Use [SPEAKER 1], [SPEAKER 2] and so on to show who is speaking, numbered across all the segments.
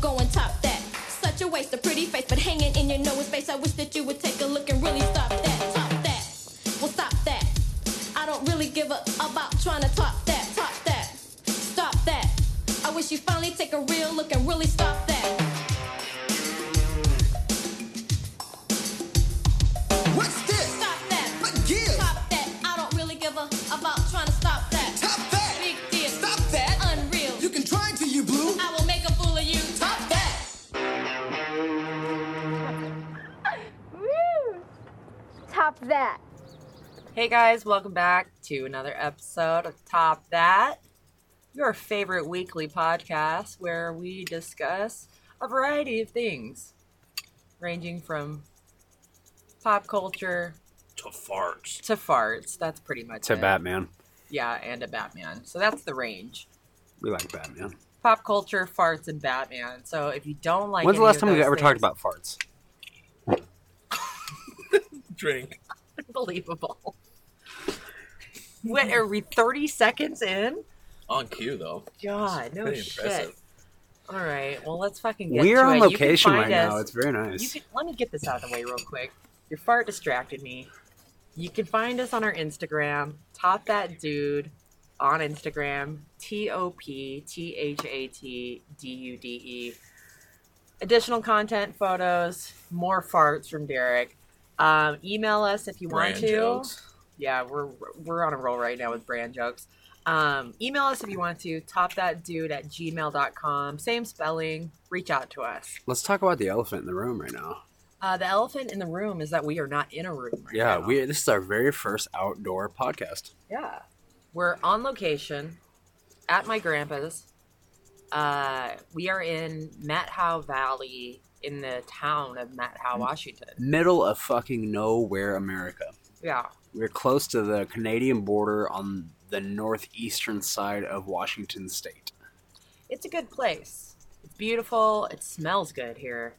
[SPEAKER 1] go and top that. Such a waste of pretty face, but hanging in your nose face. I wish that you would take a look and really stop that. Top that. Well, stop that. I don't really give a about trying to top that. Top that. Stop that. I wish you finally take a real look and really stop that.
[SPEAKER 2] What's this?
[SPEAKER 1] Stop that.
[SPEAKER 2] But give.
[SPEAKER 1] Top that. I don't really give a about trying to stop that.
[SPEAKER 2] Top that.
[SPEAKER 1] Big deal.
[SPEAKER 2] Stop that.
[SPEAKER 1] Unreal.
[SPEAKER 2] You can try till you blue.
[SPEAKER 1] I will make a fool of you. Top that.
[SPEAKER 3] Woo! Top that.
[SPEAKER 4] Hey guys, welcome back to another episode of Top That, your favorite weekly podcast where we discuss a variety of things, ranging from pop culture
[SPEAKER 5] to farts.
[SPEAKER 4] to farts. That's pretty much
[SPEAKER 6] to
[SPEAKER 4] it.
[SPEAKER 6] Batman.
[SPEAKER 4] Yeah, and a Batman. So that's the range.
[SPEAKER 6] We like Batman.
[SPEAKER 4] Pop culture, farts, and Batman. So if you don't like,
[SPEAKER 6] When's the
[SPEAKER 4] any
[SPEAKER 6] last
[SPEAKER 4] of
[SPEAKER 6] time we
[SPEAKER 4] those
[SPEAKER 6] ever talked
[SPEAKER 4] things-
[SPEAKER 6] about farts?
[SPEAKER 5] Drink.
[SPEAKER 4] Unbelievable. what are we? Thirty seconds in?
[SPEAKER 5] On cue, though.
[SPEAKER 4] God, no
[SPEAKER 5] Pretty
[SPEAKER 4] shit.
[SPEAKER 5] impressive.
[SPEAKER 4] All right. Well, let's fucking get
[SPEAKER 6] We're
[SPEAKER 4] to
[SPEAKER 6] on
[SPEAKER 4] it. You can
[SPEAKER 6] location
[SPEAKER 4] find
[SPEAKER 6] right now.
[SPEAKER 4] us-
[SPEAKER 6] It's very
[SPEAKER 4] You
[SPEAKER 6] nice.
[SPEAKER 4] can, let me get this out of the way real quick. Your fart distracted me. You can find us on our Instagram, Top That Dude, on Instagram, T O P T H A T D U D E. Additional content, photos, more farts from Derek. Um, email us if you
[SPEAKER 5] Brand
[SPEAKER 4] want to
[SPEAKER 5] jokes.
[SPEAKER 4] yeah, we're we're on a roll right now with brand jokes. Um, email us if you want to, top that dude at gmail.com. Same spelling, reach out to us.
[SPEAKER 6] Let's talk about the elephant in the room right now.
[SPEAKER 4] Uh, the elephant in the room is that we are not in a room right
[SPEAKER 6] Yeah,
[SPEAKER 4] now.
[SPEAKER 6] we. This is our very first outdoor podcast.
[SPEAKER 4] yeah. We're on location at my grandpa's. Uh, we are in Matt Howe Valley in the town of Matt
[SPEAKER 6] Mm.
[SPEAKER 4] Howe, Washington.
[SPEAKER 6] Middle of fucking nowhere, America.
[SPEAKER 4] Yeah.
[SPEAKER 6] We're close to the Canadian border on the northeastern side of Washington State.
[SPEAKER 4] It's a good place. It's beautiful. It smells good here.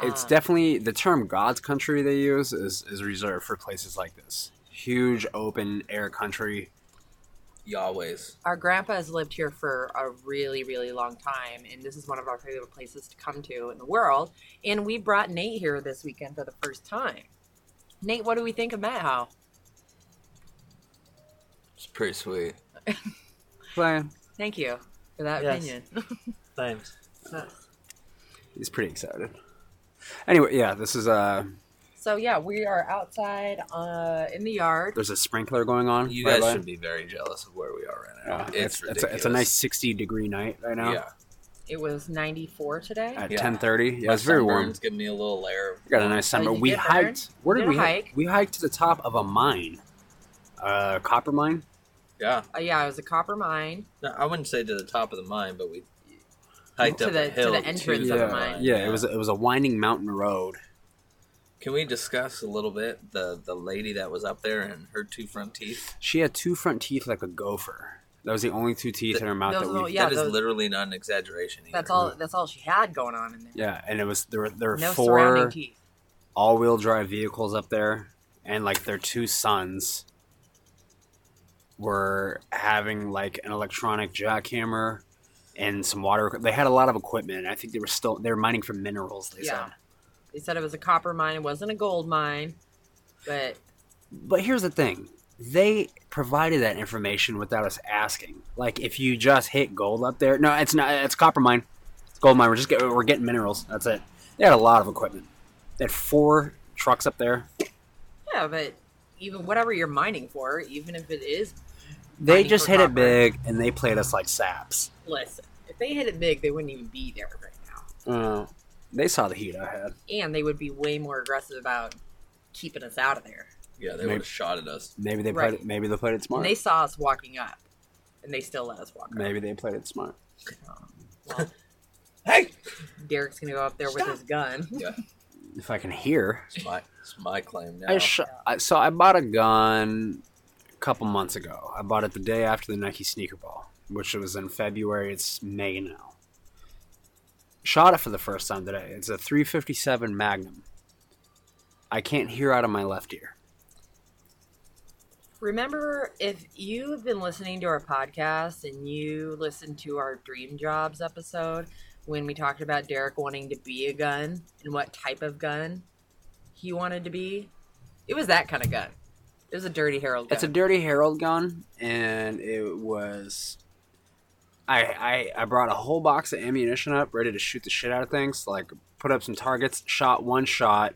[SPEAKER 6] It's
[SPEAKER 4] Um,
[SPEAKER 6] definitely the term "God's country" they use is is reserved for places like this. Huge open air country.
[SPEAKER 5] Yahweh's.
[SPEAKER 4] our grandpa has lived here for a really, really long time, and this is one of our favorite places to come to in the world. And we brought Nate here this weekend for the first time. Nate, what do we think of Matt Howe?
[SPEAKER 5] It's pretty sweet.
[SPEAKER 6] Brian,
[SPEAKER 4] Thank you for that
[SPEAKER 7] Yes.
[SPEAKER 4] opinion.
[SPEAKER 7] Thanks.
[SPEAKER 6] he's pretty excited. Anyway, yeah, this is uh
[SPEAKER 4] so yeah, we are outside uh, in the yard.
[SPEAKER 6] there's a sprinkler going on.
[SPEAKER 5] You
[SPEAKER 6] right
[SPEAKER 5] guys
[SPEAKER 6] by.
[SPEAKER 5] should be very jealous of where we are right now.
[SPEAKER 6] Yeah,
[SPEAKER 5] it's,
[SPEAKER 6] it's, it's, a, it's a nice
[SPEAKER 5] ridiculous.
[SPEAKER 6] 60 degree night right now
[SPEAKER 5] Yeah.
[SPEAKER 4] It was 94 today.
[SPEAKER 6] at
[SPEAKER 5] Yeah.
[SPEAKER 6] 10:30. Yeah,
[SPEAKER 5] My
[SPEAKER 6] it's very warm.
[SPEAKER 5] sunburn's giving me a little layer.
[SPEAKER 6] We got a nice summer.
[SPEAKER 4] Oh, you
[SPEAKER 6] we
[SPEAKER 4] did burn?
[SPEAKER 6] hiked. Where
[SPEAKER 4] You
[SPEAKER 6] did,
[SPEAKER 4] did
[SPEAKER 6] we
[SPEAKER 4] hike?
[SPEAKER 6] hike? We hiked to the top of a mine, uh, copper mine.
[SPEAKER 5] Yeah.
[SPEAKER 4] Uh, yeah, it was a copper mine.
[SPEAKER 5] No, I wouldn't say to the top of the mine, but we hiked
[SPEAKER 4] To
[SPEAKER 5] up
[SPEAKER 4] the-
[SPEAKER 5] a
[SPEAKER 4] to
[SPEAKER 5] hill
[SPEAKER 4] the entrance
[SPEAKER 5] to
[SPEAKER 4] of the
[SPEAKER 6] yeah,
[SPEAKER 4] mine.
[SPEAKER 6] yeah, it was it was a winding mountain road.
[SPEAKER 5] Can we discuss a little bit the the lady that was up there and her two front teeth?
[SPEAKER 6] She had two front teeth like a gopher. That was the only two teeth in her mouth
[SPEAKER 4] those
[SPEAKER 6] that
[SPEAKER 4] little-
[SPEAKER 6] we.
[SPEAKER 4] Yeah,
[SPEAKER 5] that is
[SPEAKER 4] those-
[SPEAKER 5] literally not an exaggeration. Either.
[SPEAKER 4] That's all. That's all she had going on in there.
[SPEAKER 6] Yeah, and it was there were there were
[SPEAKER 4] No surrounding
[SPEAKER 6] four
[SPEAKER 4] teeth.
[SPEAKER 6] all wheel drive vehicles up there, and like their two sons were having like an electronic jackhammer and some water. They had a lot of equipment. And I think they were still they were mining for minerals. They
[SPEAKER 4] Yeah.
[SPEAKER 6] said.
[SPEAKER 4] They said it was a copper mine. It wasn't a gold mine, but
[SPEAKER 6] But here's the thing. They provided that information without us asking. Like if you just hit gold up there, no, it's not. It's copper mine. It's gold mine. We're just get, we're getting minerals. That's it. They had a lot of equipment. They had four trucks up there.
[SPEAKER 4] Yeah, but even whatever you're mining for, even if it is,
[SPEAKER 6] They
[SPEAKER 4] Mining
[SPEAKER 6] just
[SPEAKER 4] for
[SPEAKER 6] hit
[SPEAKER 4] copper.
[SPEAKER 6] it big and they played us like saps.
[SPEAKER 4] listen, if they hit it big, they wouldn't even be there right now.
[SPEAKER 6] Uh, they saw the heat I had.
[SPEAKER 4] And they would be way more aggressive about keeping us out of there.
[SPEAKER 5] Yeah, they
[SPEAKER 6] Maybe-
[SPEAKER 5] would have shot at us.
[SPEAKER 6] Maybe they
[SPEAKER 4] Right.
[SPEAKER 6] played it. Maybe they played it smart.
[SPEAKER 4] And they saw us walking up, and they still let us walk up.
[SPEAKER 6] Maybe they played it smart.
[SPEAKER 4] Well,
[SPEAKER 5] Hey,
[SPEAKER 4] Derek's gonna go up there with his gun.
[SPEAKER 6] If I can hear,
[SPEAKER 5] it's my, it's my claim now.
[SPEAKER 6] I sh- I, so I bought a gun a couple months ago. I bought it the day after the Nike sneaker ball, which was in February. It's May now. Shot it for the first time today. It's a 357 Magnum. I can't hear out of my left ear.
[SPEAKER 4] Remember, if you have been listening to our podcast and you listened to our Dream Jobs episode, when we talked about Derek wanting to be a gun and what type of gun he wanted to be. It was that kind of gun. It was a dirty Harold gun.
[SPEAKER 6] It's a dirty Herald gun, and it was. I, I I brought a whole box of ammunition up, ready to shoot the shit out of things. Like put up some targets, shot one shot.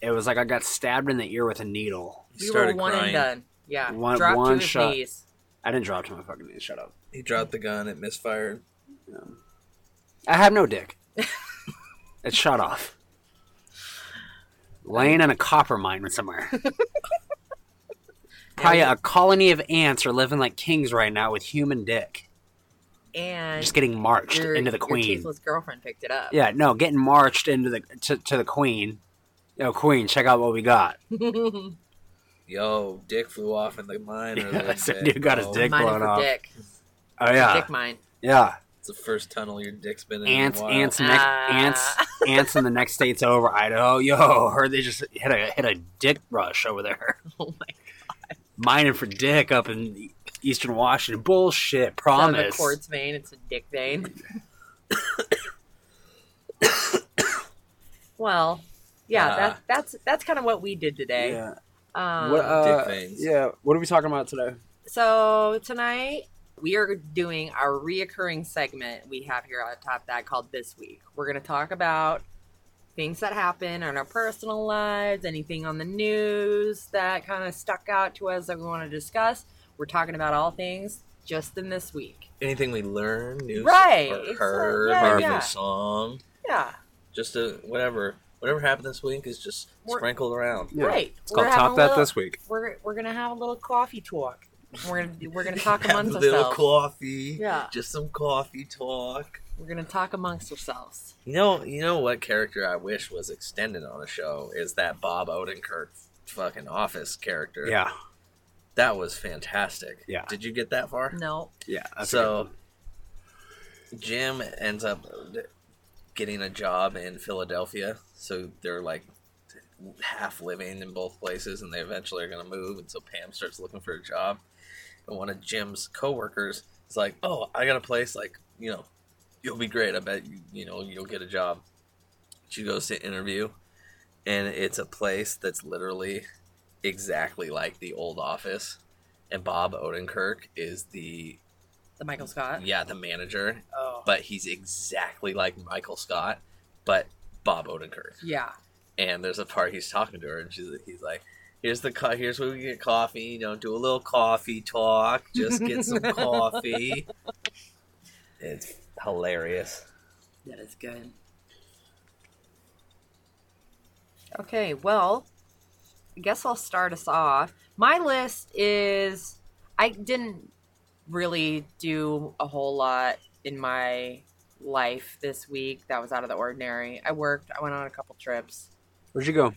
[SPEAKER 6] It was like I got stabbed in the ear with a needle.
[SPEAKER 5] He
[SPEAKER 4] we were
[SPEAKER 5] started
[SPEAKER 4] one and
[SPEAKER 5] crying.
[SPEAKER 4] done. Yeah.
[SPEAKER 6] One-
[SPEAKER 4] Dropped
[SPEAKER 6] one
[SPEAKER 4] to his
[SPEAKER 6] shot.
[SPEAKER 4] knees.
[SPEAKER 6] I didn't drop to my fucking knees. Shut up.
[SPEAKER 5] He dropped the gun. It misfired.
[SPEAKER 6] I have no dick. it shot off. Laying in a copper mine somewhere. Probably a colony of ants are living like kings right now with human dick.
[SPEAKER 4] And
[SPEAKER 6] Just getting marched
[SPEAKER 4] your,
[SPEAKER 6] into the
[SPEAKER 4] your
[SPEAKER 6] queen.
[SPEAKER 4] toothless girlfriend picked it up.
[SPEAKER 6] Yeah, no, getting marched into the to, to the queen. Yo, queen, check out what we got.
[SPEAKER 5] Yo, dick flew off in the mine. or
[SPEAKER 6] Yeah,
[SPEAKER 5] the
[SPEAKER 6] so
[SPEAKER 5] dick.
[SPEAKER 6] dude got his
[SPEAKER 5] Oh,
[SPEAKER 6] dick
[SPEAKER 4] Mine is
[SPEAKER 6] blown
[SPEAKER 4] for
[SPEAKER 6] off.
[SPEAKER 4] dick.
[SPEAKER 6] Oh yeah,
[SPEAKER 4] Dick mine.
[SPEAKER 6] yeah.
[SPEAKER 5] It's the first tunnel your dick's been in.
[SPEAKER 6] Ants,
[SPEAKER 5] in a while.
[SPEAKER 6] ants,
[SPEAKER 4] Ah.
[SPEAKER 6] next, ants, ants in the next states over Idaho. Yo, heard they just hit a hit a dick rush over there.
[SPEAKER 4] Oh my
[SPEAKER 6] mining for dick up in Eastern Washington.
[SPEAKER 4] It's
[SPEAKER 6] Bullshit.
[SPEAKER 4] not a
[SPEAKER 6] Promise.
[SPEAKER 4] quartz vein. It's a dick vein. well, yeah,
[SPEAKER 5] Ah.
[SPEAKER 4] that, that's that's kind of what we did today.
[SPEAKER 6] Uh, Yeah.
[SPEAKER 4] Um,
[SPEAKER 6] What, uh,
[SPEAKER 5] dick veins.
[SPEAKER 6] Yeah. What are we talking about today?
[SPEAKER 4] so tonight we are doing our reoccurring segment we have here on Top That called This Week. We're going to talk about things that happen in our personal lives, anything on the news that kind of stuck out to us that we want to discuss. We're talking about all things just in this week.
[SPEAKER 5] Anything we learn, new
[SPEAKER 4] Right,
[SPEAKER 5] or
[SPEAKER 4] it's
[SPEAKER 5] heard,
[SPEAKER 4] like- yeah,
[SPEAKER 5] maybe
[SPEAKER 4] yeah.
[SPEAKER 5] a song,
[SPEAKER 4] Yeah.
[SPEAKER 5] just a, whatever. Whatever happened this week is just
[SPEAKER 4] We're-
[SPEAKER 5] sprinkled around.
[SPEAKER 6] Yeah.
[SPEAKER 4] Right.
[SPEAKER 6] It's called
[SPEAKER 4] We're having
[SPEAKER 6] Top
[SPEAKER 4] a
[SPEAKER 6] That
[SPEAKER 4] little-
[SPEAKER 6] This Week.
[SPEAKER 4] We're we're gonna have a little coffee talk. We're gonna we're gonna talk
[SPEAKER 5] Have a
[SPEAKER 4] amongst
[SPEAKER 5] little
[SPEAKER 4] ourselves.
[SPEAKER 5] coffee.
[SPEAKER 4] Yeah.
[SPEAKER 5] Just some coffee talk.
[SPEAKER 4] We're gonna talk amongst ourselves.
[SPEAKER 5] You know, you know what character I wish was extended on a show is that Bob Odenkirk fucking office character.
[SPEAKER 6] Yeah.
[SPEAKER 5] That was fantastic.
[SPEAKER 6] Yeah.
[SPEAKER 5] Did you get that far?
[SPEAKER 4] No,
[SPEAKER 6] Yeah. that's a good
[SPEAKER 5] so
[SPEAKER 6] one.
[SPEAKER 5] Jim ends up getting a job in Philadelphia, so they're like half living in both places, and they eventually are going to move. And so Pam starts looking for a job, and one of Jim's coworkers is like, "Oh, I got a place. Like, you know, you'll be great. I bet you, you know, you'll get a job." She goes to interview, and it's a place that's literally exactly like the old office. And Bob Odenkirk is the
[SPEAKER 4] the Michael Scott.
[SPEAKER 5] yeah, the manager,
[SPEAKER 4] Oh.
[SPEAKER 5] but he's exactly like Michael Scott, but Bob Odenkirk.
[SPEAKER 4] Yeah.
[SPEAKER 5] And there's a part he's talking to her, and she's he's like, "Here's the co- here's where we get coffee. You know, do a little coffee talk. Just get some coffee." It's hilarious.
[SPEAKER 4] That is good. Okay, well, I guess I'll start us off. My list is I didn't really do a whole lot in my life this week that was out of the ordinary. I worked, I went on a couple trips.
[SPEAKER 6] Where'd you go?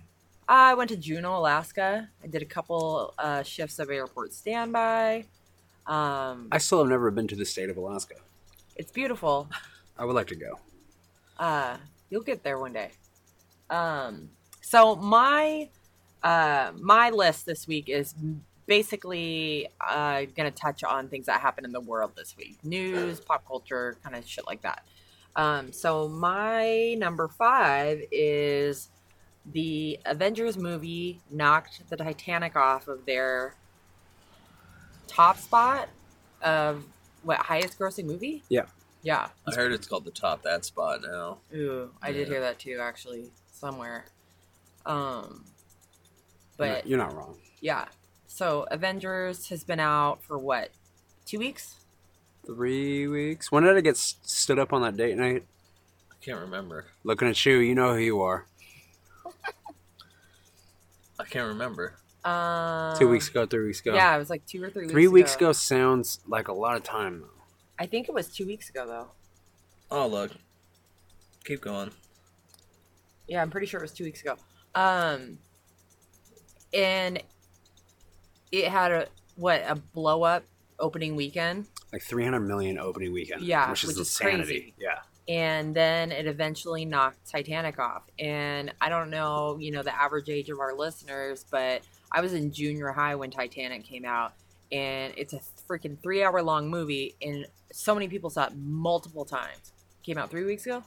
[SPEAKER 4] I went to Juneau, Alaska. I did a couple uh, shifts of airport standby. Um,
[SPEAKER 6] I still have never been to the state of Alaska.
[SPEAKER 4] it's beautiful.
[SPEAKER 6] I would like to go.
[SPEAKER 4] Uh, you'll get there one day. Um, so my uh, my list this week is basically uh, going to touch on things that happen in the world this week, news, pop culture, kind of shit like that. Um, so my number five is the Avengers movie knocked the Titanic off of their top spot of what highest grossing movie?
[SPEAKER 6] Yeah.
[SPEAKER 4] Yeah.
[SPEAKER 5] I heard it's called the top that spot now.
[SPEAKER 4] Ooh, I did
[SPEAKER 5] Yeah.
[SPEAKER 4] hear that too, actually, somewhere. Um,
[SPEAKER 6] You're
[SPEAKER 4] but
[SPEAKER 6] not- you're not wrong.
[SPEAKER 4] yeah, so Avengers has been out for what, two weeks?
[SPEAKER 6] Three weeks. When did I get s- stood up on that date night?
[SPEAKER 5] I can't remember.
[SPEAKER 6] Looking at you, you know who you are.
[SPEAKER 5] I can't remember.
[SPEAKER 4] Um,
[SPEAKER 6] Two weeks ago, three weeks ago.
[SPEAKER 4] Yeah, it was like two or three.
[SPEAKER 6] Three
[SPEAKER 4] weeks
[SPEAKER 6] weeks ago sounds like a lot of time though.
[SPEAKER 4] I think it was two weeks ago though.
[SPEAKER 5] Oh look, keep going.
[SPEAKER 4] Yeah, I'm pretty sure it was two weeks ago. Um, and it had a what a blow up opening weekend.
[SPEAKER 6] Like 300 million opening weekend.
[SPEAKER 4] Yeah,
[SPEAKER 6] which is
[SPEAKER 4] which is
[SPEAKER 6] insanity.
[SPEAKER 4] crazy.
[SPEAKER 6] Yeah.
[SPEAKER 4] and then it eventually knocked Titanic off. And I don't know, you know, the average age of our listeners, but I was in junior high when Titanic came out, and it's a freaking three hour long movie, and so many people saw it multiple times. Came out three weeks ago.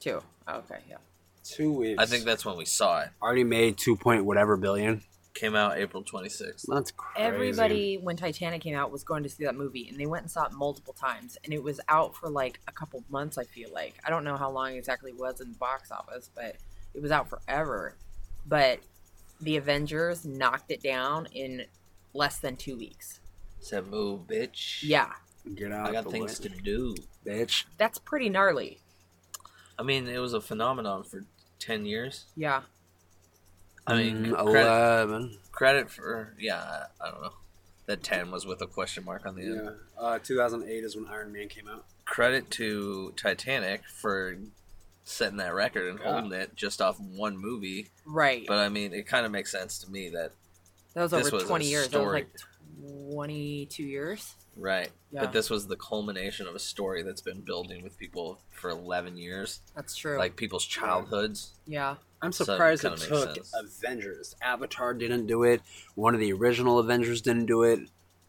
[SPEAKER 4] Two. Oh, Okay, yeah.
[SPEAKER 7] Two weeks.
[SPEAKER 5] I think that's when we saw it.
[SPEAKER 6] Already made two point whatever billion.
[SPEAKER 5] Came out April 26th.
[SPEAKER 6] That's crazy.
[SPEAKER 4] Everybody, when Titanic came out, was going to see that movie, and they went and saw it multiple times. And it was out for like a couple months. I feel like I don't know how long exactly it was in the box office, but it was out forever. But the Avengers knocked it down in less than two weeks.
[SPEAKER 5] Said move, bitch.
[SPEAKER 4] Yeah,
[SPEAKER 6] Get out.
[SPEAKER 5] I got
[SPEAKER 6] the
[SPEAKER 5] things to
[SPEAKER 6] way,
[SPEAKER 5] do.
[SPEAKER 6] bitch.
[SPEAKER 4] that's pretty gnarly.
[SPEAKER 5] I mean, it was a phenomenon for 10 years.
[SPEAKER 4] Yeah,
[SPEAKER 5] I mean,
[SPEAKER 6] Mm,
[SPEAKER 5] credit,
[SPEAKER 6] eleven.
[SPEAKER 5] credit for, yeah, I I don't know. That 10 was with a question mark on the end.
[SPEAKER 6] Yeah. Uh, 2008 is when Iron Man came out.
[SPEAKER 5] Credit to Titanic for setting that record and holding it just off one movie.
[SPEAKER 4] right.
[SPEAKER 5] But I mean, it kind of makes sense to me that,
[SPEAKER 4] that was
[SPEAKER 5] this
[SPEAKER 4] over
[SPEAKER 5] was a
[SPEAKER 4] twenty years.
[SPEAKER 5] story.
[SPEAKER 4] That was like twenty-two years.
[SPEAKER 5] right?
[SPEAKER 4] Yeah,
[SPEAKER 5] But this was the culmination of a story that's been building with people for 11 years,
[SPEAKER 4] that's true.
[SPEAKER 5] like people's childhoods.
[SPEAKER 4] yeah,
[SPEAKER 6] I'm
[SPEAKER 5] So it
[SPEAKER 6] surprised
[SPEAKER 5] kinda
[SPEAKER 6] it
[SPEAKER 5] makes
[SPEAKER 6] took
[SPEAKER 5] sense.
[SPEAKER 6] Avengers. Avatar didn't do it. One of the original Avengers didn't do it.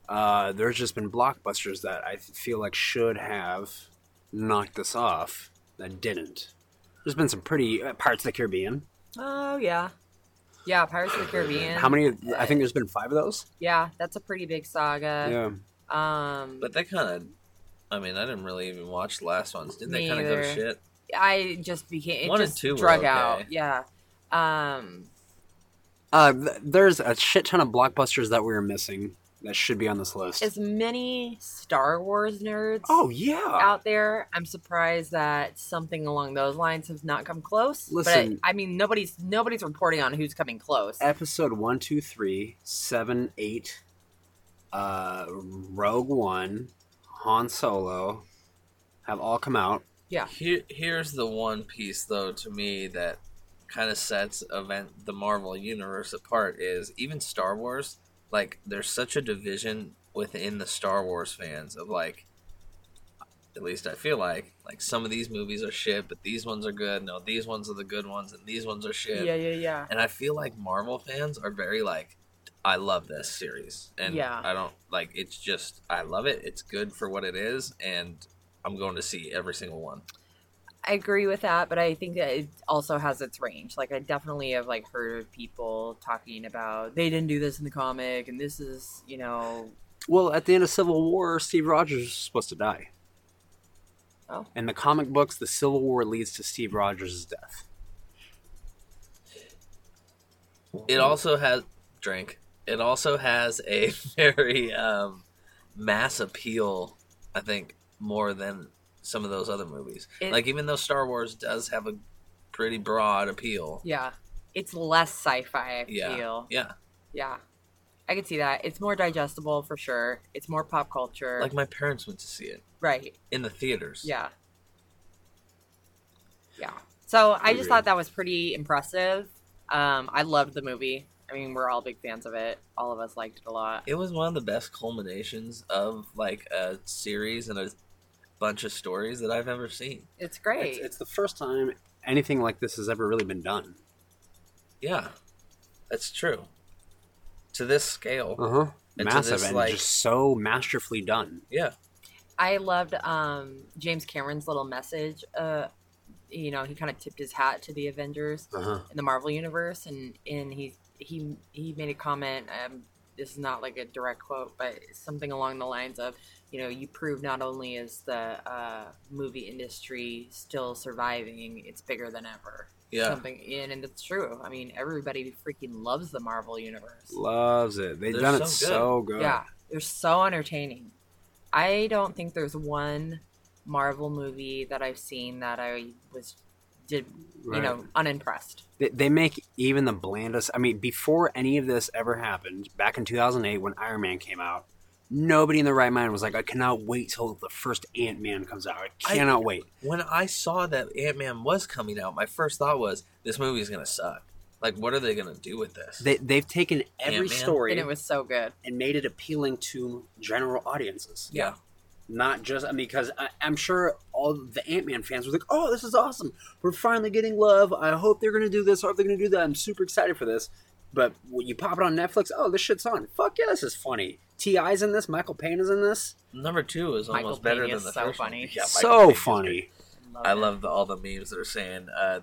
[SPEAKER 6] Uh, there's just been blockbusters that I feel like should have knocked this off that didn't. There's been some pretty uh, Pirates of the Caribbean.
[SPEAKER 4] oh yeah, yeah. Pirates of the Caribbean.
[SPEAKER 6] How many? I Uh, think there's been five of those.
[SPEAKER 4] Yeah, that's a pretty big saga.
[SPEAKER 6] yeah.
[SPEAKER 4] Um,
[SPEAKER 5] But they kind of, I mean, I didn't really even watch the last ones. Didn't they kind of go to
[SPEAKER 4] Neither.
[SPEAKER 5] shit?
[SPEAKER 4] I just became it
[SPEAKER 5] One and
[SPEAKER 4] just
[SPEAKER 5] two were
[SPEAKER 4] drug
[SPEAKER 5] okay.
[SPEAKER 4] out. Yeah. Um,
[SPEAKER 6] Uh, th- there's a shit ton of blockbusters that we were missing that should be on this list.
[SPEAKER 4] as many Star Wars nerds
[SPEAKER 6] oh yeah.
[SPEAKER 4] out there, I'm surprised that something along those lines has not come close.
[SPEAKER 6] Listen.
[SPEAKER 4] but I, I mean, nobody's nobody's reporting on who's coming close.
[SPEAKER 6] episode one, two, three, seven, eight, uh, Rogue One, Han Solo have all come out.
[SPEAKER 5] Here, here's the one piece though to me that kind of sets event the Marvel universe apart is even Star Wars. Like, there's such a division within the Star Wars fans of like, at least I feel like, like some of these movies are shit, but these ones are good. No, these ones are the good ones, and these ones are shit.
[SPEAKER 4] yeah, yeah, yeah.
[SPEAKER 5] And I feel like Marvel fans are very like, I love this series, and
[SPEAKER 4] Yeah.
[SPEAKER 5] I don't like. It's just I love it. It's good for what it is, and I'm going to see every single one.
[SPEAKER 4] I agree with that, but I think that it also has its range. Like I definitely have like heard of people talking about they didn't do this in the comic, and this is you know
[SPEAKER 6] Well, at the end of Civil War, Steve Rogers is supposed to die.
[SPEAKER 4] Oh.
[SPEAKER 6] In the comic books, the Civil War leads to Steve Rogers' death.
[SPEAKER 5] It also has drink. It also has a very um, mass appeal. I think more than some of those other movies.
[SPEAKER 4] It-
[SPEAKER 5] like even though Star Wars does have a pretty broad appeal.
[SPEAKER 4] Yeah. It's less sci fi, I
[SPEAKER 5] Yeah.
[SPEAKER 4] feel. Yeah.
[SPEAKER 5] Yeah.
[SPEAKER 4] I could see that. It's more digestible for sure. It's more pop culture.
[SPEAKER 5] Like my parents went to see it
[SPEAKER 4] right.
[SPEAKER 5] in the theaters.
[SPEAKER 4] Yeah. Yeah. So I just thought that was pretty impressive. Um, I loved the movie. I mean, we're all big fans of it. All of us liked it a lot.
[SPEAKER 5] It was one of the best culminations of like a series and a bunch of stories that I've ever seen.
[SPEAKER 4] It's great.
[SPEAKER 6] It's, it's the first time anything like this has ever really been done.
[SPEAKER 5] Yeah, that's true. To this scale,
[SPEAKER 6] Uh huh.
[SPEAKER 5] And to
[SPEAKER 6] Massive
[SPEAKER 5] this,
[SPEAKER 6] and
[SPEAKER 5] like-
[SPEAKER 6] just so masterfully done.
[SPEAKER 5] yeah,
[SPEAKER 4] I loved um, James Cameron's little message. Uh, you know, he kind of tipped his hat to the Avengers.
[SPEAKER 6] Uh huh.
[SPEAKER 4] in the Marvel universe, and and he he he made a comment. Um, this is not like a direct quote, but something along the lines of, you know, you prove not only is the uh, movie industry still surviving, it's bigger than ever.
[SPEAKER 5] yeah.
[SPEAKER 4] Something and, and it's true. I mean, everybody freaking loves the Marvel universe.
[SPEAKER 6] Loves it. They've
[SPEAKER 5] They're
[SPEAKER 6] done it so
[SPEAKER 5] so good.
[SPEAKER 6] good.
[SPEAKER 4] Yeah, they're so entertaining. I don't think there's one Marvel movie that I've seen that I was did
[SPEAKER 6] Right.
[SPEAKER 4] you know unimpressed.
[SPEAKER 6] they, they make even the blandest i mean before any of this ever happened back in 2008 when iron man came out nobody in their right mind was like i cannot wait till the first ant-man comes out i
[SPEAKER 5] I-
[SPEAKER 6] cannot wait
[SPEAKER 5] When I saw that Ant Man was coming out, my first thought was, this movie is gonna suck. Like, what are they gonna do with this?
[SPEAKER 6] they, they've taken every
[SPEAKER 5] Ant-Man?
[SPEAKER 6] story
[SPEAKER 4] And
[SPEAKER 6] and,
[SPEAKER 4] it was so good.
[SPEAKER 6] made it appealing to general audiences
[SPEAKER 5] yeah,
[SPEAKER 6] not just I mean, because I, i'm sure all the ant-man fans were like oh this is awesome we're finally getting love i hope they're gonna do this i hope they're gonna do that i'm super excited for this but when you pop it on netflix oh this shit's on fuck yeah this is funny Ti's in this. Michael Payne is in this.
[SPEAKER 5] Number two is
[SPEAKER 4] Michael
[SPEAKER 5] almost
[SPEAKER 4] Payne
[SPEAKER 5] better than
[SPEAKER 4] is
[SPEAKER 5] the
[SPEAKER 4] so
[SPEAKER 5] first
[SPEAKER 4] funny.
[SPEAKER 5] one. Yeah, Michael
[SPEAKER 6] so
[SPEAKER 5] Payne is
[SPEAKER 6] funny.
[SPEAKER 5] great. I love the, all the memes that are saying uh,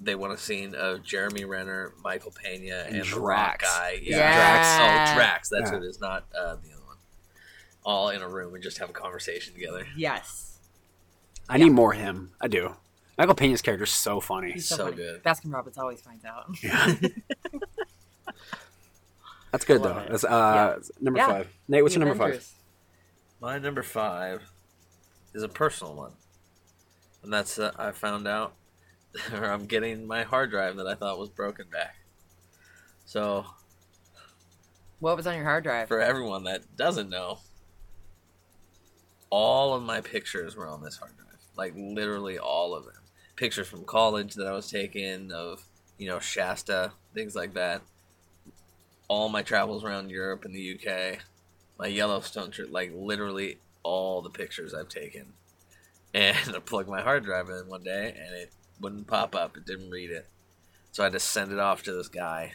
[SPEAKER 5] they want a scene of Jeremy Renner, Michael Pena, and,
[SPEAKER 6] And
[SPEAKER 5] the rock
[SPEAKER 6] Drax.
[SPEAKER 5] guy.
[SPEAKER 4] Drax.
[SPEAKER 5] Oh, Drax. That's
[SPEAKER 6] Yeah.
[SPEAKER 5] what it is, not uh, the other one. All in a room and just have a conversation together.
[SPEAKER 4] Yes.
[SPEAKER 6] I need more him. I do. Michael Pena's character is so funny.
[SPEAKER 5] He's so good.
[SPEAKER 4] Baskin Robbins always finds out.
[SPEAKER 6] That's good though.
[SPEAKER 4] Love it.
[SPEAKER 6] That's uh, number
[SPEAKER 4] Yeah.
[SPEAKER 6] five. Nate, what's
[SPEAKER 4] The
[SPEAKER 6] your number five?
[SPEAKER 4] Avengers.
[SPEAKER 5] My number five is a personal one, and that's uh, I found out, or I'm getting my hard drive that I thought was broken back. So
[SPEAKER 4] What was on your hard drive?
[SPEAKER 5] for everyone that doesn't know, all of my pictures were on this hard drive. Like literally all of them. Pictures from college that I was taking of, you know, Shasta, things like that. All my travels around Europe and the UK, my Yellowstone trip, like literally all the pictures I've taken. And I plugged my hard drive in one day and it wouldn't pop up. It didn't read it. So I had to send it off to this guy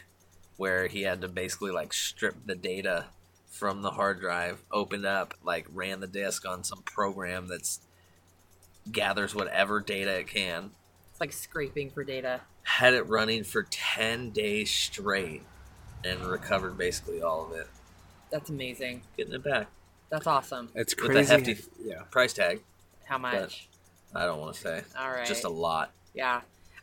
[SPEAKER 5] where he had to basically like strip the data from the hard drive, open up, like ran the disk on some program that's gathers whatever data it can,
[SPEAKER 4] It's like scraping for data.
[SPEAKER 5] had it running for 10 days straight and recovered basically all of it,
[SPEAKER 4] That's amazing.
[SPEAKER 5] getting it back.
[SPEAKER 4] That's awesome.
[SPEAKER 6] It's
[SPEAKER 5] With a
[SPEAKER 6] crazy.
[SPEAKER 5] hefty-
[SPEAKER 6] yeah.
[SPEAKER 5] Price tag,
[SPEAKER 4] How much?
[SPEAKER 5] I don't want to say.
[SPEAKER 4] All right.
[SPEAKER 5] Just a lot.
[SPEAKER 4] Yeah.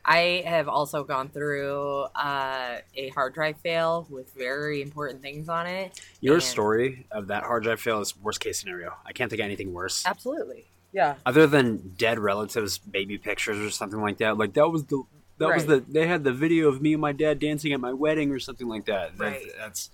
[SPEAKER 4] I have also gone through uh, a hard drive fail with very important things on it.
[SPEAKER 6] Your
[SPEAKER 4] And-
[SPEAKER 6] story of that hard drive fail is worst case scenario. I can't think of anything worse.
[SPEAKER 4] Absolutely. Yeah.
[SPEAKER 6] Other than dead relatives, baby pictures, or something like that. Like that was the that was the
[SPEAKER 4] Right.
[SPEAKER 6] they had the video of me and my dad dancing at my wedding or something like that. That-
[SPEAKER 4] Right.
[SPEAKER 6] That's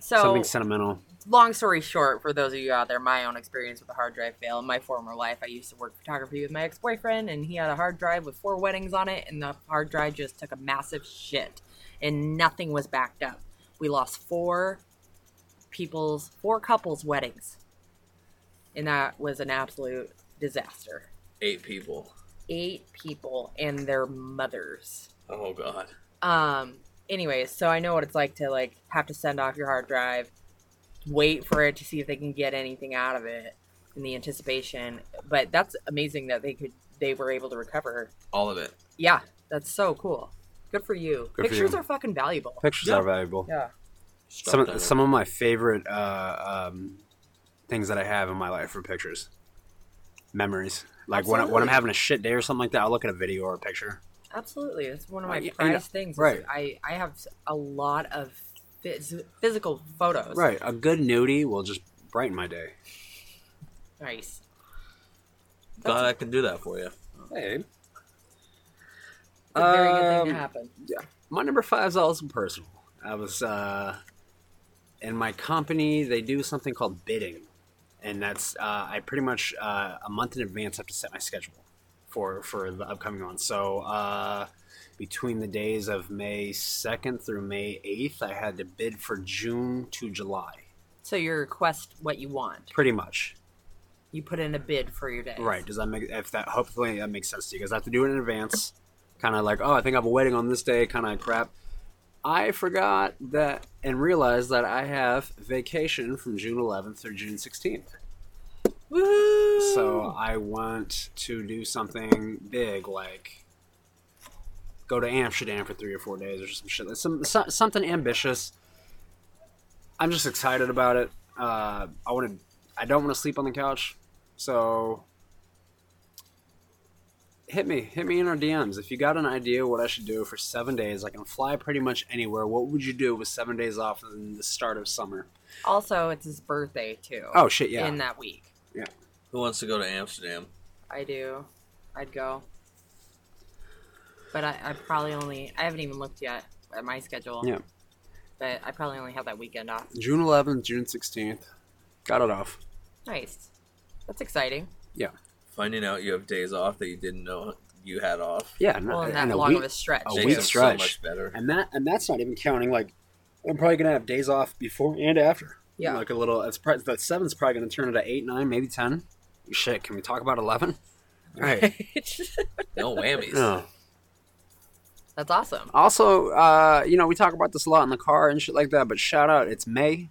[SPEAKER 4] So,
[SPEAKER 6] something sentimental.
[SPEAKER 4] long story short, for those of you out there, my own experience with a hard drive fail. In my former life, I used to work photography with my ex boyfriend, and he had a hard drive with four weddings on it, and the hard drive just took a massive shit, and nothing was backed up. We lost four people's, four couples' weddings, and that was an absolute disaster.
[SPEAKER 5] Eight people.
[SPEAKER 4] Eight people and their mothers.
[SPEAKER 5] Oh, God.
[SPEAKER 4] Um. Anyways, so I know what it's like to like have to send off your hard drive, wait for it to see if they can get anything out of it in the anticipation. But that's amazing that they could they were able to recover.
[SPEAKER 5] All of it.
[SPEAKER 4] Yeah, that's so cool. Good for you.
[SPEAKER 6] Good for
[SPEAKER 4] Pictures
[SPEAKER 6] you.
[SPEAKER 4] are fucking valuable.
[SPEAKER 6] Pictures
[SPEAKER 5] Yeah.
[SPEAKER 6] are valuable.
[SPEAKER 4] Yeah.
[SPEAKER 6] Some
[SPEAKER 5] Stuff
[SPEAKER 6] of,
[SPEAKER 5] that-
[SPEAKER 6] some of my favorite uh, um, things that I have in my life are pictures, memories. Like when, I, when I'm
[SPEAKER 4] Absolutely.
[SPEAKER 6] having a shit day or something like that, I'll look at a video or a picture.
[SPEAKER 4] Absolutely, that's one of
[SPEAKER 6] Uh,
[SPEAKER 4] my
[SPEAKER 6] yeah, and,
[SPEAKER 4] prized
[SPEAKER 6] uh,
[SPEAKER 4] things.
[SPEAKER 6] right.
[SPEAKER 4] I I have a lot of phys- physical photos.
[SPEAKER 6] Right, a good nudie will just brighten my day.
[SPEAKER 4] Nice.
[SPEAKER 5] God, I can do that for you.
[SPEAKER 6] Hey,
[SPEAKER 4] It's a very good
[SPEAKER 6] Um,
[SPEAKER 4] thing to happen.
[SPEAKER 6] my number five is also personal. I was uh, in my company; they do something called bidding, and that's uh, I pretty much uh, a month in advance have to set my schedule for for the upcoming one. So uh, between the days of May second through May eighth, I had to bid for June to July,
[SPEAKER 4] So you request what you want.
[SPEAKER 6] pretty much.
[SPEAKER 4] You put in a bid for your day.
[SPEAKER 6] Right. Does that make if that hopefully that makes sense to you guys? I have to do it in advance. Kind of like, oh, I think I have a wedding on this day. Kind of crap. I forgot that and realized that I have vacation from June 11th through June 16th.
[SPEAKER 4] Woo!
[SPEAKER 6] So I want to do something big, like go to Amsterdam for three or four days or some shit. Some, so, something ambitious. I'm just excited about it. Uh, I want to. I don't want to sleep on the couch. So hit me, hit me in our DMs if you got an idea what I should do for seven days. I can fly pretty much anywhere. What would you do with seven days off in the start of summer?
[SPEAKER 4] Also, it's his birthday too.
[SPEAKER 6] Oh shit, yeah.
[SPEAKER 4] In that week,
[SPEAKER 5] Who wants to go to Amsterdam?
[SPEAKER 4] I do. I'd go. But I, I probably only. I haven't even looked yet at my schedule.
[SPEAKER 6] Yeah.
[SPEAKER 4] But I probably only have that weekend off.
[SPEAKER 6] June 11th, June 16th. Got it off.
[SPEAKER 4] Nice. That's exciting.
[SPEAKER 6] Yeah.
[SPEAKER 5] Finding out you have days off that you didn't know you had off.
[SPEAKER 6] Yeah, no,
[SPEAKER 4] Well, in that
[SPEAKER 6] Uh, and a
[SPEAKER 4] long
[SPEAKER 6] week, Oh.
[SPEAKER 4] of a stretch.
[SPEAKER 6] a
[SPEAKER 5] Makes
[SPEAKER 6] week
[SPEAKER 5] them
[SPEAKER 6] stretch.
[SPEAKER 5] So much better.
[SPEAKER 6] and that and that's not even counting like I'm probably gonna have days off before and after.
[SPEAKER 4] Yeah.
[SPEAKER 6] like a little. It's probably that seven's probably gonna turn into eight, nine, maybe ten. Shit, can we talk about eleven? All right.
[SPEAKER 5] No whammies.
[SPEAKER 6] Yeah.
[SPEAKER 4] That's awesome.
[SPEAKER 6] Also, uh, you know, we talk about this a lot in the car and shit like that. But shout out, it's May.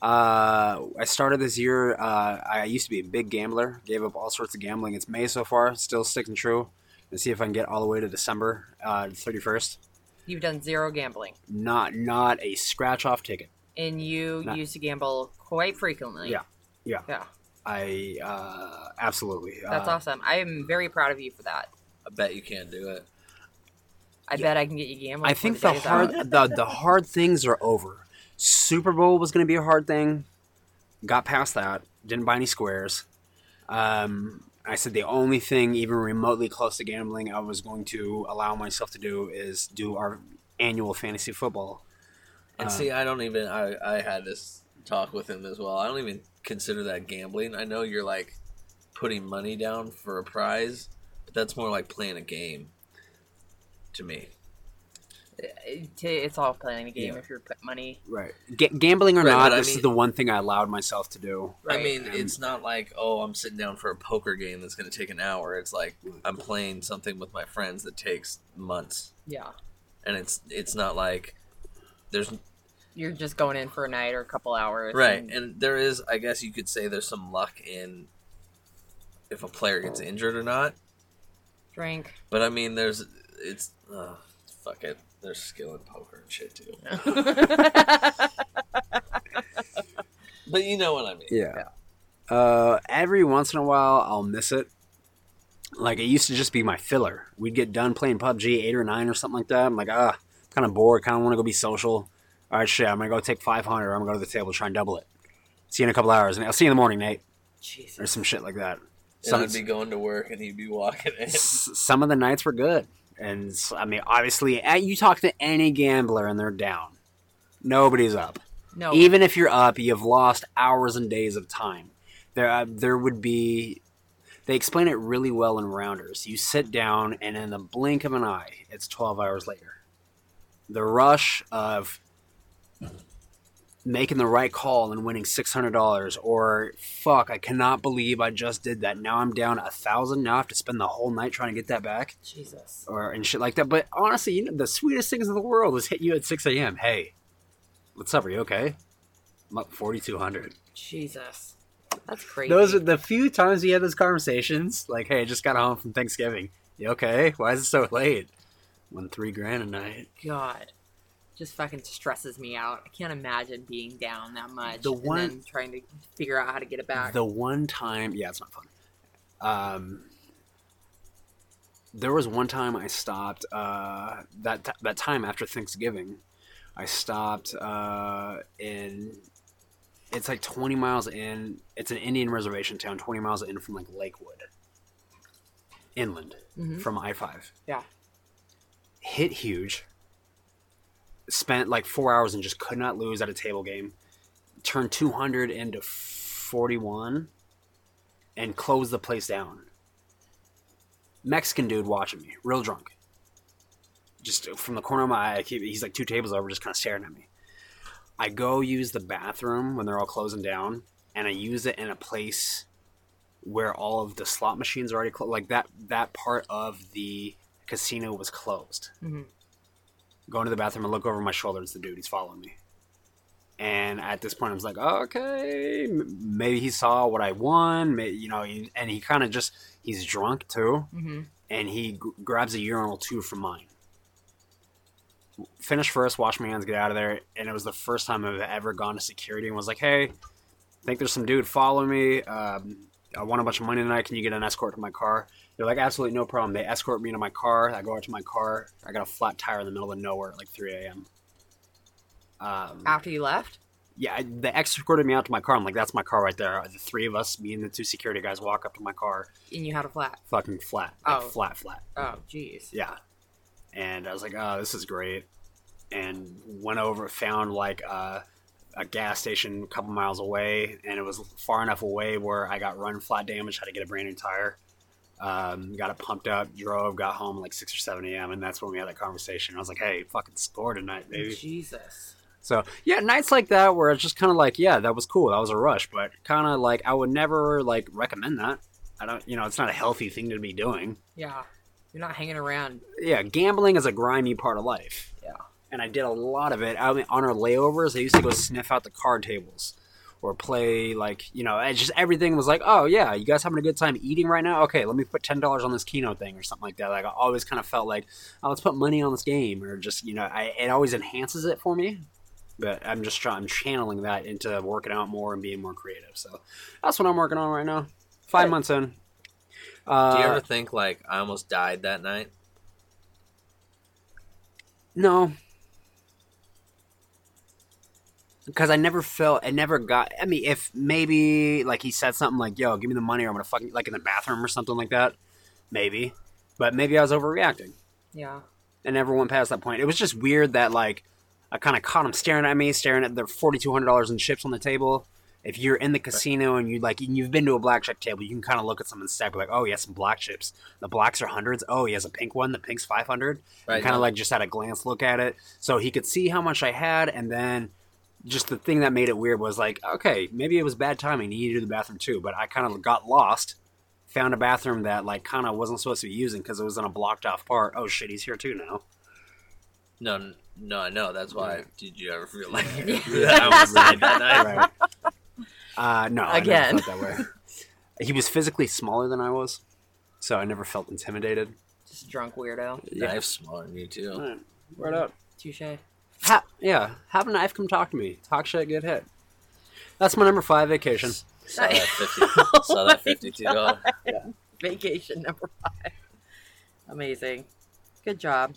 [SPEAKER 6] Uh, I started this year. Uh, I used to be a big gambler. Gave up all sorts of gambling. It's May so far. Still sticking true. And see if I can get all the way to December thirty first.
[SPEAKER 4] You've done zero gambling,
[SPEAKER 6] Not not a scratch off ticket.
[SPEAKER 4] and you
[SPEAKER 6] No.
[SPEAKER 4] used to gamble quite frequently.
[SPEAKER 6] Yeah. Yeah.
[SPEAKER 4] yeah,
[SPEAKER 6] I uh, absolutely.
[SPEAKER 4] that's
[SPEAKER 6] uh,
[SPEAKER 4] awesome. I am very proud of you for that.
[SPEAKER 5] I bet you can't do it.
[SPEAKER 4] I bet I can get you gambling.
[SPEAKER 6] I
[SPEAKER 4] before
[SPEAKER 6] think the
[SPEAKER 4] day is out.
[SPEAKER 6] hard the, the hard things are over. Super Bowl was going to be a hard thing. Got past that. Didn't buy any squares. Um, I said the only thing even remotely close to gambling I was going to allow myself to do is do our annual fantasy football.
[SPEAKER 5] And
[SPEAKER 6] Uh.
[SPEAKER 5] see, I don't even. I I had this talk with him as well. I don't even consider that gambling. I know you're like putting money down for a prize, but that's more like playing a game to me.
[SPEAKER 4] It- It's all playing a game
[SPEAKER 5] Yeah.
[SPEAKER 4] if you're put money.
[SPEAKER 6] Right. G- gambling or
[SPEAKER 5] Right,
[SPEAKER 6] not,
[SPEAKER 5] but I
[SPEAKER 6] this
[SPEAKER 5] mean-
[SPEAKER 6] is the one thing I allowed myself to do.
[SPEAKER 5] I
[SPEAKER 4] Right.
[SPEAKER 5] mean,
[SPEAKER 6] Um,
[SPEAKER 5] it's not like oh, I'm sitting down for a poker game that's going to take an hour. It's like I'm playing something with my friends that takes months,
[SPEAKER 4] Yeah,
[SPEAKER 5] and it's it's not like there's
[SPEAKER 4] you're just going in for a night or a couple hours.
[SPEAKER 5] right,
[SPEAKER 4] and-
[SPEAKER 5] and there is. I guess you could say there's some luck in if a player gets injured or not.
[SPEAKER 4] drink.
[SPEAKER 5] But I mean, there's it's uh, fuck it. There's skill in poker and shit too. but you know what I mean.
[SPEAKER 6] Yeah. Uh, every once in a while, I'll miss it. Like it used to just be my filler. We'd get done playing PUBG eight or nine or something like that. I'm like, ah, kind of bored. Kind of want to go be social. All right, shit. I'm gonna go take five hundred. I'm gonna go to the table try and double it. See you in a couple hours, and I'll see you in the morning, Nate, or
[SPEAKER 4] Jesus.
[SPEAKER 6] some shit like that.
[SPEAKER 5] So
[SPEAKER 6] Some
[SPEAKER 5] I'd be going to work and he'd be walking in.
[SPEAKER 6] s- some of the nights were good, and s- I mean, obviously, eh, you talk to any gambler and they're down. Nobody's up.
[SPEAKER 4] No,
[SPEAKER 6] Even if you're up, you have lost hours and days of time. There, uh, there would be. They explain it really well in Rounders. You sit down, and in the blink of an eye, it's 12 hours later. The rush of making the right call and winning $600, or fuck, I cannot believe I just did that. Now I'm down a thousand. Now I have to spend the whole night trying to get that back,
[SPEAKER 4] Jesus.
[SPEAKER 6] or and shit like that. But honestly, you know, the sweetest things in the world is hit you at 6 a.m. Hey, what's up? Are you okay? I'm up 4,200.
[SPEAKER 4] Jesus. That's crazy.
[SPEAKER 6] Those are the few times we had those conversations. Like, hey, I just got home from Thanksgiving. You okay? Why is it so late? Won three grand a night.
[SPEAKER 4] God. Just fucking stresses me out. I can't imagine being down that much.
[SPEAKER 6] The
[SPEAKER 4] and
[SPEAKER 6] one-
[SPEAKER 4] then trying to figure out how to get it back.
[SPEAKER 6] The one time, yeah, it's not fun. Um, there was one time I stopped uh, that t- that time after Thanksgiving. I stopped uh, in. It's like 20 miles in. It's an Indian reservation town, 20 miles in from like Lakewood, inland from I 5.
[SPEAKER 4] yeah.
[SPEAKER 6] hit huge. Spent like four hours and just could not lose at a table game. Turned 200 into 41 and closed the place down. Mexican dude watching me, real drunk. Just from the corner of my eye, I keep- he's like two tables over, just kind of staring at me. I go use the bathroom when they're all closing down, and I use it in a place where all of the slot machines are already closed. Like that that part of the casino was closed.
[SPEAKER 4] Mm-hmm.
[SPEAKER 6] Go into the bathroom and look over my shoulder. It's the dude. He's following me. And at this point, I was like, okay, m- maybe he saw what I won. Maybe, you know, he- and he kind of just he's drunk too,
[SPEAKER 4] Mm-hmm.
[SPEAKER 6] and he g- grabs a urinal tube from mine. Finish first, wash my hands, get out of there. And it was the first time I've ever gone to security and was like, hey, think there's some dude following me. Um, I want a bunch of money tonight. Can you get an escort to my car? They're like, absolutely no problem. They escort me to my car. I go out to my car. I got a flat tire in the middle of nowhere at like 3 a.m. Um,
[SPEAKER 4] After you left?
[SPEAKER 6] yeah, I, they escorted me out to my car. I'm like, that's my car right there. The three of us, me and the two security guys, walk up to my car,
[SPEAKER 4] And you had a flat.
[SPEAKER 6] fucking flat, like
[SPEAKER 4] Oh.
[SPEAKER 6] flat, flat.
[SPEAKER 4] Oh, jeez.
[SPEAKER 6] Yeah. And I was like, oh, this is great. And went over, found like uh, a gas station a couple miles away, and it was far enough away where I got run flat damage, had to get a brand new tire. Um, got it pumped up, drove, got home like 6 or 7 a.m., and that's when we had that conversation. I was like, hey, fucking score tonight, baby.
[SPEAKER 4] Jesus.
[SPEAKER 6] So yeah, nights like that where it's just kind of like, yeah, that was cool, that was a rush, but kind of like I would never like recommend that. I don't, you know, it's not a healthy thing to be doing.
[SPEAKER 4] Yeah. You're not hanging around.
[SPEAKER 6] Yeah, gambling is a grimy part of life,
[SPEAKER 4] Yeah.
[SPEAKER 6] and I did a lot of it. I mean, on our layovers, I used to go sniff out the card tables. or play like you know it's just everything was like oh yeah you guys having a good time eating right now okay let me put ten dollars on this keno thing or something like that like i always kind of felt like oh let's put money on this game or just you know I, it always enhances it for me but i'm just trying i'm channeling that into working out more and being more creative so that's what i'm working on right now five months in uh,
[SPEAKER 5] Do you ever think like I almost died that night?
[SPEAKER 6] No. Because I never felt, I never got. I mean, if maybe like he said something like, "Yo, give me the money, or I'm gonna fucking like in the bathroom or something like that," maybe. But maybe I was overreacting.
[SPEAKER 4] Yeah.
[SPEAKER 6] I never went past that point. It was just weird that like I kind of caught him staring at me, staring at the forty two hundred dollars in chips on the table. If you're in the casino and you like and you've been to a blackjack table, you can kind of look at someone's stack like, "Oh, he has some black chips. The blacks are hundreds. Oh, he has a pink one. The pink's 500
[SPEAKER 5] Right,
[SPEAKER 6] Kind
[SPEAKER 5] yeah.
[SPEAKER 6] of like just had a glance look at it, so he could see how much I had, and then just the thing that made it weird was like, okay, maybe it was bad timing. He needed to do the bathroom too, but I kind of got lost. Found a bathroom that like kind of wasn't supposed to be using because it was in a blocked off part. Oh shit, he's here too now.
[SPEAKER 5] No, n- no, I know. That's why. Did you ever feel like I almost died that night?
[SPEAKER 6] right. Uh, no, I
[SPEAKER 4] Again.
[SPEAKER 6] never felt that way. He was physically smaller than I was, so I never felt intimidated.
[SPEAKER 4] Just drunk weirdo.
[SPEAKER 5] Yeah, I've smaller than you too.
[SPEAKER 6] Right, right up.
[SPEAKER 4] Touche.
[SPEAKER 6] Ha- yeah, have a knife come talk to me. Talk shit, get hit. That's my number five vacation.
[SPEAKER 5] Saw that fifty. saw that fifty-two dollar.
[SPEAKER 4] Vacation number five. Amazing. Good job.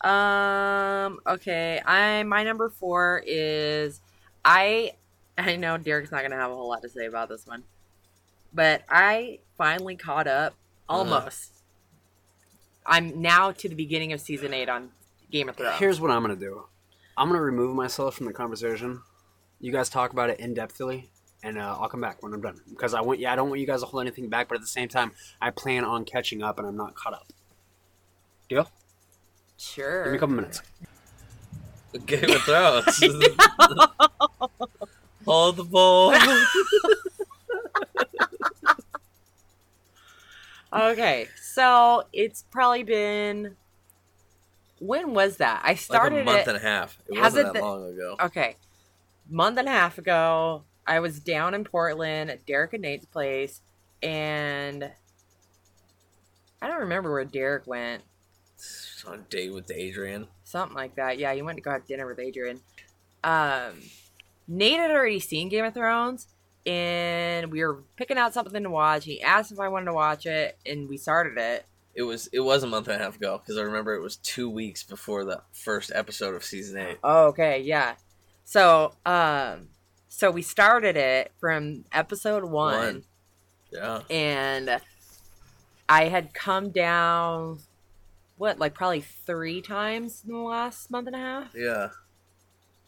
[SPEAKER 4] Um. Okay. I my number four is I. I know Derek's not gonna have a whole lot to say about this one, but I finally caught up.
[SPEAKER 5] Uh-huh.
[SPEAKER 4] Almost. I'm now to the beginning of season eight on Game of Thrones.
[SPEAKER 6] Here's what I'm gonna do. I'm gonna remove myself from the conversation. You guys talk about it in depthly, and uh, I'll come back when I'm done because I want. Yeah, I don't want you guys to hold anything back, but at the same time, I plan on catching up, and I'm not caught up. Deal?
[SPEAKER 4] sure.
[SPEAKER 6] Give me a couple minutes.
[SPEAKER 5] Game of Thrones. Hold the ball.
[SPEAKER 4] Okay, so it's probably been. When was that? I
[SPEAKER 5] Like a
[SPEAKER 4] started
[SPEAKER 5] month
[SPEAKER 4] it.
[SPEAKER 5] and a half. It
[SPEAKER 4] Has
[SPEAKER 5] wasn't
[SPEAKER 4] it
[SPEAKER 5] that
[SPEAKER 4] the-
[SPEAKER 5] long ago.
[SPEAKER 4] okay, month and a half ago, I was down in Portland at Derek and Nate's place, and I don't remember where Derek went.
[SPEAKER 5] On a date with Adrian.
[SPEAKER 4] Something like that. Yeah, you went to go have dinner with Adrian. Um, Nate had already seen Game of Thrones, and we were picking out something to watch. He asked if I wanted to watch it, and we started it.
[SPEAKER 5] It was it was a month and a half ago because I remember it was two weeks before the first episode of season eight.
[SPEAKER 4] Oh, okay, yeah. So, um, so we started it from episode one,
[SPEAKER 5] One. Yeah,
[SPEAKER 4] and I had come down, what, like probably three times in the last month and a half,
[SPEAKER 5] yeah.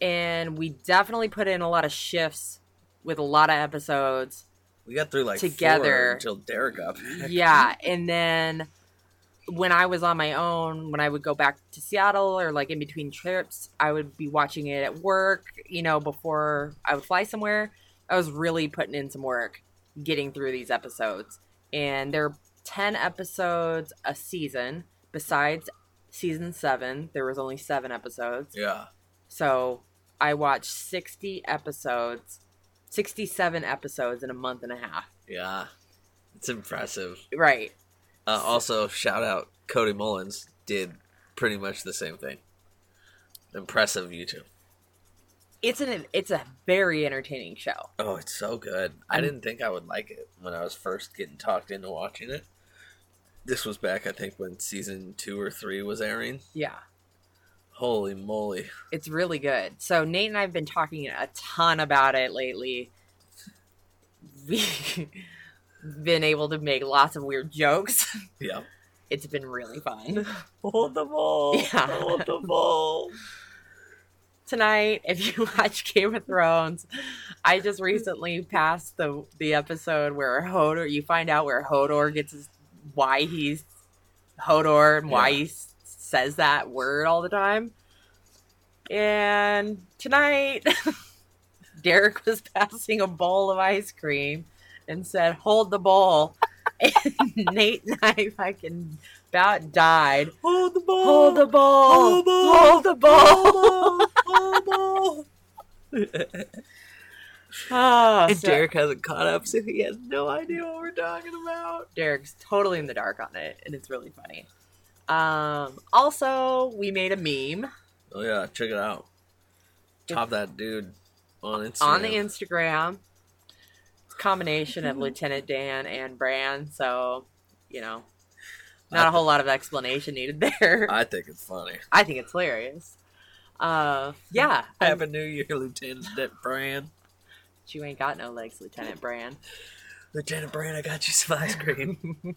[SPEAKER 4] and we definitely put in a lot of shifts with a lot of episodes.
[SPEAKER 5] We got through like
[SPEAKER 4] Together.
[SPEAKER 5] four until Derek got
[SPEAKER 4] Mm-hmm.
[SPEAKER 5] back.
[SPEAKER 4] yeah, and then when I was on my own, when I would go back to Seattle or like in between trips, I would be watching it at work, you know, before I would fly somewhere. I was really putting in some work getting through these episodes. And there are 10 episodes a season. Besides season 7, there was only 7 episodes.
[SPEAKER 5] Yeah.
[SPEAKER 4] So, I watched 60 episodes, 67 episodes in a month and a half.
[SPEAKER 5] Yeah, it's impressive.
[SPEAKER 4] Right.
[SPEAKER 5] Uh, also, shout out Cody Mullins did pretty much the same thing. Impressive YouTube.
[SPEAKER 4] it's an it's a very entertaining show.
[SPEAKER 5] Oh, it's so good. I didn't think I would like it when I was first getting talked into watching it. This was back, I think, when season two or three was airing.
[SPEAKER 4] Yeah,
[SPEAKER 5] Holy moly!
[SPEAKER 4] it's really good. So Nate and I've been talking a ton about it lately. We've been able to make lots of weird jokes.
[SPEAKER 5] Yeah,
[SPEAKER 4] It's been really fun.
[SPEAKER 5] hold the ball.
[SPEAKER 4] Yeah.
[SPEAKER 5] Hold the ball.
[SPEAKER 4] Tonight, if you watch Game of Thrones, I just recently passed the the episode where Hodor you find out where Hodor gets his, why he's Hodor and why
[SPEAKER 5] Yeah.
[SPEAKER 4] he s- says that word all the time. And tonight, Derek was passing a bowl of ice cream and said, "Hold the bowl." and Nate and I fucking about died.
[SPEAKER 5] Hold the ball.
[SPEAKER 4] Hold the bowl.
[SPEAKER 5] Hold the ball.
[SPEAKER 4] Hold the bowl.
[SPEAKER 5] Hold the ball.
[SPEAKER 4] Oh,
[SPEAKER 5] And Derek hasn't caught up, so he has no idea what we're talking about.
[SPEAKER 4] Derek's totally in the dark on it, and it's really funny. Um, also, we made a meme
[SPEAKER 5] Oh yeah, check it out. Top that dude on Instagram.
[SPEAKER 4] on the Instagram. It's a combination of Lieutenant Dan and Bran, so you know,
[SPEAKER 5] Uh,
[SPEAKER 4] not a whole lot of explanation needed there.
[SPEAKER 5] I think it's funny.
[SPEAKER 4] I think it's hilarious. Uh, yeah, I'm-
[SPEAKER 5] Happy New Year, Lieutenant De- Brand.
[SPEAKER 4] you ain't got no legs, Lieutenant Bran.
[SPEAKER 5] Lieutenant Brand, I got you some ice cream.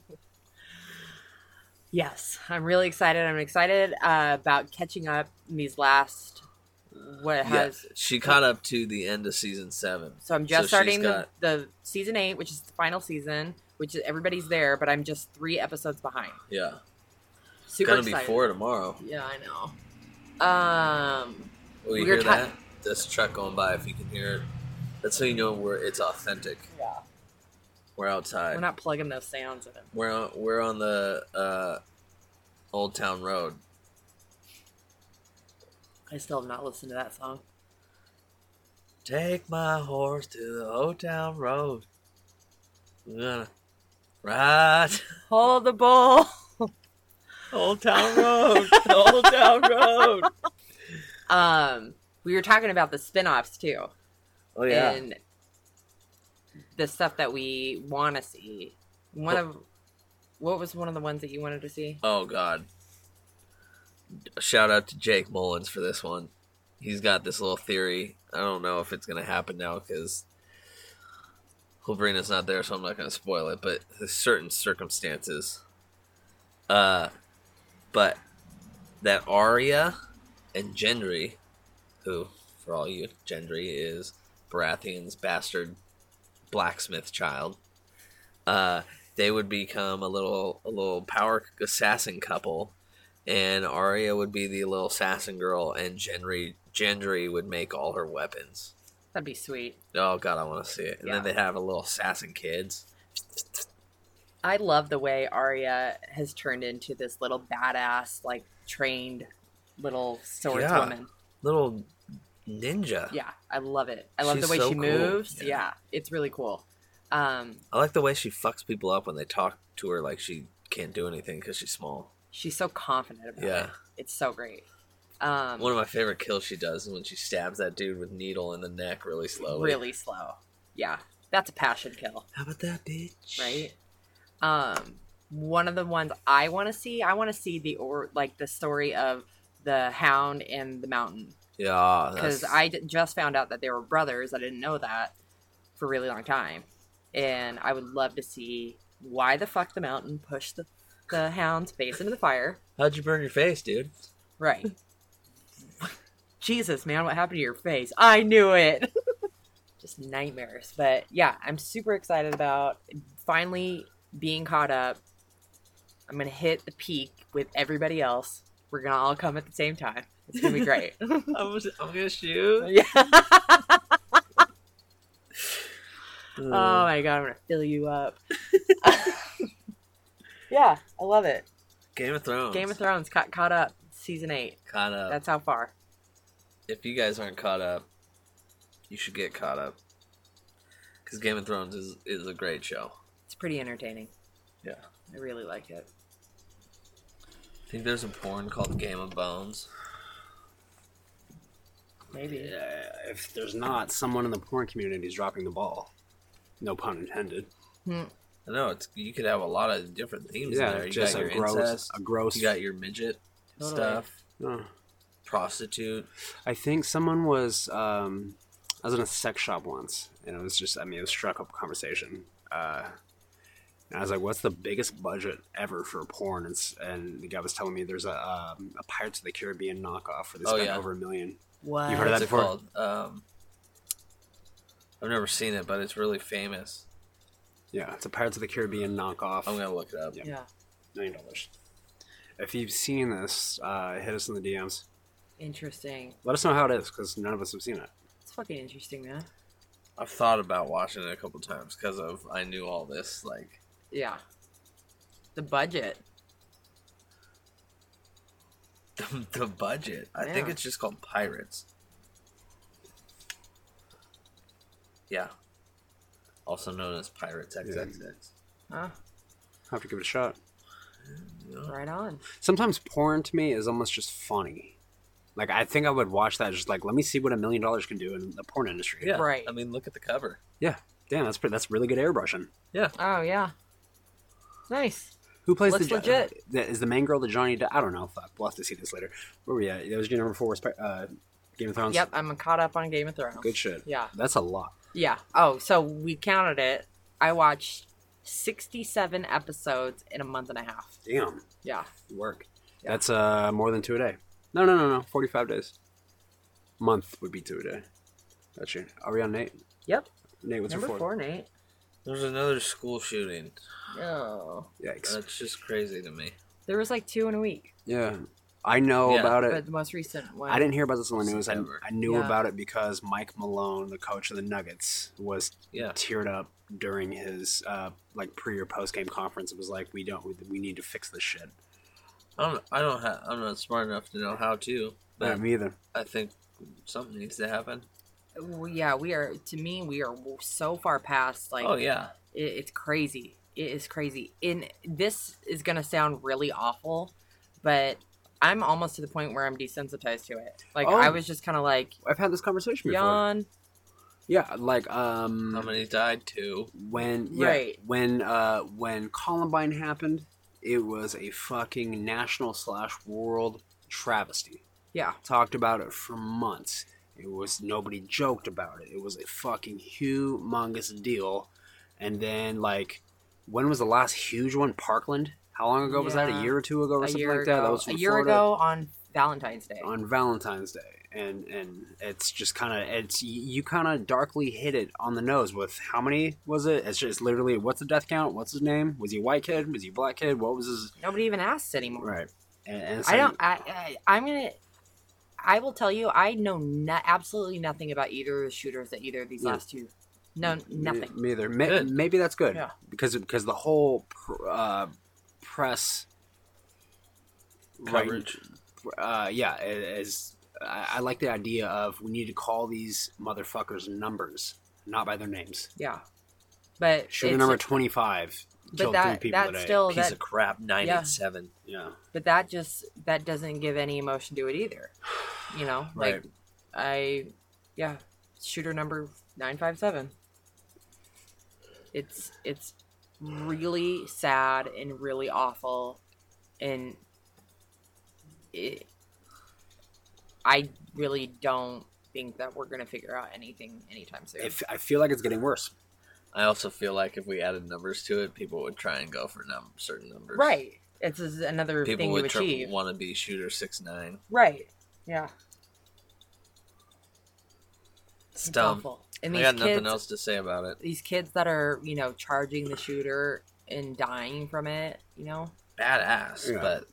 [SPEAKER 4] Yes, I'm really excited. I'm excited uh, about catching up in these last what
[SPEAKER 5] yeah,
[SPEAKER 4] has.
[SPEAKER 5] she caught up to the end of season seven.
[SPEAKER 4] So I'm just
[SPEAKER 5] she's
[SPEAKER 4] starting
[SPEAKER 5] got-
[SPEAKER 4] the, the season eight, which is the final season, which is, everybody's there, but I'm just three episodes behind.
[SPEAKER 5] Yeah,
[SPEAKER 4] Super
[SPEAKER 5] gonna
[SPEAKER 4] excited.
[SPEAKER 5] be four tomorrow.
[SPEAKER 4] Yeah, I know. Um,
[SPEAKER 5] Oh, you
[SPEAKER 4] We're
[SPEAKER 5] hear
[SPEAKER 4] ti-
[SPEAKER 5] that? That's a truck going by. If you can hear it, that's how you know we're it's authentic.
[SPEAKER 4] yeah.
[SPEAKER 5] We're outside.
[SPEAKER 4] We're not plugging those sounds in.
[SPEAKER 5] We're on, we're on the uh, Old Town Road.
[SPEAKER 4] I still have not listened to that song.
[SPEAKER 5] Take my horse to the Old Town Road. We're gonna ride
[SPEAKER 4] Hold the bull.
[SPEAKER 5] Old Town Road, Old Town Road.
[SPEAKER 4] Um, we were talking about the spin-offs too,
[SPEAKER 5] Oh yeah,
[SPEAKER 4] and the stuff that we want to see. One of what was one of the ones that you wanted to see?
[SPEAKER 5] Oh God! Shout out to Jake Mullins for this one. He's got this little theory. I don't know if it's gonna happen now because Hilbrina's not there, so I'm not gonna spoil it. But there's certain circumstances, uh, but that Arya and Gendry, who for all you Gendry is Baratheon's bastard blacksmith child, uh, they would become a little a little power assassin couple, and Arya would be the little assassin girl, and Gendry Gendry would make all her weapons.
[SPEAKER 4] That'd be sweet.
[SPEAKER 5] Oh god, I want to see it. And
[SPEAKER 4] Yeah.
[SPEAKER 5] then they have a little assassin kids.
[SPEAKER 4] I love the way Arya has turned into this little badass, like trained little swordswoman.
[SPEAKER 5] little ninja.
[SPEAKER 4] Yeah, I love it. I love
[SPEAKER 5] She's
[SPEAKER 4] the way
[SPEAKER 5] so
[SPEAKER 4] she
[SPEAKER 5] cool.
[SPEAKER 4] moves.
[SPEAKER 5] Yeah.
[SPEAKER 4] Yeah. it's really cool. Um,
[SPEAKER 5] I like the way she fucks people up when they talk to her like she can't do anything because she's small.
[SPEAKER 4] she's so confident about
[SPEAKER 5] Yeah.
[SPEAKER 4] it. It's so great. Um,
[SPEAKER 5] One of my favorite kills she does is when she stabs that dude with needle in the neck really slowly.
[SPEAKER 4] really slow. Yeah, that's a passion kill,
[SPEAKER 5] How about that, bitch?
[SPEAKER 4] right? Um, one of the ones I want to see, I want to see the or like the story of the hound and the mountain
[SPEAKER 5] Yeah.
[SPEAKER 4] because
[SPEAKER 5] that's-
[SPEAKER 4] I d- just found out that they were brothers. I didn't know that for a really long time, and I would love to see why the fuck the mountain pushed the, the hound's face into the fire.
[SPEAKER 5] How'd you burn your face, dude?
[SPEAKER 4] Right. Jesus, man, what happened to your face? I knew it. Just nightmares. But yeah, I'm super excited about finally being caught up. I'm going to hit the peak with everybody else. We're going to all come at the same time. It's going to be great.
[SPEAKER 5] I'm, I'm gonna shoot.
[SPEAKER 4] yeah. Oh my God, I'm going to fill you up. yeah, I love it.
[SPEAKER 5] Game of Thrones.
[SPEAKER 4] Game of Thrones caught, caught up, season eight.
[SPEAKER 5] Caught up.
[SPEAKER 4] That's how far.
[SPEAKER 5] If you guys aren't caught up, you should get caught up. Because Game of Thrones is, is a great show.
[SPEAKER 4] It's pretty entertaining.
[SPEAKER 5] Yeah.
[SPEAKER 4] I really like it.
[SPEAKER 5] I think there's a porn called Game of Bones.
[SPEAKER 4] Maybe.
[SPEAKER 6] if there's not, someone in the porn community is dropping the ball. No pun intended.
[SPEAKER 5] I know it's you could have a lot of different themes in
[SPEAKER 6] Yeah,
[SPEAKER 5] there. You
[SPEAKER 6] just
[SPEAKER 5] got
[SPEAKER 6] a
[SPEAKER 5] your
[SPEAKER 6] gross,
[SPEAKER 5] incest.
[SPEAKER 6] a gross.
[SPEAKER 5] You got your midget
[SPEAKER 4] Totally.
[SPEAKER 5] stuff,
[SPEAKER 6] Uh,
[SPEAKER 5] prostitute.
[SPEAKER 6] I think someone was. Um, I was in a sex shop once, and it was just. I mean, it was struck up conversation. Uh, and I was like, "What's the biggest budget ever for porn?" And, s- and the guy was telling me there's a, um, a Pirates of the Caribbean knockoff where they
[SPEAKER 5] Oh,
[SPEAKER 6] spent
[SPEAKER 5] yeah.
[SPEAKER 6] over a million.
[SPEAKER 4] What?
[SPEAKER 6] You heard of
[SPEAKER 5] What's
[SPEAKER 6] that
[SPEAKER 5] it
[SPEAKER 6] before?
[SPEAKER 5] called? Um, I've never seen it, but it's really famous.
[SPEAKER 6] Yeah, it's a Pirates of the Caribbean knockoff.
[SPEAKER 5] I'm gonna look it up.
[SPEAKER 6] Yeah.
[SPEAKER 4] Yeah.
[SPEAKER 6] million dollars. If you've seen this, uh, hit us in the DMs.
[SPEAKER 4] Interesting.
[SPEAKER 6] Let us know how it is, because none of us have seen it.
[SPEAKER 4] It's fucking interesting, man.
[SPEAKER 5] I've thought about watching it a couple times because of I knew all this. Like,
[SPEAKER 4] Yeah. The budget.
[SPEAKER 5] the, the budget. I think
[SPEAKER 4] Yeah.
[SPEAKER 5] it's just called Pirates. Yeah. Also known as Pirates XXX.
[SPEAKER 4] Ah,
[SPEAKER 6] I'll have to give it a shot.
[SPEAKER 4] right on.
[SPEAKER 6] Sometimes porn to me is almost just funny. Like I think I would watch that just like let me see what a million dollars can do in the porn industry.
[SPEAKER 5] Yeah.
[SPEAKER 4] Right.
[SPEAKER 5] I mean, look at the cover.
[SPEAKER 6] Yeah. Damn, that's pretty, that's really good airbrushing.
[SPEAKER 5] Yeah.
[SPEAKER 4] Oh yeah. Nice.
[SPEAKER 6] Who plays
[SPEAKER 4] Looks
[SPEAKER 6] the Jo-
[SPEAKER 4] legit.
[SPEAKER 6] the- is the main girl the Johnny? De- I don't know. Fuck, we'll have to see this later. Where were we at? That was your number four. was, Uh, Game of Thrones.
[SPEAKER 4] Yep, I'm caught up on Game of Thrones.
[SPEAKER 6] Good shit.
[SPEAKER 4] Yeah.
[SPEAKER 6] That's a lot.
[SPEAKER 4] Yeah. Oh, so we counted it. I watched 67 episodes in a month and a half.
[SPEAKER 6] Damn.
[SPEAKER 4] Yeah.
[SPEAKER 6] Work.
[SPEAKER 4] Yeah.
[SPEAKER 6] That's uh more than two a day. No, no, no, no. Forty-five days. Month would be two a day. Gotcha. Are we on Nate?
[SPEAKER 4] Yep.
[SPEAKER 6] Nate, what's
[SPEAKER 4] Number
[SPEAKER 6] your
[SPEAKER 4] four,
[SPEAKER 6] fourth?
[SPEAKER 4] Nate.
[SPEAKER 5] There's another school shooting.
[SPEAKER 4] Oh.
[SPEAKER 6] Yikes.
[SPEAKER 5] That's just crazy to me.
[SPEAKER 4] There was like two in a week,
[SPEAKER 6] yeah. I know
[SPEAKER 5] Yeah,
[SPEAKER 6] about
[SPEAKER 4] but
[SPEAKER 6] it.
[SPEAKER 4] the most recent one.
[SPEAKER 6] I didn't hear about this on the news. I,
[SPEAKER 5] September.
[SPEAKER 6] I knew
[SPEAKER 4] Yeah.
[SPEAKER 6] about it because Mike Malone, the coach of the Nuggets, was
[SPEAKER 5] Yeah.
[SPEAKER 6] teared up during his uh, like pre or post game conference. It was like we don't we, we need to fix this shit.
[SPEAKER 5] I don't. I don't. Ha- I'm not smart enough to know how to.
[SPEAKER 6] Yeah,
[SPEAKER 5] But
[SPEAKER 6] me either.
[SPEAKER 5] I think something needs to happen.
[SPEAKER 4] Well, yeah, we are. To me, we are so far past. Like,
[SPEAKER 5] oh yeah.
[SPEAKER 4] it, it's crazy. It is crazy. And this is gonna sound really awful, but I'm almost to the point where I'm desensitized to it. Like,
[SPEAKER 6] Oh.
[SPEAKER 4] I was just kind of like
[SPEAKER 6] I've had this conversation before.
[SPEAKER 4] yawn.
[SPEAKER 6] Yeah, like um,
[SPEAKER 5] How many died? Two.
[SPEAKER 6] when yeah,
[SPEAKER 4] Right.
[SPEAKER 6] when uh when Columbine happened, it was a fucking national slash world travesty.
[SPEAKER 4] Yeah.
[SPEAKER 6] Talked about it for months. It was nobody joked about it. It was a fucking humongous deal. And then like when was the last huge one? Parkland? How long ago was that? A
[SPEAKER 4] Yeah.
[SPEAKER 6] year or two ago or
[SPEAKER 4] a
[SPEAKER 6] something
[SPEAKER 4] year
[SPEAKER 6] like
[SPEAKER 4] ago,
[SPEAKER 6] that? That was from
[SPEAKER 4] a year
[SPEAKER 6] Florida
[SPEAKER 4] ago on Valentine's Day.
[SPEAKER 6] on Valentine's Day, and and it's just kind of it's y- you kind of darkly hit it on the nose with how many was it? It's just literally what's the death count? What's his name? Was he a white kid? Was he a black kid? What was his
[SPEAKER 4] Nobody even asks anymore.
[SPEAKER 6] right? And, and it's
[SPEAKER 4] I
[SPEAKER 6] like-
[SPEAKER 4] don't. I, I. I'm gonna. I will tell you. I know no, absolutely nothing about either of the shooters at either of these
[SPEAKER 6] Yeah.
[SPEAKER 4] last two. No, nothing.
[SPEAKER 6] Me, me either. May,
[SPEAKER 5] Good.
[SPEAKER 6] Maybe that's good
[SPEAKER 4] Yeah.
[SPEAKER 6] because because the whole pr- uh, press right-
[SPEAKER 5] Coverage.
[SPEAKER 6] uh, yeah, i- is I, I like the idea of we need to call these motherfuckers numbers, not by their names.
[SPEAKER 4] Yeah, but
[SPEAKER 6] Shooter
[SPEAKER 4] it's-
[SPEAKER 6] number twenty five
[SPEAKER 4] But
[SPEAKER 6] killed
[SPEAKER 4] that-
[SPEAKER 6] three people
[SPEAKER 4] that
[SPEAKER 6] today.
[SPEAKER 4] still-
[SPEAKER 5] Piece
[SPEAKER 4] that-
[SPEAKER 5] of crap. Nine
[SPEAKER 4] Yeah.
[SPEAKER 5] and seven.
[SPEAKER 6] yeah.
[SPEAKER 4] but that just that doesn't give any emotion to it either. You know, like
[SPEAKER 6] Right.
[SPEAKER 4] I, yeah, shooter number nine five seven. It's it's really sad and really awful, and it. I really don't think that we're gonna figure out anything anytime soon.
[SPEAKER 6] If, I feel like it's getting worse.
[SPEAKER 5] I also feel like if we added numbers to it, people would try and go for num- certain numbers.
[SPEAKER 4] right, it's just another
[SPEAKER 5] People
[SPEAKER 4] thing you
[SPEAKER 5] would
[SPEAKER 4] achieve.
[SPEAKER 5] want to be shooter six nine.
[SPEAKER 4] right. Yeah. It's
[SPEAKER 5] Stump.
[SPEAKER 4] awful. And
[SPEAKER 5] I
[SPEAKER 4] these
[SPEAKER 5] got
[SPEAKER 4] kids,
[SPEAKER 5] nothing else to say about it.
[SPEAKER 4] these kids that are you know charging the shooter and dying from it, you know,
[SPEAKER 5] Badass,
[SPEAKER 6] Yeah.
[SPEAKER 5] but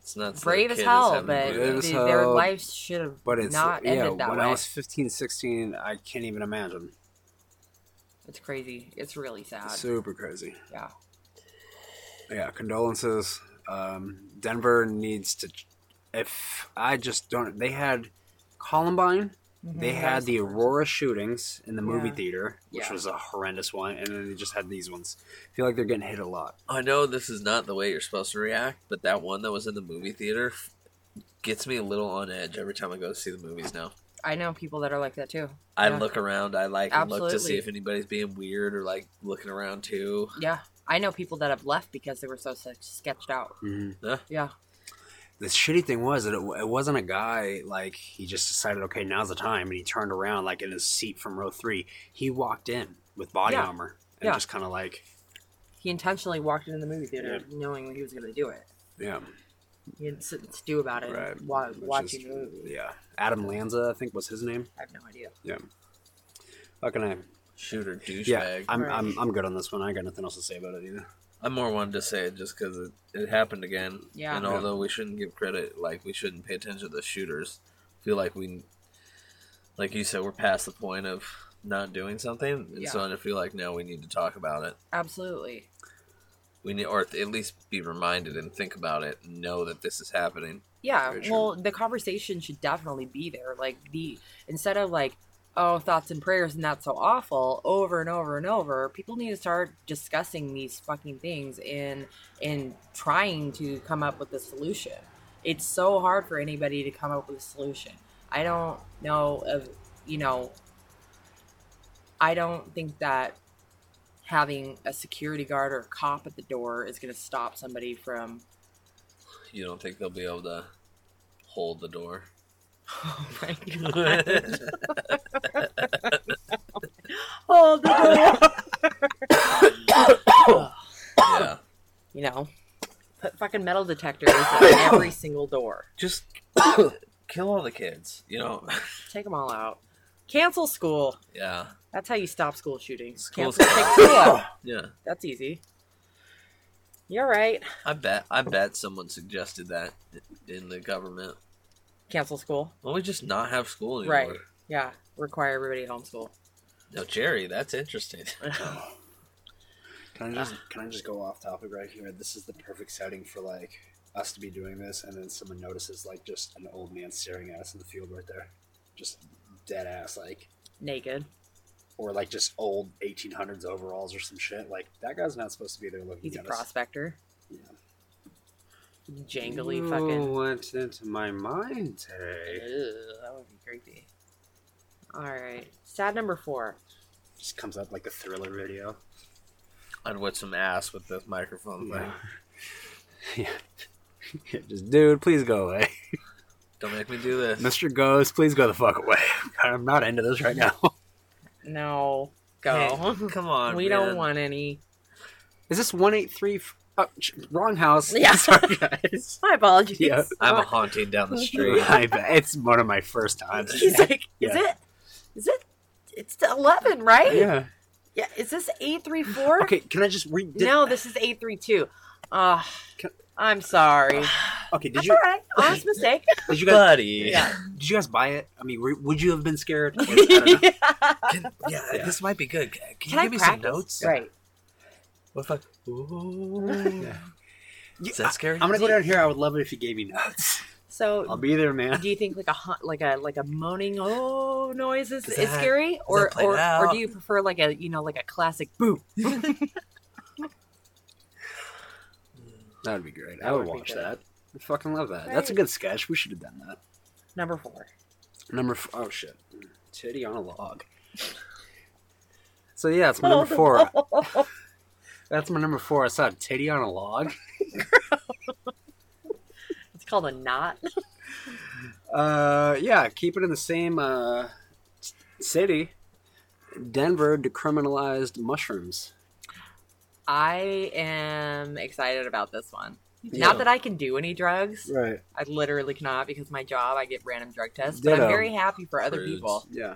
[SPEAKER 5] it's not so
[SPEAKER 4] brave
[SPEAKER 5] the
[SPEAKER 4] as
[SPEAKER 5] kid is
[SPEAKER 4] hell,
[SPEAKER 5] having
[SPEAKER 4] but
[SPEAKER 5] to do
[SPEAKER 6] Brave
[SPEAKER 4] th-
[SPEAKER 5] that.
[SPEAKER 6] as
[SPEAKER 4] their
[SPEAKER 6] hell,
[SPEAKER 4] life should have
[SPEAKER 6] But it's
[SPEAKER 4] not
[SPEAKER 6] yeah.
[SPEAKER 4] ended that
[SPEAKER 6] When
[SPEAKER 4] way.
[SPEAKER 6] I was 15, 16, I can't even imagine.
[SPEAKER 4] It's crazy. It's really sad.
[SPEAKER 6] Super crazy.
[SPEAKER 4] yeah,
[SPEAKER 6] Yeah. Condolences. Um, Denver needs to. If I just don't, they had Columbine. They had the Aurora shootings in the
[SPEAKER 4] Mm-hmm.
[SPEAKER 6] movie
[SPEAKER 4] Yeah.
[SPEAKER 6] theater, which
[SPEAKER 4] Yeah.
[SPEAKER 6] was a horrendous one, and then they just had these ones. I feel like they're getting hit a lot.
[SPEAKER 5] I know this is not the way you're supposed to react, but that one that was in the movie theater f- gets me a little on edge every time I go to see the movies now.
[SPEAKER 4] I know people that are like that too.
[SPEAKER 5] I
[SPEAKER 4] Yeah.
[SPEAKER 5] look around, I like look to see
[SPEAKER 4] Absolutely.
[SPEAKER 5] if anybody's being weird or like looking around too.
[SPEAKER 4] Yeah, I know people that have left because they were so se- sketched out.
[SPEAKER 5] Huh?
[SPEAKER 4] Yeah,
[SPEAKER 6] the shitty thing was that it, it wasn't a guy like he just decided okay now's the time and he turned around like in his seat from row three he walked in with body
[SPEAKER 4] Yeah.
[SPEAKER 6] armor and
[SPEAKER 4] Yeah.
[SPEAKER 6] just kind of like
[SPEAKER 4] he intentionally walked into the movie theater
[SPEAKER 6] Yeah.
[SPEAKER 4] knowing he was going to do it.
[SPEAKER 6] yeah
[SPEAKER 4] He had something to do about it
[SPEAKER 6] Right.
[SPEAKER 4] while
[SPEAKER 6] Which
[SPEAKER 4] watching
[SPEAKER 6] is-
[SPEAKER 4] the movie.
[SPEAKER 6] yeah adam lanza i think was his name
[SPEAKER 4] I have no idea.
[SPEAKER 6] yeah fucking I,
[SPEAKER 5] Shooter douchebag.
[SPEAKER 6] yeah I'm,
[SPEAKER 4] Right.
[SPEAKER 6] I'm, I'm good on this one i ain't got nothing else to say about it either
[SPEAKER 5] I more wanted to say it just because it, it happened again.
[SPEAKER 4] Yeah.
[SPEAKER 5] And
[SPEAKER 4] Yeah.
[SPEAKER 5] although we shouldn't give credit, like we shouldn't pay attention to the shooters, I feel like we, like you said, we're past the point of not doing something, and so I feel like now we need to talk about it.
[SPEAKER 4] Absolutely.
[SPEAKER 5] We need, or at least be reminded and think about it, and know that this is happening.
[SPEAKER 4] Yeah,
[SPEAKER 6] Very true.
[SPEAKER 4] well, the conversation should definitely be there. Like the instead of like, oh, thoughts and prayers and that's so awful over and over and over. People need to start discussing these fucking things and and trying to come up with a solution. It's so hard for anybody to come up with a solution. I don't know of you know I don't think that having a security guard or a cop at the door is going to stop somebody from
[SPEAKER 5] You don't think they'll be able to hold the door?
[SPEAKER 4] Oh my god.
[SPEAKER 5] That's
[SPEAKER 4] Hold the door.
[SPEAKER 5] yeah.
[SPEAKER 4] You know, put fucking metal detectors at every single door.
[SPEAKER 5] Just kill all the kids. You know.
[SPEAKER 4] Take them all out. Cancel school.
[SPEAKER 5] Yeah.
[SPEAKER 4] That's how you stop school shootings.
[SPEAKER 5] School's
[SPEAKER 4] Cancel take school out.
[SPEAKER 5] Yeah.
[SPEAKER 4] That's easy. You're right.
[SPEAKER 5] I bet.
[SPEAKER 4] Oh.
[SPEAKER 5] I bet someone suggested that in the government.
[SPEAKER 4] Cancel school.
[SPEAKER 5] Why don't we just not have school anymore?
[SPEAKER 4] Right. Yeah. Require everybody to homeschool.
[SPEAKER 5] Now, Jerry, that's interesting.
[SPEAKER 6] Can I
[SPEAKER 4] Ah.
[SPEAKER 6] just can I just go off topic right here? This is the perfect setting for like us to be doing this, and then someone notices like just an old man staring at us in the field right there, just dead ass like,
[SPEAKER 4] Naked.
[SPEAKER 6] or like just old eighteen hundreds overalls or some shit. Like that guy's not supposed to be there looking
[SPEAKER 4] He's a
[SPEAKER 6] at us.
[SPEAKER 4] prospector.
[SPEAKER 6] Yeah.
[SPEAKER 4] Jangly fucking.
[SPEAKER 6] went into my mind
[SPEAKER 4] Ew,
[SPEAKER 6] today?
[SPEAKER 4] that would be creepy. All right. Sad number four.
[SPEAKER 6] Just comes up like a thriller video.
[SPEAKER 5] I'd whip some ass with this microphone thing.
[SPEAKER 6] yeah. Yeah, just dude, please go away.
[SPEAKER 5] Don't make me do this.
[SPEAKER 6] Mr. Ghost, please go the fuck away. I'm not into this right now.
[SPEAKER 4] No.
[SPEAKER 5] Hey,
[SPEAKER 4] Go.
[SPEAKER 5] come on.
[SPEAKER 4] we
[SPEAKER 5] man.
[SPEAKER 4] don't want any.
[SPEAKER 6] Is this 183? F- oh, sh- wrong house.
[SPEAKER 4] Yeah.
[SPEAKER 6] Sorry, guys.
[SPEAKER 4] My apologies. Oh,
[SPEAKER 6] Yeah.
[SPEAKER 5] I'm a haunting down the street.
[SPEAKER 6] I bet. It's one of my first times.
[SPEAKER 4] He's like, is
[SPEAKER 6] Yeah.
[SPEAKER 4] it? Is it? It's the eleven, right?
[SPEAKER 6] yeah.
[SPEAKER 4] Yeah. Is this eight three four?
[SPEAKER 6] Okay, can I just read? Did,
[SPEAKER 4] No, this is eight three two. Ah,
[SPEAKER 6] Can-
[SPEAKER 4] I'm sorry.
[SPEAKER 6] Okay, did
[SPEAKER 4] That's
[SPEAKER 6] you
[SPEAKER 4] all right. Honest mistake.
[SPEAKER 6] did you guys
[SPEAKER 5] Buddy.
[SPEAKER 4] Yeah.
[SPEAKER 6] did you guys buy it? I mean, were, would you have been scared? I don't know.
[SPEAKER 4] Yeah.
[SPEAKER 5] Can- yeah,
[SPEAKER 6] Yeah.
[SPEAKER 5] this might be good. Can, can
[SPEAKER 4] Can
[SPEAKER 5] you
[SPEAKER 4] I
[SPEAKER 5] give me
[SPEAKER 4] practice?
[SPEAKER 5] some notes?
[SPEAKER 4] Right.
[SPEAKER 5] What if I- Ooh.
[SPEAKER 6] Yeah.
[SPEAKER 5] Is that scary?
[SPEAKER 6] I'm gonna go down here. I would love it if you gave me nuts. I'll
[SPEAKER 4] So,
[SPEAKER 6] be there, man.
[SPEAKER 4] do you think like a hu- like a like a moaning oh noise is,
[SPEAKER 5] Does
[SPEAKER 4] is
[SPEAKER 5] that-
[SPEAKER 4] scary, or
[SPEAKER 5] that play
[SPEAKER 4] or,
[SPEAKER 5] it
[SPEAKER 4] or
[SPEAKER 5] out?
[SPEAKER 4] do you prefer like a you know like a classic boo?
[SPEAKER 6] That would be great.
[SPEAKER 4] That would be good.
[SPEAKER 6] I fucking love that.
[SPEAKER 4] Right.
[SPEAKER 6] good sketch. We should have done that.
[SPEAKER 4] Number four.
[SPEAKER 6] Number f oh shit, titty on a log. So yeah, it's my
[SPEAKER 4] Oh,
[SPEAKER 6] number four.
[SPEAKER 4] no.
[SPEAKER 6] That's my number four. I saw a titty on a log.
[SPEAKER 4] It's called a knot.
[SPEAKER 6] Uh, yeah, keep it in the same uh, s- city. Denver decriminalized mushrooms.
[SPEAKER 4] I am excited about this one.
[SPEAKER 6] Yeah.
[SPEAKER 4] Not that I can do any drugs.
[SPEAKER 6] Right.
[SPEAKER 4] I literally cannot because my job I get random drug tests. But
[SPEAKER 6] Ditto.
[SPEAKER 4] I'm very happy for other
[SPEAKER 5] Prudes.
[SPEAKER 4] people.
[SPEAKER 6] Yeah.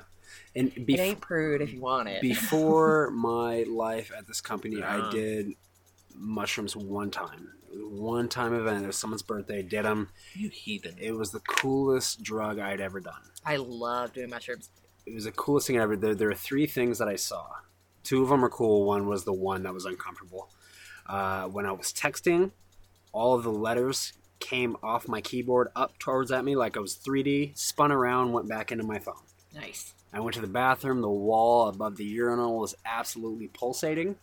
[SPEAKER 6] And
[SPEAKER 4] it
[SPEAKER 6] bef-
[SPEAKER 4] ain't prude if you want it.
[SPEAKER 6] before my life at this company, I
[SPEAKER 5] Yeah.
[SPEAKER 6] did mushrooms one time. One time event. It was someone's birthday. Did them.
[SPEAKER 5] You heathen.
[SPEAKER 6] It was the coolest drug I'd ever done.
[SPEAKER 4] I love doing mushrooms.
[SPEAKER 6] it was the coolest thing ever. There, there are three things that I saw. Two of them are cool. One was the one that was uncomfortable. Uh, when I was texting, all of the letters came off my keyboard up towards at me like I was 3D, spun around, went back into my phone.
[SPEAKER 4] Nice.
[SPEAKER 6] I went to the bathroom. The wall above the urinal was absolutely pulsating.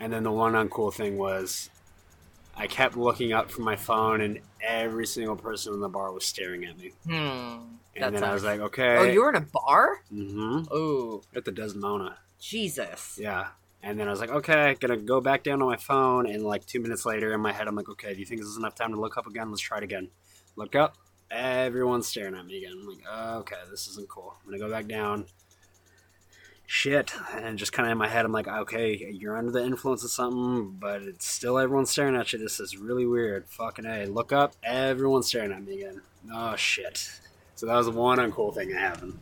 [SPEAKER 6] And then the one uncool thing was I kept looking up from my phone, and every single person in the bar was staring at me.
[SPEAKER 4] Hmm.
[SPEAKER 6] And
[SPEAKER 4] That
[SPEAKER 6] then I
[SPEAKER 4] sounds-
[SPEAKER 6] was like, okay.
[SPEAKER 4] Oh, you were in a bar?
[SPEAKER 6] hmm
[SPEAKER 4] Oh,
[SPEAKER 6] At the Desmona.
[SPEAKER 4] Jesus.
[SPEAKER 6] Yeah. And then I was like, okay, gonna go back down to my phone. And like two minutes later, in my head, I'm like, okay, do you think this is enough time to look up again? Let's try it again. Look up. Everyone's staring at me again. I'm like, oh, okay, this isn't cool. I'm gonna go back down. Shit. And just kind of in my head, I'm like, okay, you're under the influence of something, but it's still everyone's staring at you. This is really weird. Fucking A. Look up. Everyone's staring at me again. Oh, shit. So that was the one uncool thing that happened.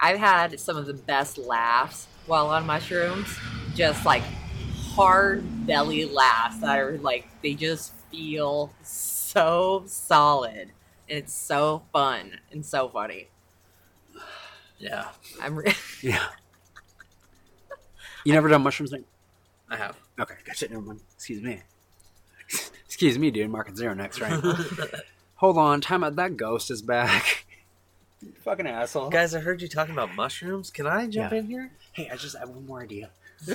[SPEAKER 4] I've had some of the best laughs while on mushrooms. Just like hard belly laughs that are like they just feel so solid and it's so fun and so funny.
[SPEAKER 5] Yeah,
[SPEAKER 4] I'm re-
[SPEAKER 6] Yeah. You never done mushrooms, Nick?
[SPEAKER 5] I have.
[SPEAKER 6] Okay, gotcha. Never mind. Excuse me. Excuse me, dude. Market zero next, right? Hold on. Time out. That ghost is back. You fucking asshole.
[SPEAKER 5] Guys, I heard you talking about mushrooms. Can I jump
[SPEAKER 6] Yeah.
[SPEAKER 5] in here?
[SPEAKER 6] Hey, I just have one more idea.
[SPEAKER 5] Hey,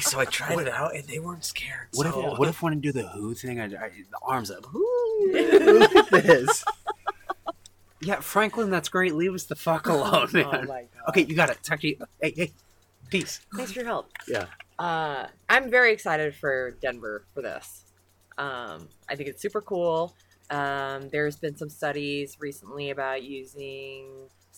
[SPEAKER 5] so I tried it out and they weren't scared.
[SPEAKER 6] What if
[SPEAKER 5] so-
[SPEAKER 6] what if when I do the who thing, I, I the arms up? Whoo, look at this. Yeah, Franklin, that's great. Leave us the fuck
[SPEAKER 5] Oh,
[SPEAKER 6] alone, Oh, man.
[SPEAKER 4] Oh, my God.
[SPEAKER 6] Okay, you got it. Talk to you. Hey, hey, peace.
[SPEAKER 4] Thanks for your help.
[SPEAKER 6] Yeah.
[SPEAKER 4] Uh, I'm very excited for Denver for this. Um, I think it's super cool. Um, there's been some studies recently about using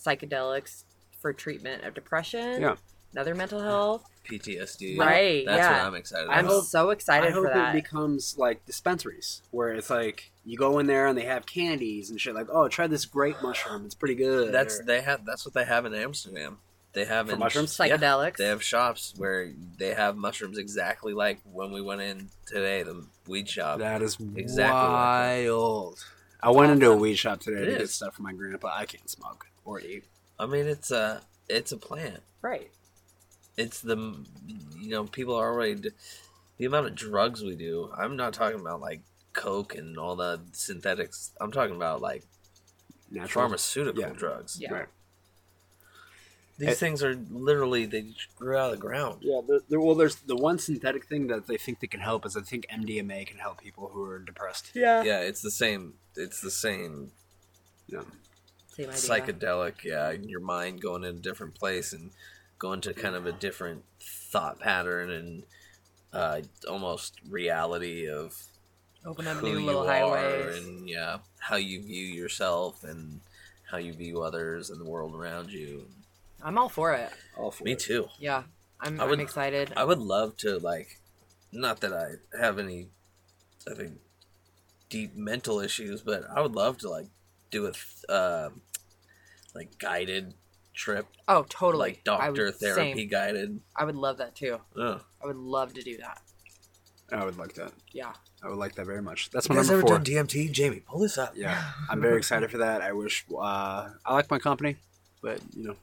[SPEAKER 4] psychedelics for treatment of depression
[SPEAKER 6] Yeah.
[SPEAKER 4] and other mental health.
[SPEAKER 5] PTSD?
[SPEAKER 4] Right,
[SPEAKER 5] That's
[SPEAKER 4] yeah.
[SPEAKER 5] what I'm excited
[SPEAKER 6] I
[SPEAKER 4] I'm
[SPEAKER 5] about.
[SPEAKER 6] hope-
[SPEAKER 4] so
[SPEAKER 6] I
[SPEAKER 4] excited for
[SPEAKER 6] hope
[SPEAKER 4] that.
[SPEAKER 6] it becomes like dispensaries where it's like you go in there and they have candies and shit. Like, oh, try this grape mushroom. It's pretty good.
[SPEAKER 5] That's
[SPEAKER 6] Or-
[SPEAKER 5] they have. That's what they have in Amsterdam. They have
[SPEAKER 6] For
[SPEAKER 5] in,
[SPEAKER 6] mushrooms?
[SPEAKER 5] yeah.
[SPEAKER 4] Psychedelics.
[SPEAKER 5] they have shops where they have mushrooms exactly like when we went in today, the weed shop.
[SPEAKER 6] that is
[SPEAKER 5] Exactly like
[SPEAKER 6] wild. I went into a weed shop today
[SPEAKER 5] It
[SPEAKER 6] to get
[SPEAKER 5] is.
[SPEAKER 6] stuff for my grandpa. I can't smoke or eat.
[SPEAKER 5] I mean, it's a it's a plant.
[SPEAKER 4] right.
[SPEAKER 5] It's the you know people are already d- the amount of drugs we do. I'm not talking about like coke and all the synthetics. I'm talking about like
[SPEAKER 6] Natural.
[SPEAKER 5] pharmaceutical
[SPEAKER 6] Yeah.
[SPEAKER 5] drugs.
[SPEAKER 4] Yeah.
[SPEAKER 6] Right.
[SPEAKER 5] These
[SPEAKER 6] It-
[SPEAKER 5] things are literally they just grew out of the ground.
[SPEAKER 6] Yeah, the, the, well, there's the one synthetic thing that they think that can help is I think MDMA can help people who are depressed.
[SPEAKER 4] Yeah.
[SPEAKER 5] Yeah, it's the same. It's the same
[SPEAKER 6] Yeah.
[SPEAKER 4] Same idea.
[SPEAKER 5] psychedelic. Yeah, and your mind going in a different place and going to kind of a different thought pattern and uh, almost reality of
[SPEAKER 4] Open up
[SPEAKER 5] who
[SPEAKER 4] new
[SPEAKER 5] you
[SPEAKER 4] little
[SPEAKER 5] are
[SPEAKER 4] highways.
[SPEAKER 5] and yeah, how you view yourself and how you view others and the world around you.
[SPEAKER 4] I'm all for it.
[SPEAKER 6] All for
[SPEAKER 5] Me
[SPEAKER 6] it.
[SPEAKER 5] too.
[SPEAKER 4] Yeah. I'm,
[SPEAKER 5] I would-
[SPEAKER 4] I'm excited.
[SPEAKER 5] I would love to like, not that I have any, I think, deep mental issues, but I would love to like do a th- uh, like guided trip,
[SPEAKER 4] oh, totally.
[SPEAKER 5] like doctor
[SPEAKER 4] I would,
[SPEAKER 5] therapy
[SPEAKER 4] Same.
[SPEAKER 5] guided.
[SPEAKER 4] I would love that too.
[SPEAKER 5] Ugh.
[SPEAKER 4] I would love to do that.
[SPEAKER 6] I would like that.
[SPEAKER 4] Yeah.
[SPEAKER 6] I would like that very much. That's
[SPEAKER 5] You
[SPEAKER 6] my
[SPEAKER 5] guys
[SPEAKER 6] number
[SPEAKER 5] ever
[SPEAKER 6] four.
[SPEAKER 5] done DMT? Jamie, pull this up.
[SPEAKER 6] yeah, I'm very excited for that. I wish. Uh, I like my company, but you know,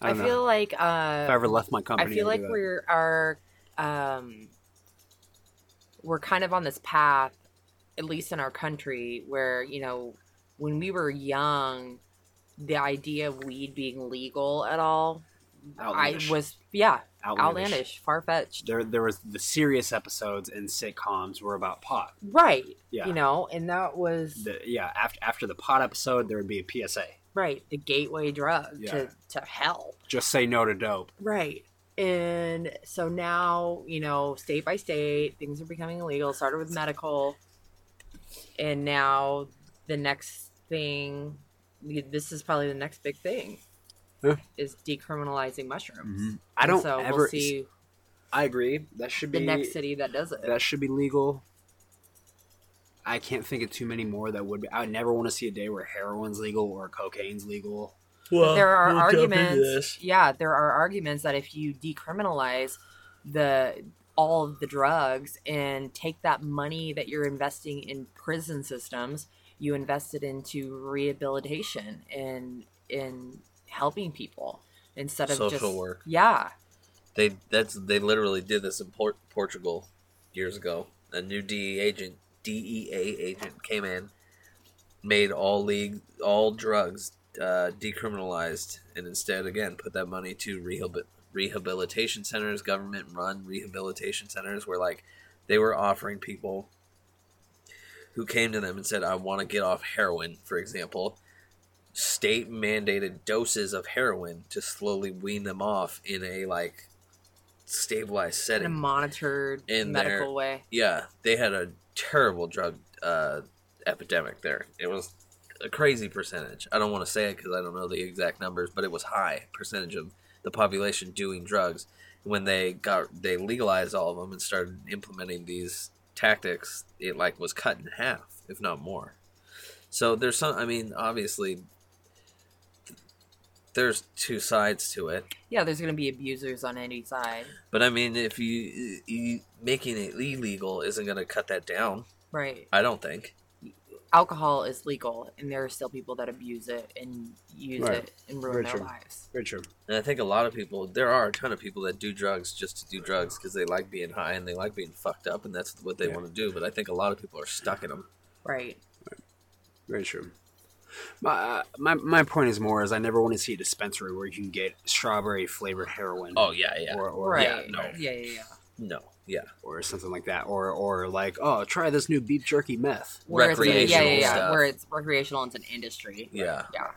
[SPEAKER 6] I
[SPEAKER 4] I,
[SPEAKER 6] don't
[SPEAKER 4] feel
[SPEAKER 6] know.
[SPEAKER 4] like uh,
[SPEAKER 6] if I ever left my
[SPEAKER 4] I
[SPEAKER 6] company,
[SPEAKER 4] feel like
[SPEAKER 6] I'd do that.
[SPEAKER 4] we're are um we're kind of on this path, at least in our country, where, you know, when we were young, the idea of weed being legal at all
[SPEAKER 6] Outlandish.
[SPEAKER 4] I was yeah,
[SPEAKER 6] outlandish.
[SPEAKER 4] outlandish, far fetched.
[SPEAKER 6] There, there was the serious episodes and sitcoms were about pot.
[SPEAKER 4] Right.
[SPEAKER 6] Yeah.
[SPEAKER 4] You know, and that was
[SPEAKER 6] The, yeah, after after the pot episode, there would be a PSA.
[SPEAKER 4] right, the gateway drug
[SPEAKER 6] Yeah.
[SPEAKER 4] to, to hell.
[SPEAKER 6] Just say no to dope.
[SPEAKER 4] Right. And so now, you know, state by state, things are becoming illegal. It Started with medical. And now the next thing, this is probably the next big thing,
[SPEAKER 6] Yeah.
[SPEAKER 4] is decriminalizing mushrooms.
[SPEAKER 6] I
[SPEAKER 4] And
[SPEAKER 6] don't
[SPEAKER 4] so
[SPEAKER 6] ever.
[SPEAKER 4] we'll see
[SPEAKER 6] I agree. That should
[SPEAKER 4] the
[SPEAKER 6] be
[SPEAKER 4] next city that does it.
[SPEAKER 6] that should be legal. I can't think of too many more that would be. I never want to see a day where heroin's legal or cocaine's legal.
[SPEAKER 5] Well,
[SPEAKER 4] there are arguments. Yeah, there are arguments that if you decriminalize the all of the drugs and take that money that you're investing in prison systems, you invest it into rehabilitation and in helping people instead of
[SPEAKER 5] Social
[SPEAKER 4] just
[SPEAKER 5] work.
[SPEAKER 4] Yeah,
[SPEAKER 5] They that's they literally did this in Port- Portugal years ago. A new DEA agent, DEA agent came in, made all league all drugs uh, decriminalized, and instead again put that money to rehabil rehabilitation centers, government run rehabilitation centers, where like they were offering people who came to them and said, "I want to get off heroin," for example. State mandated doses of heroin to slowly wean them off in a like stabilized
[SPEAKER 4] in a
[SPEAKER 5] setting.
[SPEAKER 4] monitored
[SPEAKER 5] In there.
[SPEAKER 4] medical way.
[SPEAKER 5] Yeah, they had a terrible drug uh, epidemic there. It was a crazy percentage. I don't want to say it because I don't know the exact numbers, but it was high percentage of the population doing drugs. When they got they legalized all of them and started implementing these tactics, it like was cut in half, if not more. So there's some. I mean, obviously, there's two sides to it.
[SPEAKER 4] Yeah, there's going to be abusers on any side,
[SPEAKER 5] But I mean, if you, you making it illegal isn't going to cut that down,
[SPEAKER 4] right?
[SPEAKER 5] I don't think.
[SPEAKER 4] Alcohol is legal, and there are still people that abuse it and use
[SPEAKER 6] Right.
[SPEAKER 4] it and ruin
[SPEAKER 6] Very
[SPEAKER 4] their
[SPEAKER 6] true.
[SPEAKER 4] lives.
[SPEAKER 6] Very true.
[SPEAKER 5] And I think a lot of people, there are a ton of people that do drugs just to do drugs because they like being high and they like being fucked up and that's what they
[SPEAKER 6] Yeah.
[SPEAKER 5] want to do. But I think a lot of people are stuck in them.
[SPEAKER 4] Right.
[SPEAKER 6] Very true. My, my my point is more is I never want to see a dispensary where you can get strawberry flavored heroin.
[SPEAKER 5] Oh yeah, yeah.
[SPEAKER 6] Or, or,
[SPEAKER 4] Right.
[SPEAKER 5] yeah, no.
[SPEAKER 4] Yeah, yeah, yeah.
[SPEAKER 5] no, yeah.
[SPEAKER 6] or something like that, or or like oh try this new beef jerky meth.
[SPEAKER 4] Where it's-
[SPEAKER 5] Recreational
[SPEAKER 4] yeah, yeah, yeah.
[SPEAKER 5] stuff.
[SPEAKER 4] Where it's recreational, it's an industry.
[SPEAKER 5] Yeah.
[SPEAKER 4] Yeah.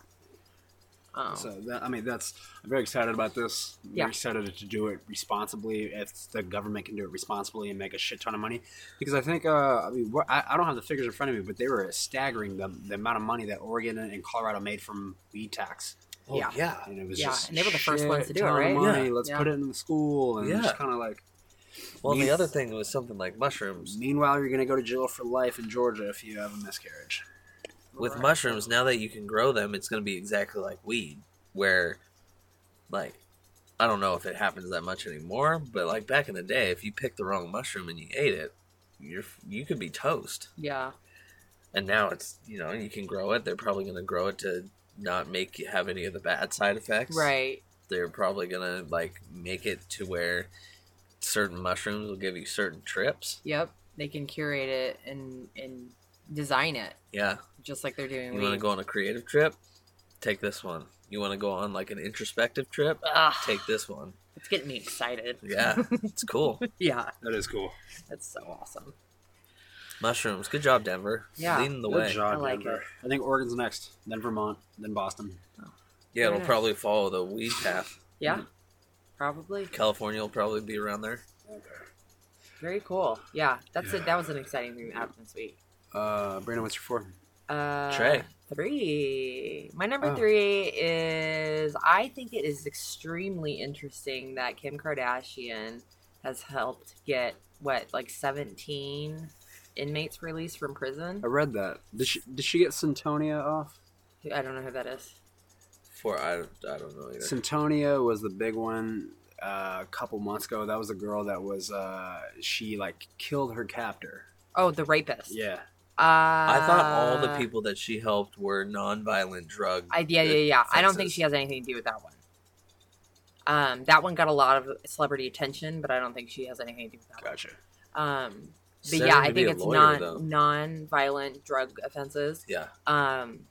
[SPEAKER 4] Um,
[SPEAKER 6] So that, I mean that's I'm very excited about this. I'm
[SPEAKER 4] Yeah.
[SPEAKER 6] Very excited to do it responsibly if the government can do it responsibly and make a shit ton of money because I think uh I mean what, I, I don't have the figures in front of me but they were staggering the, the amount of money that Oregon and and Colorado made from weed tax.
[SPEAKER 5] Oh,
[SPEAKER 4] Yeah.
[SPEAKER 5] yeah.
[SPEAKER 6] And it was
[SPEAKER 4] Yeah,
[SPEAKER 6] just
[SPEAKER 4] and they were the first ones to do it,
[SPEAKER 6] shit-ton of
[SPEAKER 4] right?
[SPEAKER 6] money.
[SPEAKER 5] Yeah.
[SPEAKER 6] Let's
[SPEAKER 4] Yeah.
[SPEAKER 6] put it in the school and
[SPEAKER 5] Yeah.
[SPEAKER 6] just kind of like.
[SPEAKER 5] Well, and the
[SPEAKER 6] Meat.
[SPEAKER 5] other thing was something like mushrooms.
[SPEAKER 6] Meanwhile, you're gonna go to jail for life in Georgia if you have a miscarriage.
[SPEAKER 5] With
[SPEAKER 4] right.
[SPEAKER 5] mushrooms, now that you can grow them, it's going to be exactly like weed, where, like, I don't know if it happens that much anymore, but like back in the day, if you picked the wrong mushroom and you ate it, you're you could be toast.
[SPEAKER 4] Yeah.
[SPEAKER 5] And now it's you know you can grow it. They're probably going to grow it to not make you have any of the bad side effects.
[SPEAKER 4] Right.
[SPEAKER 5] They're probably going to like make it to where certain mushrooms will give you certain trips.
[SPEAKER 4] Yep. They can curate it and and design it
[SPEAKER 5] Yeah.
[SPEAKER 4] just like they're doing.
[SPEAKER 5] You want to
[SPEAKER 4] weed.
[SPEAKER 5] go on a creative trip? Take this one. You want to go on like an introspective trip?
[SPEAKER 4] Ugh,
[SPEAKER 5] Take this one.
[SPEAKER 4] it's getting me excited.
[SPEAKER 5] Yeah, it's cool.
[SPEAKER 4] Yeah.
[SPEAKER 6] That is cool.
[SPEAKER 4] That's so awesome.
[SPEAKER 5] Mushrooms. Good job, Denver.
[SPEAKER 4] Yeah.
[SPEAKER 5] Leading the
[SPEAKER 6] Good
[SPEAKER 5] way.
[SPEAKER 6] job,
[SPEAKER 4] I like
[SPEAKER 6] Denver.
[SPEAKER 4] it.
[SPEAKER 6] I think Oregon's next, then Vermont, then Boston.
[SPEAKER 5] Yeah, it'll
[SPEAKER 4] Very nice.
[SPEAKER 5] probably follow the weed path.
[SPEAKER 4] Yeah. Probably.
[SPEAKER 5] California will probably be around there.
[SPEAKER 4] Very cool. Yeah. That's it. That was an exciting thing that happened this week.
[SPEAKER 6] Uh, Brandon, what's your four?
[SPEAKER 4] Uh,
[SPEAKER 5] Trey.
[SPEAKER 4] Three. My number
[SPEAKER 6] Oh.
[SPEAKER 4] three is I think it is extremely interesting that Kim Kardashian has helped get what like seventeen inmates released from prison.
[SPEAKER 6] I read that. Did she, did she get Centonia off?
[SPEAKER 4] I don't know who that is.
[SPEAKER 5] For I, I don't know either.
[SPEAKER 6] Centonia was the big one uh, a couple months ago. That was a girl that was uh, she like killed her captor.
[SPEAKER 4] Oh, the rapist.
[SPEAKER 6] Yeah.
[SPEAKER 4] Uh, I
[SPEAKER 5] I thought all the people that she helped were nonviolent drug.
[SPEAKER 4] Uh, I, yeah, yeah, yeah. I don't think
[SPEAKER 5] offenses.
[SPEAKER 4] she has anything to do with that one. Um, that one got a lot of celebrity attention, but I don't think she has anything to do with that
[SPEAKER 6] Gotcha.
[SPEAKER 4] one. Um, but
[SPEAKER 5] Said
[SPEAKER 4] yeah,
[SPEAKER 5] him
[SPEAKER 4] I
[SPEAKER 5] to be
[SPEAKER 4] think
[SPEAKER 5] a
[SPEAKER 4] it's
[SPEAKER 5] lawyer, though.
[SPEAKER 4] non non-violent drug offenses.
[SPEAKER 5] Yeah.
[SPEAKER 4] Um,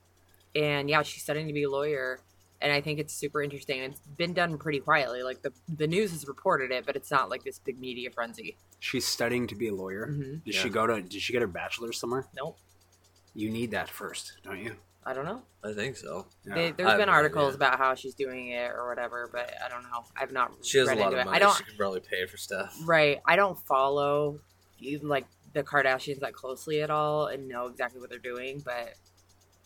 [SPEAKER 4] and yeah, she's studying to be a lawyer, and I think it's super interesting. It's been done pretty quietly. Like the the news has reported it, but it's not like this big media frenzy.
[SPEAKER 6] She's studying to be a lawyer.
[SPEAKER 4] Mhm.
[SPEAKER 6] Did
[SPEAKER 5] Yeah.
[SPEAKER 6] she go to? Did she get her bachelor's somewhere?
[SPEAKER 4] Nope,
[SPEAKER 6] You need that first, don't you?
[SPEAKER 4] I don't know.
[SPEAKER 5] I think so.
[SPEAKER 6] Yeah.
[SPEAKER 4] They,
[SPEAKER 5] I
[SPEAKER 4] there's
[SPEAKER 5] have
[SPEAKER 4] been
[SPEAKER 5] no
[SPEAKER 4] articles
[SPEAKER 5] idea.
[SPEAKER 4] about how she's doing it or whatever, but I don't know. I've not
[SPEAKER 5] She has
[SPEAKER 4] read
[SPEAKER 5] a lot
[SPEAKER 4] into
[SPEAKER 5] of
[SPEAKER 4] it.
[SPEAKER 5] money.
[SPEAKER 4] I don't.
[SPEAKER 5] She can probably pay for stuff.
[SPEAKER 4] Right. I don't follow even, like the Kardashians that closely at all and know exactly what they're doing, but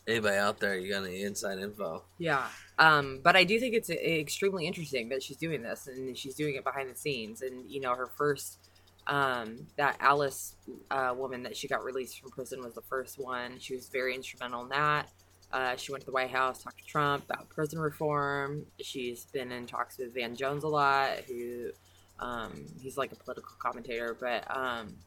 [SPEAKER 5] Anybody out there? You got any inside info?
[SPEAKER 4] yeah. Um, but I do think it's uh, extremely interesting that she's doing this and she's doing it behind the scenes. And you know, her first um, that Alice uh, woman that she got released from prison was the first one. She was very instrumental in that. Uh, she went to the White House, talked to Trump about prison reform. She's been in talks with Van Jones a lot, who um, he's like a political commentator, but um,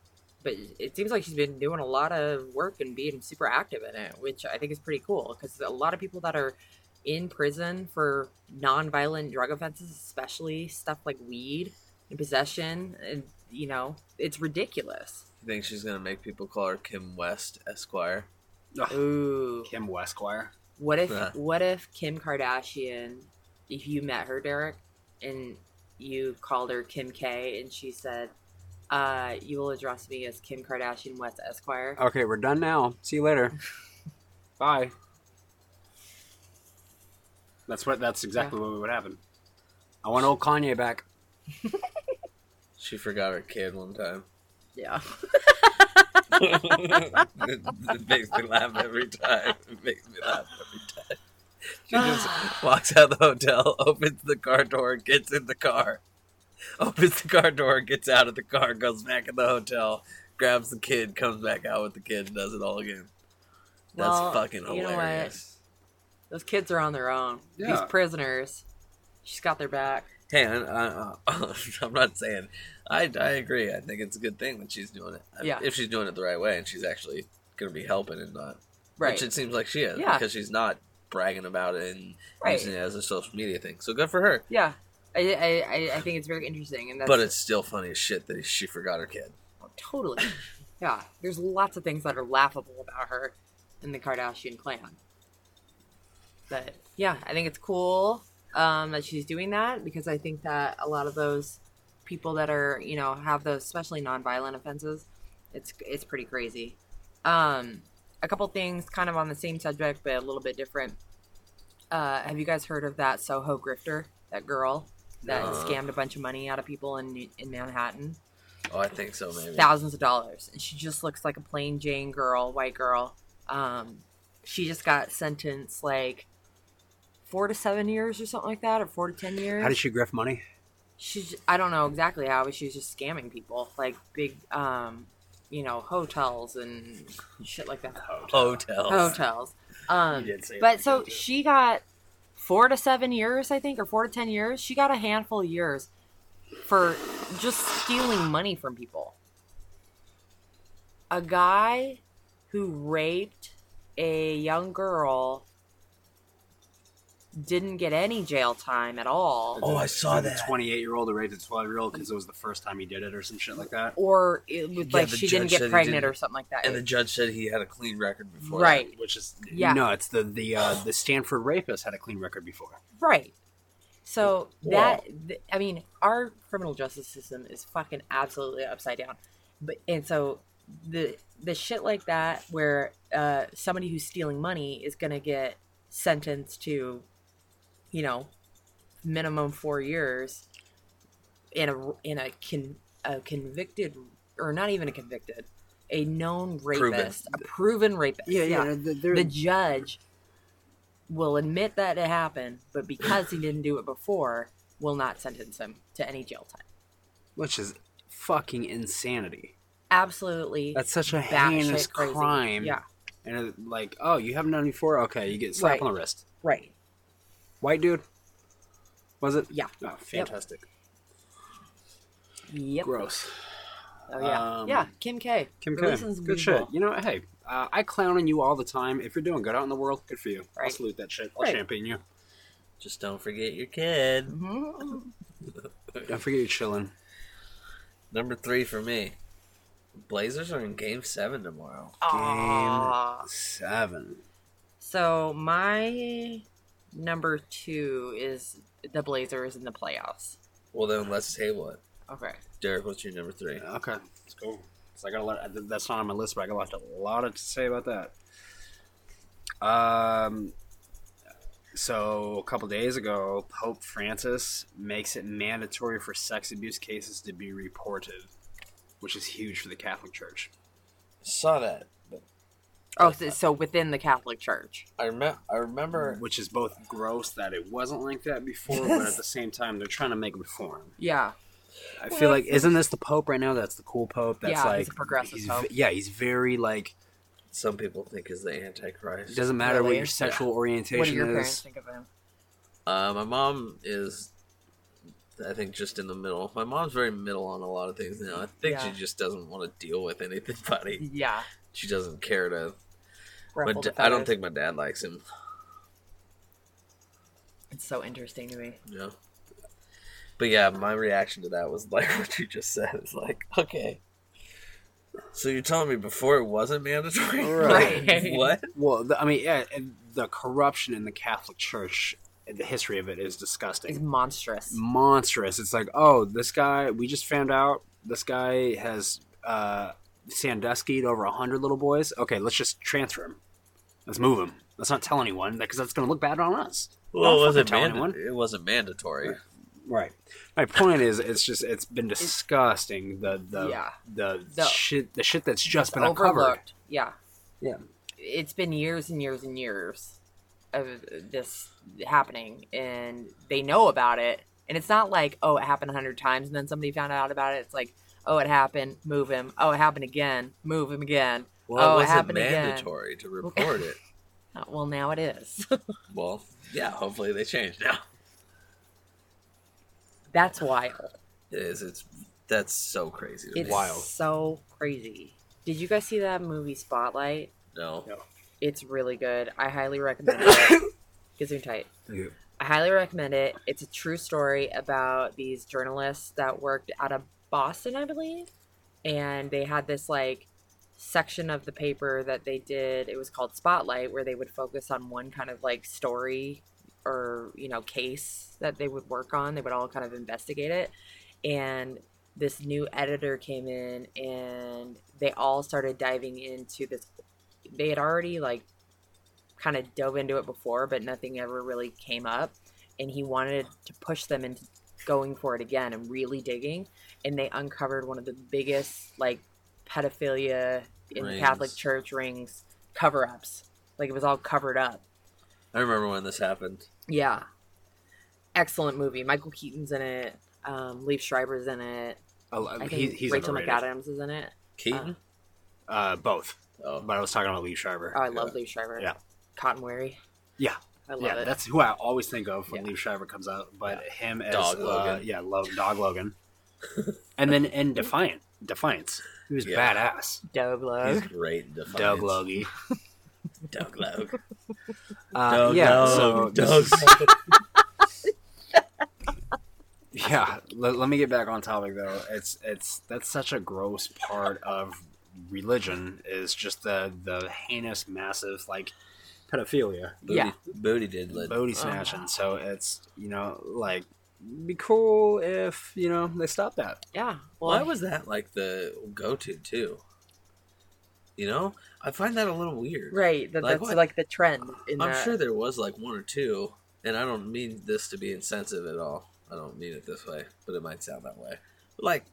[SPEAKER 4] but it seems like she's been doing a lot of work and being super active in it, which I think is pretty cool because a lot of people that are in prison for nonviolent drug offenses, especially stuff like weed and possession, and you know, it's ridiculous.
[SPEAKER 5] You think she's gonna make people call her Kim West Esquire?
[SPEAKER 6] Ugh.
[SPEAKER 4] Ooh,
[SPEAKER 6] Kim Westquire.
[SPEAKER 4] what if
[SPEAKER 5] Yeah.
[SPEAKER 4] what if Kim Kardashian, if you met her, Derek, and you called her Kim K, and she said, uh, "You will address me as Kim Kardashian West Esquire."
[SPEAKER 5] Oh.
[SPEAKER 6] Okay, we're done now. See you later. Bye. That's what. That's exactly what would happen. I want old Kanye back.
[SPEAKER 5] She forgot her kid one time.
[SPEAKER 4] Yeah.
[SPEAKER 5] it, it makes me laugh every time. It makes me laugh every time. She just walks out the hotel, opens the car door, gets in the car, opens the car door, gets out of the car, goes back in the hotel, grabs the kid, comes back out with the kid, and does it all again. That's
[SPEAKER 4] Well,
[SPEAKER 5] fucking
[SPEAKER 4] you know what?
[SPEAKER 5] hilarious.
[SPEAKER 4] Those kids are on their own. These
[SPEAKER 6] Yeah.
[SPEAKER 4] prisoners. She's got their back.
[SPEAKER 5] Hey, I, I, I, I'm not saying. I, I agree. I think it's a good thing that she's doing it. I-
[SPEAKER 4] Yeah.
[SPEAKER 5] If she's doing it the right way and she's actually going to be helping and not. Which it seems like she is.
[SPEAKER 4] Yeah.
[SPEAKER 5] Because she's not bragging about it and
[SPEAKER 4] Right.
[SPEAKER 5] using it as a social media thing. So good for her.
[SPEAKER 4] yeah. I, I, I- I think it's very interesting. And that's
[SPEAKER 5] but it's still funny as shit that she forgot her kid.
[SPEAKER 4] totally. Yeah. There's lots of things that are laughable about her in the Kardashian clan. But yeah, I think it's cool um, that she's doing that because I think that a lot of those people that are, you know, have those especially nonviolent offenses, it's it's pretty crazy. Um, a couple things kind of on the same subject but a little bit different. Uh, have you guys heard of that Soho grifter, that girl that
[SPEAKER 5] No.
[SPEAKER 4] scammed a bunch of money out of people in in Manhattan?
[SPEAKER 5] Oh, I think so. Maybe.
[SPEAKER 4] thousands of dollars and she just looks like a plain jane girl white girl um she just got sentenced like four to seven years or something like that or four to ten years
[SPEAKER 6] How did she grift money?
[SPEAKER 4] she's i don't know exactly how but she was just scamming people like big um you know hotels and shit like that
[SPEAKER 5] Hotels.
[SPEAKER 4] hotels um
[SPEAKER 5] You did say
[SPEAKER 4] but
[SPEAKER 5] that,
[SPEAKER 4] so
[SPEAKER 5] didn't you?
[SPEAKER 4] she got four to seven years i think or four to ten years she got a handful of years for just stealing money from people a guy who raped a young girl didn't get any jail time at all
[SPEAKER 5] Oh, I saw
[SPEAKER 6] the
[SPEAKER 5] that.
[SPEAKER 6] Twenty-eight-year-old who raped a twelve-year-old because it was the first time he did it, or some shit like that.
[SPEAKER 4] or it was
[SPEAKER 5] Yeah,
[SPEAKER 4] like
[SPEAKER 5] the
[SPEAKER 4] she didn't
[SPEAKER 5] judge
[SPEAKER 4] get
[SPEAKER 5] said he
[SPEAKER 4] pregnant
[SPEAKER 5] didn't.
[SPEAKER 4] or something like that
[SPEAKER 5] And the judge said he had a clean record before. that.
[SPEAKER 4] right
[SPEAKER 6] Which is
[SPEAKER 4] Yeah.
[SPEAKER 6] no, it's the the uh, the Stanford rapist had a clean record before.
[SPEAKER 4] Right. So that th- I mean, our criminal justice system is fucking absolutely upside down. But and so the the shit like that where uh somebody who's stealing money is going to get sentenced to you know minimum 4 years in a in a con, a convicted or not even a convicted a known
[SPEAKER 5] Proven.
[SPEAKER 4] rapist, a proven rapist the judge will admit that it happened, but because he didn't do it before, will not sentence him to any jail time.
[SPEAKER 6] which is fucking insanity.
[SPEAKER 4] Absolutely.
[SPEAKER 6] That's such a
[SPEAKER 4] batshit
[SPEAKER 6] heinous
[SPEAKER 4] crazy.
[SPEAKER 6] crime.
[SPEAKER 4] Yeah,
[SPEAKER 6] And it, like, oh, you haven't done it before? Okay, you get slap
[SPEAKER 4] Right.
[SPEAKER 6] on the wrist.
[SPEAKER 4] right.
[SPEAKER 6] White dude? Was it?
[SPEAKER 4] Yeah.
[SPEAKER 6] Oh, fantastic.
[SPEAKER 4] Yep.
[SPEAKER 6] Gross.
[SPEAKER 4] Oh yeah.
[SPEAKER 6] Um,
[SPEAKER 4] yeah. Kim K.
[SPEAKER 6] Kim
[SPEAKER 4] The
[SPEAKER 6] K.
[SPEAKER 4] listen's
[SPEAKER 6] Good shit.
[SPEAKER 4] beautiful.
[SPEAKER 6] You know, hey, uh, I clown on you all the time. If you're doing good out in the world, good for you. I'll
[SPEAKER 4] Right.
[SPEAKER 6] salute that shit. I'll
[SPEAKER 4] Right.
[SPEAKER 6] champagne you.
[SPEAKER 5] Just don't forget your kid.
[SPEAKER 4] Mhm.
[SPEAKER 6] Don't forget you're chilling.
[SPEAKER 5] Number three for me. Blazers are in Game Seven tomorrow.
[SPEAKER 4] Aw.
[SPEAKER 6] Seven.
[SPEAKER 4] So my number two is the Blazers in the playoffs.
[SPEAKER 5] Well, then let's table it.
[SPEAKER 4] Okay.
[SPEAKER 5] Derek, what's your number three?
[SPEAKER 6] Okay. Let's go. So I got a lot. That's not on my list, but I got a lot to say about that. Um. So a couple days ago, Pope Francis makes it mandatory for sex abuse cases to be reported, which is huge for the Catholic Church.
[SPEAKER 5] Saw that. But
[SPEAKER 4] Oh, so, so within the Catholic Church.
[SPEAKER 5] I remember. I remember.
[SPEAKER 6] Which is both gross that it wasn't like that before, but at the same time, they're trying to make reform.
[SPEAKER 4] Yeah.
[SPEAKER 6] I feel like isn't this the Pope right now? That's the cool Pope. That's
[SPEAKER 4] Yeah,
[SPEAKER 6] like
[SPEAKER 4] he's a progressive
[SPEAKER 6] he's
[SPEAKER 4] pope.
[SPEAKER 6] v- yeah, he's very like
[SPEAKER 5] Some people think is the Antichrist.
[SPEAKER 6] It doesn't matter what
[SPEAKER 4] Really?
[SPEAKER 6] your sexual
[SPEAKER 4] What do
[SPEAKER 6] orientation
[SPEAKER 4] your parents
[SPEAKER 6] is.
[SPEAKER 4] think of him?
[SPEAKER 5] Uh, my mom is, I think, just in the middle. My mom's very middle on a lot of things now. I think
[SPEAKER 4] Yeah. Mm.
[SPEAKER 5] she just doesn't want to deal with anything buddy.
[SPEAKER 4] Yeah.
[SPEAKER 5] She doesn't care to.
[SPEAKER 4] Ruffle
[SPEAKER 5] But
[SPEAKER 4] the
[SPEAKER 5] I don't
[SPEAKER 4] feathers.
[SPEAKER 5] think my dad likes him.
[SPEAKER 4] it's so interesting to me.
[SPEAKER 5] You know? But yeah, my reaction to that was like what you just said. It's like, okay. So you're telling me before it wasn't mandatory?
[SPEAKER 4] Right.
[SPEAKER 5] what?
[SPEAKER 6] Well, the, I mean, yeah, and the corruption in the Catholic Church, the history of it is
[SPEAKER 4] It's
[SPEAKER 6] disgusting,
[SPEAKER 4] monstrous.
[SPEAKER 6] monstrous. It's like, oh, this guy. We just found out this guy has uh, Sandusky'd over hundred little boys. Okay, let's just transfer him. Let's move him. Let's not tell anyone because that's going to look bad on us.
[SPEAKER 5] Well, it
[SPEAKER 6] Don't
[SPEAKER 5] wasn't,
[SPEAKER 6] fucking
[SPEAKER 5] manda-
[SPEAKER 6] tell anyone.
[SPEAKER 5] it wasn't mandatory.
[SPEAKER 6] Right. My point is, it's just it's been disgusting. The the
[SPEAKER 4] Yeah.
[SPEAKER 6] the,
[SPEAKER 4] The-
[SPEAKER 6] shit the shit that's just been uncovered.
[SPEAKER 4] overlooked. Yeah.
[SPEAKER 6] Yeah.
[SPEAKER 4] It's been years and years and years of this happening, and they know about it. And it's not like, oh, it happened a hundred times, and then somebody found out about it. It's like, oh, it happened, move him. Oh, it happened again, move him again.
[SPEAKER 5] Well,
[SPEAKER 4] oh,
[SPEAKER 5] it
[SPEAKER 4] it
[SPEAKER 5] wasn't
[SPEAKER 4] happened again.
[SPEAKER 5] mandatory to report it.
[SPEAKER 4] Uh, Well, now it is.
[SPEAKER 5] Well, yeah, hopefully they change now.
[SPEAKER 4] That's wild.
[SPEAKER 5] It is. It's that's so crazy. To
[SPEAKER 4] It's
[SPEAKER 5] me.
[SPEAKER 6] Wild.
[SPEAKER 4] so crazy. Did you guys see that movie Spotlight?
[SPEAKER 5] No.
[SPEAKER 6] Yeah.
[SPEAKER 4] It's really good. I highly recommend it. Gives tight. I highly recommend it. It's a true story about these journalists that worked out of Boston, I believe, and they had this like section of the paper that they did. It was called Spotlight, where they would focus on one kind of like story or, you know, case that they would work on. They would all kind of investigate it. And this new editor came in and they all started diving into this. They had already like kind of dove into it before, but nothing ever really came up. And he wanted to push them into going for it again and really digging. And they uncovered one of the biggest like pedophilia in the
[SPEAKER 5] Rings.
[SPEAKER 4] Catholic Church rings cover ups. Like it was all covered up.
[SPEAKER 5] I remember when this happened.
[SPEAKER 4] Yeah. Excellent movie. Michael Keaton's in it. Um, Leaf Schreiber's in it.
[SPEAKER 6] I lo-
[SPEAKER 4] I think
[SPEAKER 6] he, he's
[SPEAKER 4] Rachel
[SPEAKER 6] underrated.
[SPEAKER 4] McAdams is in it.
[SPEAKER 5] Keaton?
[SPEAKER 6] Uh, both.
[SPEAKER 5] oh.
[SPEAKER 6] But I was talking about Lee Shriver.
[SPEAKER 4] Oh, I love Leaf Schreiber.
[SPEAKER 6] Yeah.
[SPEAKER 4] Cotton Wary.
[SPEAKER 6] yeah,
[SPEAKER 4] I love
[SPEAKER 6] yeah.
[SPEAKER 4] it.
[SPEAKER 6] That's who I always think of when
[SPEAKER 4] Yeah.
[SPEAKER 6] Lee Shriver comes out. But him as
[SPEAKER 5] Dog
[SPEAKER 6] uh,
[SPEAKER 5] Logan.
[SPEAKER 6] yeah, lo- Dog Logan, and then in Defiant, Defiance, he was
[SPEAKER 5] Yeah.
[SPEAKER 6] badass.
[SPEAKER 4] Doug
[SPEAKER 5] He's
[SPEAKER 4] Love.
[SPEAKER 5] great in Defiance.
[SPEAKER 6] Doug Logie.
[SPEAKER 5] Doug Logue.
[SPEAKER 6] Uh,
[SPEAKER 5] Doug
[SPEAKER 6] yeah,
[SPEAKER 5] Logue.
[SPEAKER 6] so this is-
[SPEAKER 5] Doug Logue.
[SPEAKER 6] yeah let, let me get back on topic though it's it's that's such a gross part of religion is just the the heinous massive like pedophilia
[SPEAKER 5] Booty,
[SPEAKER 4] Yeah.
[SPEAKER 5] Booty did lit.
[SPEAKER 6] booty
[SPEAKER 5] Uh-huh.
[SPEAKER 6] snatching so it's you know like be cool if you know they stop that
[SPEAKER 4] Yeah. Well,
[SPEAKER 5] Why was that like the go to, too? You know? I find that a little weird.
[SPEAKER 4] right. uh, That,
[SPEAKER 5] Like
[SPEAKER 4] that's
[SPEAKER 5] what?
[SPEAKER 4] like the trend. In
[SPEAKER 5] I'm
[SPEAKER 4] that.
[SPEAKER 5] sure there was like one or two, and I don't mean this to be insensitive at all. I don't mean it this way, but it might sound that way. But like,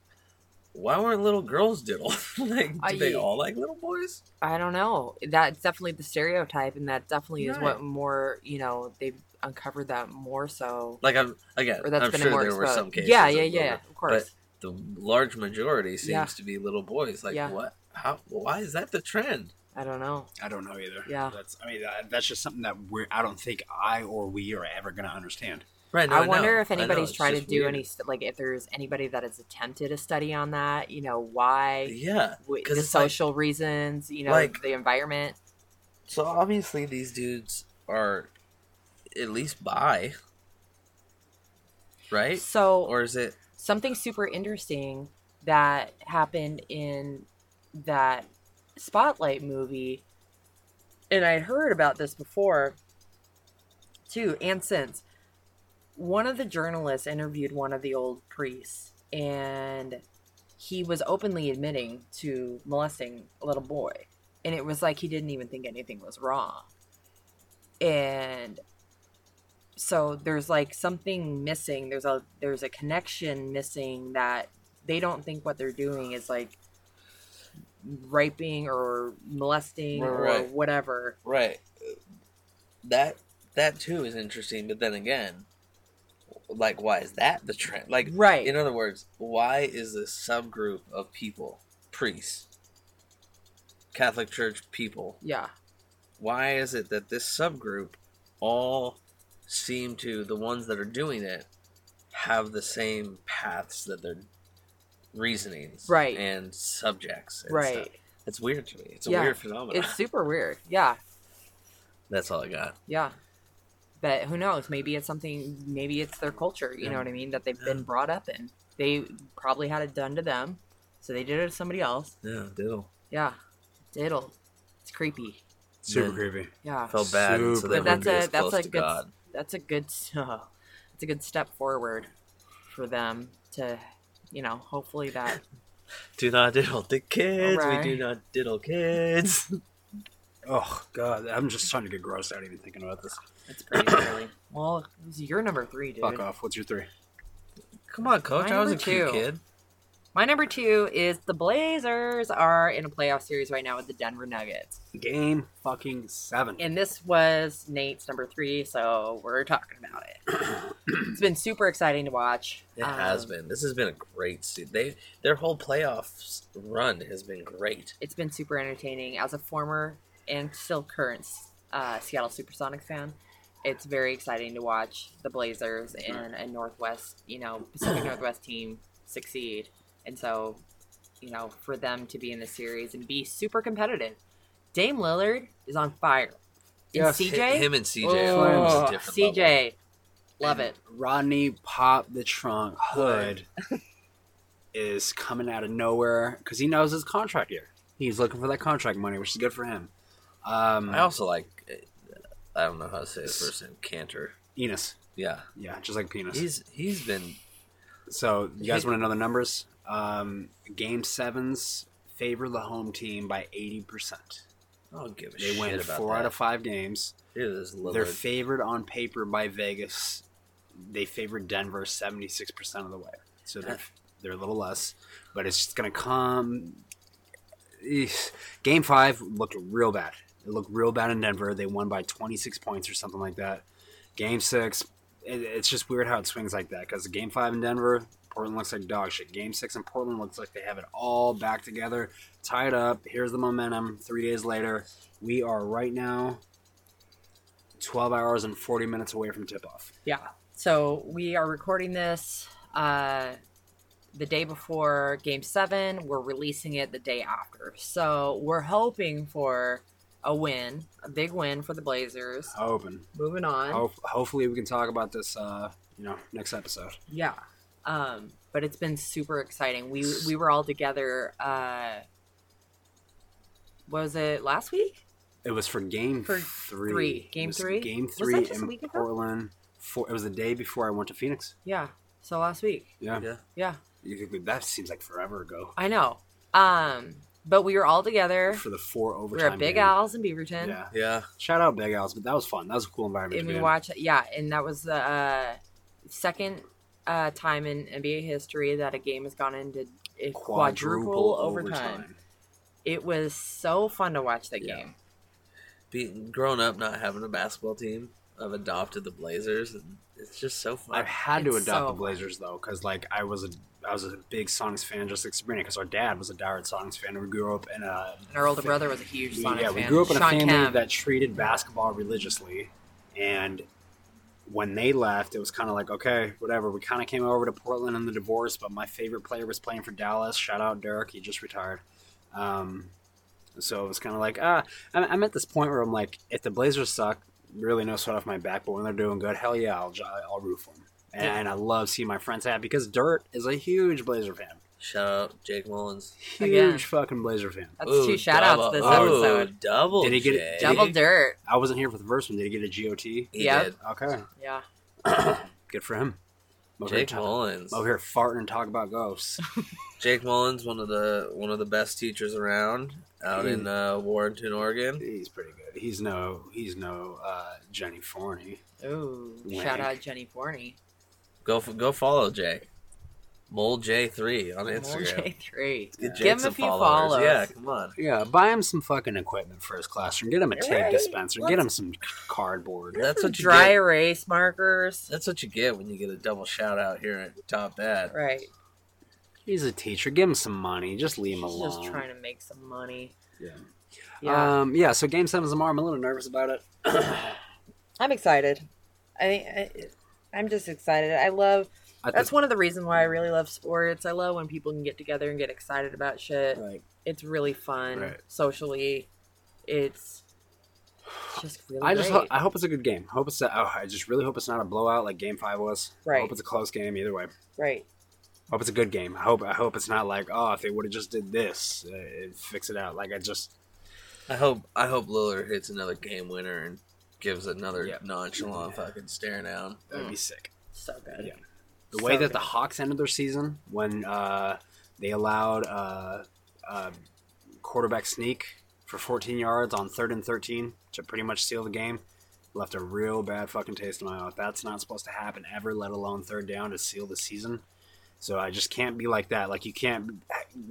[SPEAKER 5] why weren't little girls diddle? like, do
[SPEAKER 4] I-
[SPEAKER 5] they all like little boys?
[SPEAKER 4] I don't know. That's definitely the stereotype, and that definitely is what
[SPEAKER 5] Right.
[SPEAKER 4] more you know they've uncovered that more so.
[SPEAKER 5] Like, I'm again,
[SPEAKER 4] Or that's
[SPEAKER 5] I'm
[SPEAKER 4] been
[SPEAKER 5] sure
[SPEAKER 4] more
[SPEAKER 5] there were
[SPEAKER 4] exposed.
[SPEAKER 5] some cases.
[SPEAKER 4] Yeah,
[SPEAKER 5] of
[SPEAKER 4] yeah,
[SPEAKER 5] little-
[SPEAKER 4] yeah. Of course.
[SPEAKER 5] But the large majority seems
[SPEAKER 4] Yeah.
[SPEAKER 5] to be little boys. Like,
[SPEAKER 4] Yeah.
[SPEAKER 5] what? How? Why is that the trend?
[SPEAKER 4] I don't know.
[SPEAKER 6] i don't know either
[SPEAKER 4] Yeah.
[SPEAKER 6] that's i mean that, that's just something that we're i don't think i or we are ever going to understand
[SPEAKER 5] Right. no,
[SPEAKER 4] I wonder
[SPEAKER 5] know.
[SPEAKER 4] if
[SPEAKER 5] I know,
[SPEAKER 4] anybody's
[SPEAKER 5] it's
[SPEAKER 4] tried to
[SPEAKER 5] just
[SPEAKER 4] do
[SPEAKER 5] weird.
[SPEAKER 4] any st- like if there's anybody that has attempted a study on that. You know why?
[SPEAKER 5] Yeah,
[SPEAKER 4] w-
[SPEAKER 5] because
[SPEAKER 4] the social reasons, you know,
[SPEAKER 5] like-
[SPEAKER 4] the environment.
[SPEAKER 5] So obviously these dudes are at least bi, right?
[SPEAKER 4] So
[SPEAKER 5] Or is it
[SPEAKER 4] something super interesting that happened in that spotlight movie and i heard about this before too and since one of the journalists interviewed one of the old priests and he was openly admitting to molesting a little boy and it was like he didn't even think anything was wrong and so there's like something missing there's a there's a connection missing that they don't think what they're doing is like raping or molesting or
[SPEAKER 5] Right.
[SPEAKER 4] whatever
[SPEAKER 5] Right. That that too is interesting, but then again, like why is that the trend? Like
[SPEAKER 4] Right.
[SPEAKER 5] in other words, why is this subgroup of people, priests, Catholic Church people,
[SPEAKER 4] yeah
[SPEAKER 5] why is it that this subgroup all seem to the ones that are doing it have the same paths that their reasonings
[SPEAKER 4] Right.
[SPEAKER 5] and subjects and
[SPEAKER 4] Right.
[SPEAKER 5] stuff. It's weird to me. It's a
[SPEAKER 4] Yeah.
[SPEAKER 5] weird phenomenon.
[SPEAKER 4] it's super weird yeah
[SPEAKER 5] That's all I got.
[SPEAKER 4] yeah but who knows maybe it's something maybe it's their culture you know what i mean that they've been brought up in they probably had it done to them so they did it to somebody else
[SPEAKER 5] Yeah, diddle.
[SPEAKER 4] yeah diddle it's creepy
[SPEAKER 6] super
[SPEAKER 5] Yeah.
[SPEAKER 6] creepy
[SPEAKER 4] yeah
[SPEAKER 5] felt bad, and so
[SPEAKER 6] Super.
[SPEAKER 5] they
[SPEAKER 4] but
[SPEAKER 5] wouldn't
[SPEAKER 4] that's
[SPEAKER 5] be as
[SPEAKER 4] a that's
[SPEAKER 5] close
[SPEAKER 4] a
[SPEAKER 5] to
[SPEAKER 4] good
[SPEAKER 5] God.
[SPEAKER 4] that's a good that's a good step forward for them to you know hopefully that
[SPEAKER 5] Do not diddle the kids.
[SPEAKER 4] Alright.
[SPEAKER 5] We do not diddle kids.
[SPEAKER 6] oh god i'm just starting to get grossed out even thinking about this
[SPEAKER 4] it's pretty early well it was your number three dude
[SPEAKER 6] fuck off what's your three
[SPEAKER 5] Come on, coach.
[SPEAKER 4] My
[SPEAKER 5] I was a
[SPEAKER 4] number
[SPEAKER 5] cute
[SPEAKER 4] two.
[SPEAKER 5] kid.
[SPEAKER 4] my number two is the blazers are in a playoff series right now with the denver nuggets
[SPEAKER 6] game fucking seven
[SPEAKER 4] and this was nate's number three so we're talking about it it's been super exciting to watch
[SPEAKER 5] It has
[SPEAKER 4] Um,
[SPEAKER 5] been. This has been a great season. They their whole playoffs run has been great.
[SPEAKER 4] it's been super entertaining as a former and still current uh, Seattle Supersonics fan. It's very exciting to watch the Blazers and a Northwest, you know, Pacific Northwest team succeed. And so, you know, for them to be in the series and be super competitive. Dame Lillard is on fire. And
[SPEAKER 5] Uh,
[SPEAKER 6] Yes.
[SPEAKER 4] CJ?
[SPEAKER 5] Him and CJ.
[SPEAKER 4] Oh,
[SPEAKER 5] are on a different
[SPEAKER 4] CJ.
[SPEAKER 5] level.
[SPEAKER 4] Love it.
[SPEAKER 6] Rodney Pop the Trunk Hood is coming out of nowhere because he knows his contract year. He's looking for that contract money, which is good for him. Um,
[SPEAKER 5] I also like. uh, I don't know how to say his first name. Cantor.
[SPEAKER 6] Enos.
[SPEAKER 5] Yeah,
[SPEAKER 6] Yeah, just like penis.
[SPEAKER 5] he's he's been
[SPEAKER 6] So you guys want to know the numbers? Um, game sevens favor the home team by eighty percent.
[SPEAKER 5] I don't give a
[SPEAKER 6] They
[SPEAKER 5] shit
[SPEAKER 6] win
[SPEAKER 5] about
[SPEAKER 6] four
[SPEAKER 5] that.
[SPEAKER 6] out of five games.
[SPEAKER 5] It is
[SPEAKER 6] They're
[SPEAKER 5] Lillard.
[SPEAKER 6] favored on paper by Vegas. They favored Denver seventy six percent of the way, so they're they're a little less. But it's just gonna come. Eesh. Game five looked real bad. It looked real bad in Denver. They won by twenty six points or something like that. Game six, it, it's just weird how it swings like that. Because game five in Denver, Portland looks like dog shit. Game six in Portland looks like they have it all back together, tied up. Here's the momentum. Three days later, we are right now 12 hours and 40 minutes away from tip off.
[SPEAKER 4] Yeah. So we are recording this uh, the day before game seven. We're releasing it the day after. So we're hoping for a win, a big win for the Blazers.
[SPEAKER 6] Open.
[SPEAKER 4] Moving on.
[SPEAKER 6] Ho- hopefully, we can talk about this, uh, you know, next episode.
[SPEAKER 4] Yeah. Um, but it's been super exciting. We we were all together uh was it last week?
[SPEAKER 6] It was for game
[SPEAKER 4] For
[SPEAKER 6] three.
[SPEAKER 4] three.
[SPEAKER 6] It
[SPEAKER 4] Game
[SPEAKER 6] was
[SPEAKER 4] three?
[SPEAKER 6] Game
[SPEAKER 4] Was that
[SPEAKER 6] three
[SPEAKER 4] just a
[SPEAKER 6] in
[SPEAKER 4] week ago?
[SPEAKER 6] Portland. For, it was the day before I went to Phoenix.
[SPEAKER 4] Yeah. So last week.
[SPEAKER 6] Yeah.
[SPEAKER 5] yeah,
[SPEAKER 4] Yeah.
[SPEAKER 6] You think that- that seems like forever ago
[SPEAKER 4] I know. Um but we were all together.
[SPEAKER 6] for the four
[SPEAKER 4] We were
[SPEAKER 6] overtime.
[SPEAKER 4] at Big
[SPEAKER 6] game.
[SPEAKER 4] Al's in Beaverton.
[SPEAKER 6] Yeah.
[SPEAKER 5] yeah.
[SPEAKER 6] Shout out Big Al's, but that was fun. That was a cool environment.
[SPEAKER 4] and
[SPEAKER 6] to
[SPEAKER 4] we
[SPEAKER 6] be in.
[SPEAKER 4] watched yeah, and that was the uh second uh time in NBA history that a game has gone into a quadruple, overtime. It was so fun to watch that
[SPEAKER 5] Yeah.
[SPEAKER 4] game.
[SPEAKER 5] Being grown up, not having a basketball team, I've adopted the Blazers, and it's just so
[SPEAKER 6] I
[SPEAKER 5] fun.
[SPEAKER 6] had to
[SPEAKER 4] It's
[SPEAKER 6] adopt
[SPEAKER 4] so
[SPEAKER 6] the Blazers though, because like I was a I was a big Sonics fan, just like Sabrina, because our dad was a diehard Sonics fan. We grew up in a
[SPEAKER 4] And our older brother was a huge Sonic
[SPEAKER 6] yeah,
[SPEAKER 4] fan.
[SPEAKER 6] we grew up in a
[SPEAKER 4] Sean
[SPEAKER 6] family
[SPEAKER 4] Kemp.
[SPEAKER 6] that treated basketball religiously, and when they left, it was kind of like okay, whatever. We kind of came over to Portland in the divorce, but my favorite player was playing for Dallas. Shout out Dirk, he just retired. Um, so it was kind of like ah, I'm, I'm at this point where I'm like, if the Blazers suck, really no sweat off my back, but when they're doing good, hell yeah, I'll jo- I'll root for them. And,
[SPEAKER 4] Yeah.
[SPEAKER 6] I love seeing my friends happy because Dirt is a huge Blazer fan,
[SPEAKER 5] Shout out Jake Mullins.
[SPEAKER 6] huge
[SPEAKER 4] Again.
[SPEAKER 6] fucking Blazer fan.
[SPEAKER 4] That's
[SPEAKER 5] Ooh,
[SPEAKER 4] two shout outs
[SPEAKER 5] double-
[SPEAKER 4] this
[SPEAKER 5] ooh,
[SPEAKER 4] episode.
[SPEAKER 5] Double.
[SPEAKER 6] Did he get-
[SPEAKER 5] J.
[SPEAKER 6] did he-
[SPEAKER 4] Double dirt.
[SPEAKER 6] I wasn't here for the first one. Did he get a GOT?
[SPEAKER 5] He
[SPEAKER 4] Yep.
[SPEAKER 5] did.
[SPEAKER 6] Okay.
[SPEAKER 4] Yeah.
[SPEAKER 6] Good for him. I'm Over here,
[SPEAKER 5] Jake
[SPEAKER 6] talking-
[SPEAKER 5] Mullins.
[SPEAKER 6] I'm over here farting and talking about ghosts.
[SPEAKER 5] Jake Mullins, one of the one of the best teachers around out in uh, Warrenton, Oregon.
[SPEAKER 6] he's pretty good. He's no he's no uh, Jenny Forney.
[SPEAKER 4] Ooh.
[SPEAKER 6] Wank.
[SPEAKER 4] Shout out Jenny Forney.
[SPEAKER 5] Go f- go follow Jake. Mole J three on Instagram.
[SPEAKER 4] J three.
[SPEAKER 5] Get Jake
[SPEAKER 4] Give him a
[SPEAKER 5] some
[SPEAKER 4] few
[SPEAKER 5] followers.
[SPEAKER 4] follows.
[SPEAKER 5] Yeah, come on.
[SPEAKER 6] Yeah, buy him some fucking equipment for his classroom. Get him a tape dispenser. Get him some cardboard.
[SPEAKER 5] That's what you
[SPEAKER 4] Dry
[SPEAKER 5] get.
[SPEAKER 4] erase markers.
[SPEAKER 5] That's what you get when you get a double shout out here at Top That.
[SPEAKER 4] Right.
[SPEAKER 6] He's a teacher. Give him some money. Just leave him
[SPEAKER 4] She's
[SPEAKER 6] alone.
[SPEAKER 4] just trying to make some money.
[SPEAKER 6] Yeah.
[SPEAKER 4] Yeah.
[SPEAKER 6] Um, yeah. So game seven's tomorrow. I'm a little nervous about it.
[SPEAKER 4] I'm excited. I think I, I'm just excited. I love.
[SPEAKER 6] I
[SPEAKER 4] That's
[SPEAKER 6] think,
[SPEAKER 4] one of the reasons why I really love sports. I love when people can get together and get excited about shit.
[SPEAKER 6] like,
[SPEAKER 4] It's really fun
[SPEAKER 6] Right.
[SPEAKER 4] socially. It's just really.
[SPEAKER 6] I just
[SPEAKER 4] great.
[SPEAKER 6] ho- I hope it's a good game. Hope it's a, oh, I just really hope it's not a blowout like game five was. I
[SPEAKER 4] Right.
[SPEAKER 6] hope it's a close game either way.
[SPEAKER 4] right.
[SPEAKER 6] hope it's a good game. I hope I hope it's not like oh if they would have just did this, uh, it'd fix it out. Like I just
[SPEAKER 5] I hope I hope Lillard hits another game winner and gives another
[SPEAKER 6] Yep.
[SPEAKER 5] nonchalant fucking stare down.
[SPEAKER 6] that'd be sick.
[SPEAKER 4] So good.
[SPEAKER 6] Yeah. The way
[SPEAKER 4] So
[SPEAKER 6] that the
[SPEAKER 4] good.
[SPEAKER 6] Hawks ended their season when uh, they allowed uh, uh, quarterback sneak for 14 yards on third and 13 to pretty much seal the game left a real bad fucking taste in my mouth. That's not supposed to happen ever, let alone third down to seal the season. So I just can't be like that. Like you can't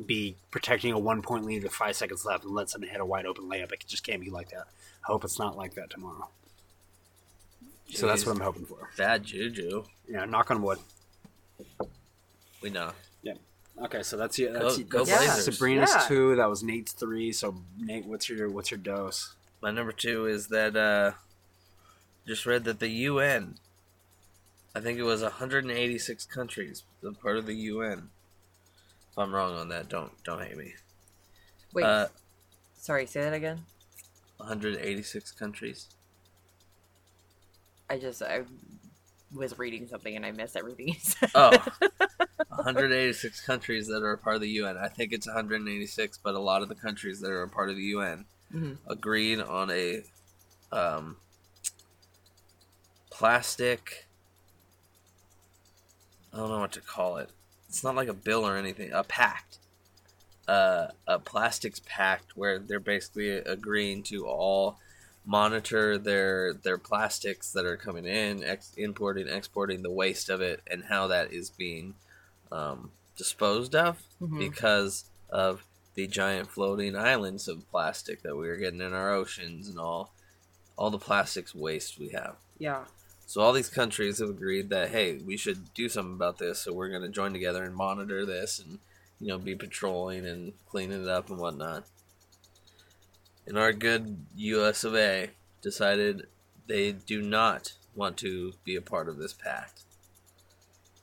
[SPEAKER 6] be protecting a one point lead with five seconds left and let someone hit a wide open layup. It just can't be like that. I hope it's not like that tomorrow. So that's
[SPEAKER 5] Jeez.
[SPEAKER 6] what I'm hoping for.
[SPEAKER 5] Bad juju.
[SPEAKER 6] Yeah, knock on wood.
[SPEAKER 5] We know.
[SPEAKER 6] Okay, so that's your that's,
[SPEAKER 5] go
[SPEAKER 6] that's
[SPEAKER 5] Blazers.
[SPEAKER 6] Sabrina's
[SPEAKER 4] Yeah.
[SPEAKER 6] two. That was Nate's three. So Nate, what's your what's your dose?
[SPEAKER 5] My number two is that uh just read that the UN I think it was 186 countries, the part of the UN. If I'm wrong on that, don't don't hate me.
[SPEAKER 4] Wait.
[SPEAKER 5] Uh,
[SPEAKER 4] sorry. Say that again.
[SPEAKER 5] 186 countries.
[SPEAKER 4] I just I was reading something and I missed everything he said.
[SPEAKER 5] Oh, 186 countries that are a part of the UN. I think it's 186, but a lot of the countries that are a part of the UN
[SPEAKER 6] Mm-hmm.
[SPEAKER 4] Mhm.
[SPEAKER 5] agreed on a um, plastic. I don't know what to call it. It's not like a bill or anything. A pact. Uh, a plastics pact where they're basically agreeing to all monitor their their plastics that are coming in, ex- importing, exporting the waste of it, and how that is being um, disposed of
[SPEAKER 6] Mm-hmm.
[SPEAKER 4] Mhm.
[SPEAKER 5] because of the giant floating islands of plastic that we are getting in our oceans and all all the plastics waste we have.
[SPEAKER 4] Yeah.
[SPEAKER 5] So all these countries have agreed that hey, we should do something about this. So we're going to join together and monitor this and you know be patrolling and cleaning it up and whatnot. And our good U.S. of A. decided they do not want to be a part of this pact,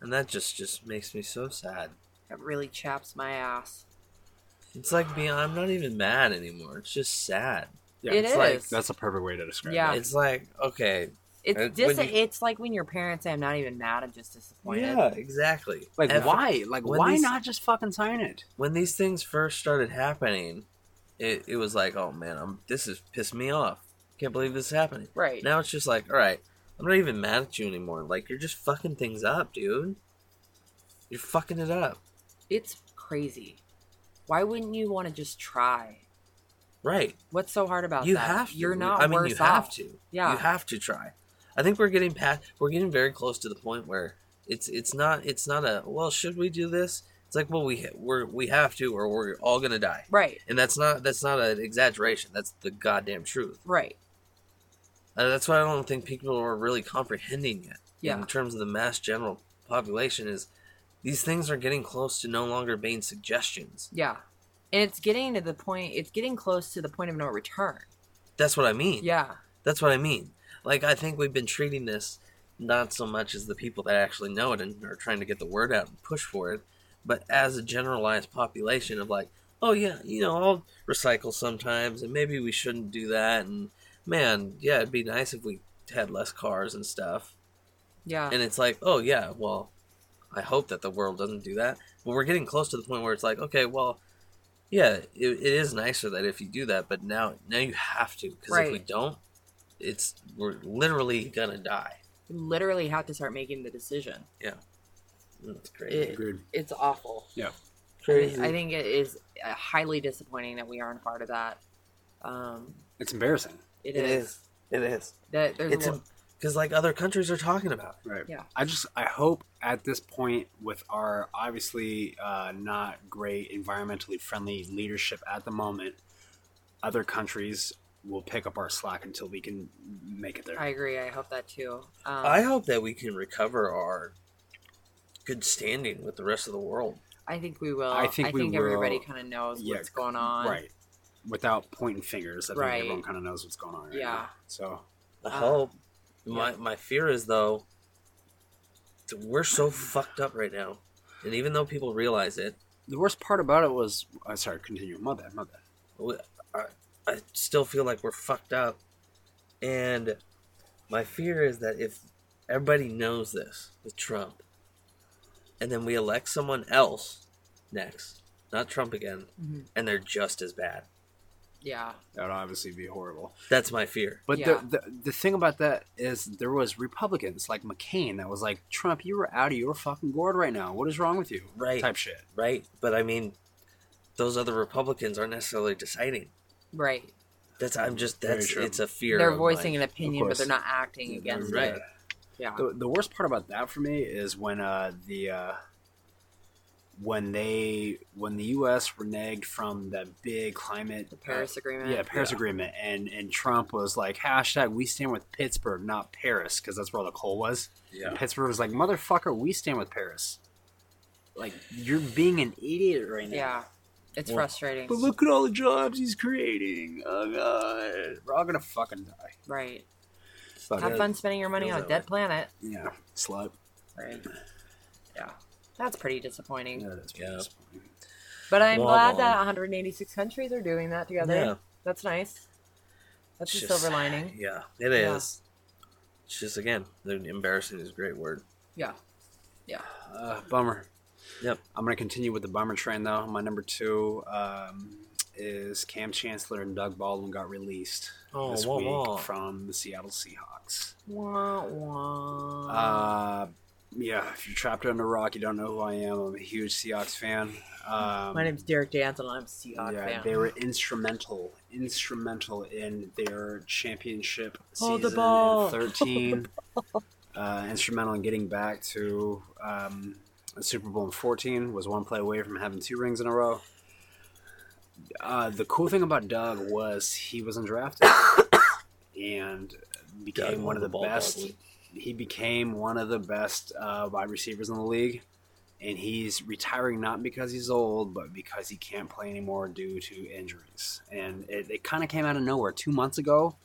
[SPEAKER 5] and that just just makes me so sad.
[SPEAKER 4] It really chaps my ass.
[SPEAKER 5] It's like being I'm not even mad anymore. It's just sad.
[SPEAKER 6] Yeah,
[SPEAKER 4] It
[SPEAKER 6] it's like
[SPEAKER 4] is.
[SPEAKER 6] that's a perfect way to describe
[SPEAKER 4] Yeah.
[SPEAKER 6] it.
[SPEAKER 5] It's like okay, Uh,
[SPEAKER 4] It's dis-
[SPEAKER 5] when you-
[SPEAKER 4] it's like when your parents say, I'm not even mad, I'm just disappointed.
[SPEAKER 5] yeah, exactly.
[SPEAKER 6] Like
[SPEAKER 5] Eff-
[SPEAKER 6] why? Like
[SPEAKER 5] When
[SPEAKER 6] why
[SPEAKER 5] these-
[SPEAKER 6] not just fucking sign it?
[SPEAKER 5] when these things first started happening, it, it was like, oh man, I'm, this is pissed me off. Can't believe this is happening.
[SPEAKER 4] Right.
[SPEAKER 5] Now it's just like, all right, I'm not even mad at you anymore. Like you're just fucking things up, dude. You're fucking it up.
[SPEAKER 4] It's crazy. Why wouldn't you want to just try?
[SPEAKER 5] Right.
[SPEAKER 4] What's so hard about
[SPEAKER 5] you
[SPEAKER 4] that?
[SPEAKER 5] have to.
[SPEAKER 4] You're not
[SPEAKER 5] I mean,
[SPEAKER 4] worse
[SPEAKER 5] you have
[SPEAKER 4] off.
[SPEAKER 5] to.
[SPEAKER 4] Yeah.
[SPEAKER 5] You have to try. I think we're getting past. We're getting very close to the point where it's it's not it's not a well. Should we do this? It's like well we we're, we have to or we're all gonna die.
[SPEAKER 4] Right.
[SPEAKER 5] And that's not that's not an exaggeration. That's the goddamn truth.
[SPEAKER 4] Right.
[SPEAKER 5] Uh, that's what I don't think people are really comprehending yet.
[SPEAKER 4] Yeah.
[SPEAKER 5] In terms of the mass general population, is these things are getting close to no longer being suggestions.
[SPEAKER 4] Yeah. And it's getting to the point it's getting close to the point of no return.
[SPEAKER 5] That's what I mean.
[SPEAKER 4] Yeah.
[SPEAKER 5] That's what I mean. Like I think we've been treating this not so much as the people that actually know it and are trying to get the word out and push for it, but as a generalized population of like, oh yeah, you know, I'll recycle sometimes and maybe we shouldn't do that and man, yeah, it'd be nice if we had less cars and stuff.
[SPEAKER 4] Yeah.
[SPEAKER 5] And it's like, oh yeah, well, I hope that the world doesn't do that. But we're getting close to the point where it's like, okay, well, yeah, it, it is nicer that if you do that, but now now you have to because if we
[SPEAKER 4] Right.
[SPEAKER 5] don't, it's we're literally gonna die.
[SPEAKER 4] you literally have to start making the decision.
[SPEAKER 5] That's
[SPEAKER 4] It-
[SPEAKER 5] Mm, crazy.
[SPEAKER 6] Agreed.
[SPEAKER 4] It's awful.
[SPEAKER 5] crazy.
[SPEAKER 4] I think it is uh, highly disappointing that we aren't a part of that. Um,
[SPEAKER 6] It's embarrassing.
[SPEAKER 4] it
[SPEAKER 5] It
[SPEAKER 4] is.
[SPEAKER 5] is. It is.
[SPEAKER 4] That there's
[SPEAKER 5] It's
[SPEAKER 4] a, lo-
[SPEAKER 5] because like other countries are talking about it.
[SPEAKER 6] Right.
[SPEAKER 4] Yeah.
[SPEAKER 6] I just I hope at this point with our obviously uh, not great environmentally friendly leadership at the moment, other countries will pick up our slack until we can make it there.
[SPEAKER 4] I agree. I hope that too. Um,
[SPEAKER 5] I hope that we can recover our good standing with the rest of the world.
[SPEAKER 4] I think we will.
[SPEAKER 6] I think we
[SPEAKER 4] everybody
[SPEAKER 6] will.
[SPEAKER 4] kind of knows
[SPEAKER 6] Yeah,
[SPEAKER 4] what's going on.
[SPEAKER 6] Right. Without pointing fingers, I think
[SPEAKER 4] Right.
[SPEAKER 6] everyone kind of knows what's going on. Right
[SPEAKER 4] Yeah.
[SPEAKER 6] now. So
[SPEAKER 5] I
[SPEAKER 4] Uh,
[SPEAKER 5] hope. My my fear is though, that we're so fucked up right now, and even though people realize it,
[SPEAKER 6] the worst part about it was I sorry, continue. My bad, my bad.
[SPEAKER 5] we- I, I still feel like we're fucked up, and my fear is that if everybody knows this with Trump, and then we elect someone else next, not Trump again,
[SPEAKER 4] Mhm.
[SPEAKER 5] and they're just as bad.
[SPEAKER 4] Yeah.
[SPEAKER 6] That would obviously be horrible.
[SPEAKER 5] That's my fear.
[SPEAKER 6] But
[SPEAKER 4] Yeah.
[SPEAKER 6] the, the the thing about that is there was Republicans like McCain that was like Trump, you are out of your fucking gourd right now. What is wrong with you?
[SPEAKER 5] Right.
[SPEAKER 6] Type shit.
[SPEAKER 5] Right, but I mean, those other Republicans aren't necessarily deciding.
[SPEAKER 4] Right.
[SPEAKER 5] That's I'm just
[SPEAKER 6] Very
[SPEAKER 5] that's
[SPEAKER 6] true.
[SPEAKER 5] it's a fear.
[SPEAKER 4] They're
[SPEAKER 5] of
[SPEAKER 4] voicing
[SPEAKER 5] mine.
[SPEAKER 4] an opinion, but
[SPEAKER 6] course.
[SPEAKER 4] they're not acting against
[SPEAKER 5] Right.
[SPEAKER 4] it. Yeah.
[SPEAKER 6] The, the worst part about that for me is when uh, the uh, when they when the U.S. reneged from that big climate
[SPEAKER 4] The Paris Agreement.
[SPEAKER 6] yeah Paris Agreement and and Trump was like hashtag we stand with Pittsburgh not Paris because that's where all the coal was.
[SPEAKER 5] Yeah.
[SPEAKER 6] Pittsburgh was like motherfucker we stand with Paris. Like you're being an idiot right now.
[SPEAKER 4] Yeah. It's
[SPEAKER 5] Well,
[SPEAKER 4] frustrating.
[SPEAKER 6] But look at all the jobs he's creating. Oh god, we're all gonna fucking die.
[SPEAKER 4] Right.
[SPEAKER 6] Fuck
[SPEAKER 4] Have
[SPEAKER 6] it.
[SPEAKER 4] fun spending your money
[SPEAKER 5] Feels
[SPEAKER 4] on a
[SPEAKER 5] that
[SPEAKER 4] dead
[SPEAKER 5] way.
[SPEAKER 4] planet.
[SPEAKER 6] Yeah, slut.
[SPEAKER 4] Right. Yeah. That's pretty disappointing.
[SPEAKER 6] Yeah, um, that's pretty
[SPEAKER 5] Yeah.
[SPEAKER 6] disappointing.
[SPEAKER 4] But I'm
[SPEAKER 5] Wah,
[SPEAKER 4] glad
[SPEAKER 5] wah.
[SPEAKER 4] that 186 countries are doing that together.
[SPEAKER 5] Yeah.
[SPEAKER 4] That's nice. That's
[SPEAKER 5] It's
[SPEAKER 4] a
[SPEAKER 5] just-
[SPEAKER 4] silver lining.
[SPEAKER 5] Yeah, it is.
[SPEAKER 4] Yeah.
[SPEAKER 5] It's just again, the embarrassing is a great word.
[SPEAKER 6] Yeah.
[SPEAKER 5] Yeah.
[SPEAKER 6] Uh, bummer.
[SPEAKER 5] Yep.
[SPEAKER 6] I'm gonna continue with the bummer train though. My number two um, is Cam Chancellor and Doug Baldwin got released
[SPEAKER 5] Oh,
[SPEAKER 6] this
[SPEAKER 5] wah,
[SPEAKER 6] week
[SPEAKER 5] wah.
[SPEAKER 6] from the Seattle Seahawks.
[SPEAKER 4] Wah, wah.
[SPEAKER 6] Uh, yeah, if you're trapped under a rock, you don't know who I am. I'm a huge Seahawks fan. Um,
[SPEAKER 4] My name's Derek Danson. I'm a Seahawks
[SPEAKER 6] yeah,
[SPEAKER 4] fan.
[SPEAKER 6] they were instrumental, instrumental in their championship
[SPEAKER 4] Hold the
[SPEAKER 6] season
[SPEAKER 4] ball.
[SPEAKER 6] in 13. uh, instrumental in getting back to um, the Super Bowl in 14 was one play away from having two rings in a row. Uh, the cool thing about Doug was he was undrafted and became one of the
[SPEAKER 5] Ball
[SPEAKER 6] best.
[SPEAKER 5] Doug.
[SPEAKER 6] He became one of the best uh, wide receivers in the league and he's retiring not because he's old, but because he can't play anymore due to injuries. And it, it kind of came out of nowhere. Two months ago,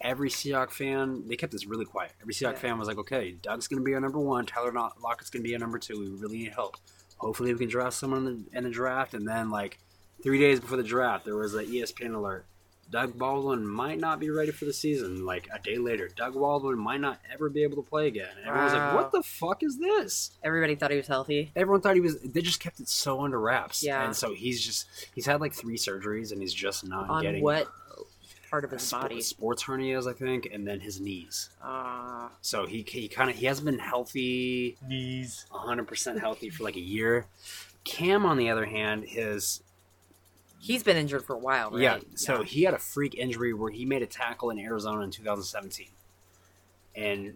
[SPEAKER 6] every Seahawks fan, they kept this really quiet. Every Seahawks
[SPEAKER 4] Yeah.
[SPEAKER 6] fan was like, okay, Doug's going to be our number one, Tyler Lo- Lockett's going to be our number two. We really need help. Hopefully, we can draft someone in the, in the draft. And then, like, three days before the draft, there was E an ESPN alert. Doug Baldwin might not be ready for the season. Like a day later, Doug Baldwin might not ever be able to play again. And everyone's
[SPEAKER 4] Wow.
[SPEAKER 6] like, "What the fuck is this?"
[SPEAKER 4] Everybody thought he was healthy.
[SPEAKER 6] everyone thought he was they just kept it so under wraps
[SPEAKER 4] Yeah.
[SPEAKER 6] and so he's just he's had like three surgeries and he's just not
[SPEAKER 4] On
[SPEAKER 6] getting
[SPEAKER 4] what part of
[SPEAKER 6] uh,
[SPEAKER 4] his
[SPEAKER 6] spo-
[SPEAKER 4] body?
[SPEAKER 6] sports hernias i think and then his knees
[SPEAKER 4] Uh,
[SPEAKER 6] so he, he kind of he hasn't been healthy knees 100% healthy for like a year cam on the other hand his
[SPEAKER 4] he's been injured for a while, right?
[SPEAKER 6] yeah so he had a freak injury where he made a tackle in arizona in 2017 and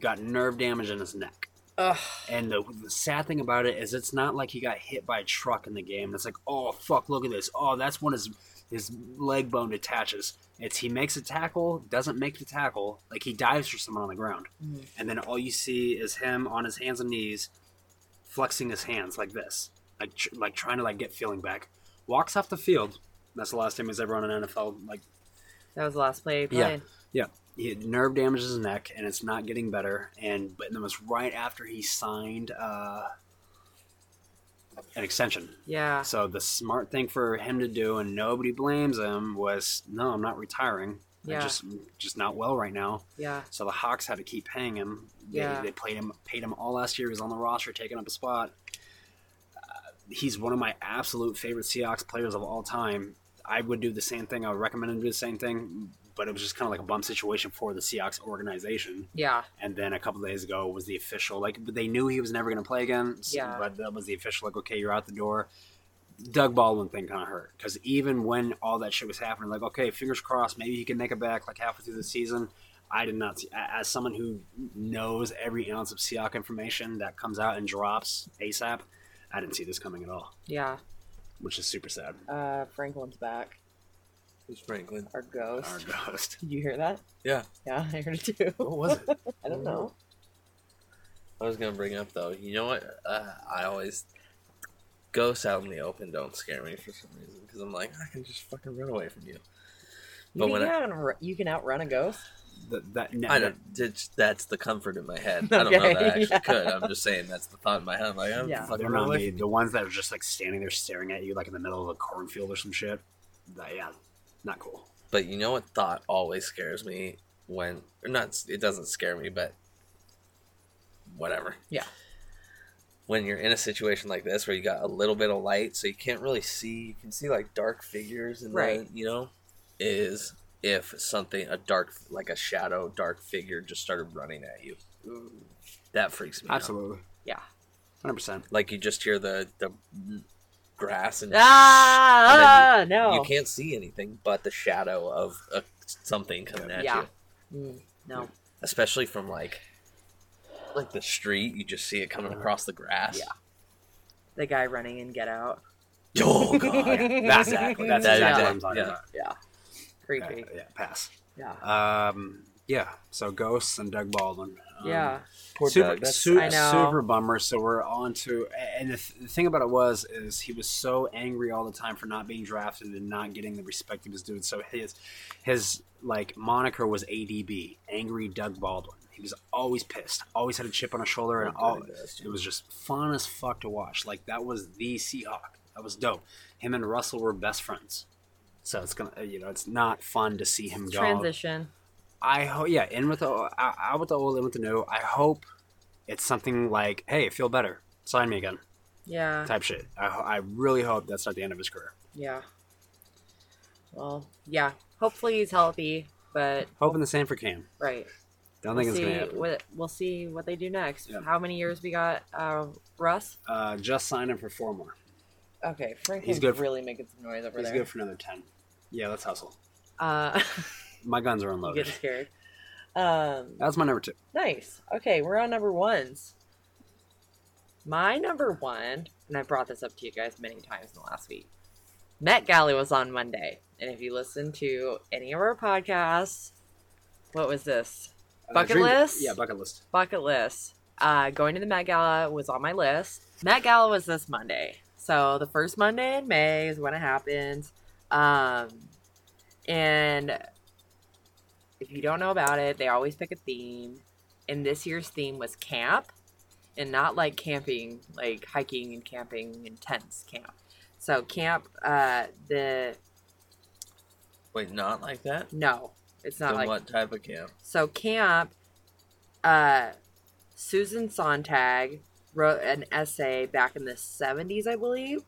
[SPEAKER 6] got nerve damage in his neck
[SPEAKER 4] Ugh.
[SPEAKER 6] And the, the sad thing about it is, it's not like he got hit by a truck in the game. It's like, oh fuck, look at this. Oh, that's when his his leg bone detaches. It's he makes a tackle, doesn't make the tackle, like he dives for someone on the ground,
[SPEAKER 4] Mhm.
[SPEAKER 6] and then all you see is him on his hands and knees, flexing his hands like this, like tr- like trying to like get feeling back. Walks off the field. That's the last time he's ever on an NFL like
[SPEAKER 4] That was the last play he
[SPEAKER 6] Yeah.
[SPEAKER 4] played.
[SPEAKER 6] yeah. He had nerve damage in his neck, and it's not getting better. And but that was right after he signed uh, an extension.
[SPEAKER 4] Yeah.
[SPEAKER 6] So the smart thing for him to do, and nobody blames him, was no, I'm not retiring.
[SPEAKER 4] Yeah.
[SPEAKER 6] I'm just just not well right now.
[SPEAKER 4] Yeah.
[SPEAKER 6] So the Hawks had to keep paying him. They,
[SPEAKER 4] Yeah.
[SPEAKER 6] they played him, paid him all last year. He was on the roster, taking up a spot. Uh, he's one of my absolute favorite Seahawks players of all time. I would do the same thing. I would recommend him to do the same thing, but it was just kind of like a bump situation for the Seahawks organization.
[SPEAKER 4] Yeah.
[SPEAKER 6] And then a couple days ago was the official, like but they knew he was never going to play again. s-
[SPEAKER 4] Yeah.
[SPEAKER 6] But that was the official, like okay, you're out the door. Doug Baldwin thing kind of hurt because even when all that shit was happening, like okay, fingers crossed, maybe he can make it back like halfway through the season. I did not see a- as someone who knows every ounce of Seahawk information that comes out and drops ASAP. I didn't see this coming at all,
[SPEAKER 4] Yeah.
[SPEAKER 6] which is super sad.
[SPEAKER 4] Uh, Franklin's back.
[SPEAKER 5] Who's Franklin?
[SPEAKER 4] Our ghost.
[SPEAKER 6] Our ghost.
[SPEAKER 4] Did you hear that?
[SPEAKER 5] Yeah,
[SPEAKER 4] Yeah, I heard it too.
[SPEAKER 6] What was it?
[SPEAKER 4] I don't know.
[SPEAKER 5] I was gonna bring up though. You know what? Uh, I always ghosts out in the open don't scare me for some reason because I'm like I can just fucking run away from you.
[SPEAKER 4] You
[SPEAKER 5] But
[SPEAKER 4] can,
[SPEAKER 5] when I-
[SPEAKER 4] outru- you can outrun a ghost.
[SPEAKER 6] Th- that,
[SPEAKER 5] I don't. that's- That's the comfort in my head. I don't know that I
[SPEAKER 4] Okay,
[SPEAKER 5] actually
[SPEAKER 4] yeah.
[SPEAKER 5] could. I'm just saying that's the thought in my head. I'm like I'm
[SPEAKER 4] Yeah.
[SPEAKER 5] fucking
[SPEAKER 6] They're
[SPEAKER 5] run
[SPEAKER 6] not
[SPEAKER 5] away.
[SPEAKER 6] the,
[SPEAKER 5] from
[SPEAKER 6] the ones that are just like standing there staring at you, like in the middle of a cornfield or some shit. That- yeah, not cool.
[SPEAKER 5] you. But you know what? Thought always scares me when or not. It doesn't scare me, but whatever.
[SPEAKER 4] Yeah.
[SPEAKER 5] when you're in a situation like this where you got a little bit of light so you can't really see you can see like dark figures and
[SPEAKER 4] Right.
[SPEAKER 5] you know is if something a dark like a shadow dark figure just started running at you that freaks me out.
[SPEAKER 6] Absolutely,
[SPEAKER 4] Yeah.
[SPEAKER 6] hundred percent.
[SPEAKER 5] like you just hear the the grass and,
[SPEAKER 4] Ah,
[SPEAKER 5] and then you,
[SPEAKER 4] no.
[SPEAKER 5] you can't see anything but the shadow of a, something coming at
[SPEAKER 4] Yeah.
[SPEAKER 5] you
[SPEAKER 4] Mm, no.
[SPEAKER 5] especially from like like the street you just see it coming across the grass
[SPEAKER 4] Yeah. The guy running in Get Out.
[SPEAKER 5] oh god
[SPEAKER 6] That's exactly that's
[SPEAKER 5] Yeah.
[SPEAKER 6] exactly what I'm talking
[SPEAKER 5] Yeah.
[SPEAKER 6] about.
[SPEAKER 4] Yeah. Creepy.
[SPEAKER 6] Yeah, yeah, pass.
[SPEAKER 4] Yeah.
[SPEAKER 6] Um, yeah. So ghosts and Doug Baldwin. Um,
[SPEAKER 4] yeah.
[SPEAKER 5] poor
[SPEAKER 6] super,
[SPEAKER 5] Doug, that's
[SPEAKER 6] su-
[SPEAKER 4] I know.
[SPEAKER 6] super bummer. So we're on to, and the, th- the thing about it was, is he was so angry all the time for not being drafted and not getting the respect he was due. So his, his like moniker was ADB, Angry Doug Baldwin. He was always pissed, always had a chip on his shoulder,
[SPEAKER 5] Oh,
[SPEAKER 6] and all it was just fun as fuck to watch. Like that was the Seahawk. That was dope. Him and Russell were best friends. So it's gonna, you know, it's not fun to see him go.
[SPEAKER 4] Transition.
[SPEAKER 6] I hope, yeah, in with the, o- out out with the old, in with the new. I hope it's something like, hey, feel better, sign me again,
[SPEAKER 4] Yeah.
[SPEAKER 6] type shit. I, ho- I really hope that's not the end of his career.
[SPEAKER 4] Yeah. Well, yeah. Hopefully he's healthy, but
[SPEAKER 6] Hoping the same for Cam.
[SPEAKER 4] right.
[SPEAKER 6] Don't think
[SPEAKER 4] We'll
[SPEAKER 6] it's gonna
[SPEAKER 4] see
[SPEAKER 6] happen.
[SPEAKER 4] what we'll see what they do next.
[SPEAKER 6] Yeah.
[SPEAKER 4] How many years we got? Uh, Russ.
[SPEAKER 6] Uh, just sign him for four more.
[SPEAKER 4] Okay, Franklin's
[SPEAKER 6] good for-
[SPEAKER 4] really making some noise over
[SPEAKER 6] He's
[SPEAKER 4] there.
[SPEAKER 6] good for another ten. Yeah, let's hustle.
[SPEAKER 4] Uh,
[SPEAKER 6] My guns are
[SPEAKER 4] I'm
[SPEAKER 6] unloaded.
[SPEAKER 4] getting scared. Um,
[SPEAKER 6] That's my number two.
[SPEAKER 4] Nice. Okay, we're on number ones. My number one, and I brought this up to you guys many times in the last week. Met Gala was on Monday, and if you listen to any of our podcasts, what was this?
[SPEAKER 6] Uh,
[SPEAKER 4] Bucket
[SPEAKER 6] dream-
[SPEAKER 4] list?
[SPEAKER 6] Yeah, bucket list.
[SPEAKER 4] Bucket list. Uh, going to the Met Gala was on my list. Met Gala was this Monday, so the first Monday in May is when it happens. Um, and if you don't know about it, they always pick a theme. And this year's theme was camp, and not like camping, like hiking and camping in tents camp. So camp, uh, the
[SPEAKER 5] Wait, not like that?
[SPEAKER 4] no, it's not
[SPEAKER 5] Then
[SPEAKER 4] like
[SPEAKER 5] what type of camp?
[SPEAKER 4] so camp, uh, Susan Sontag wrote an essay back in the seventies, I believe.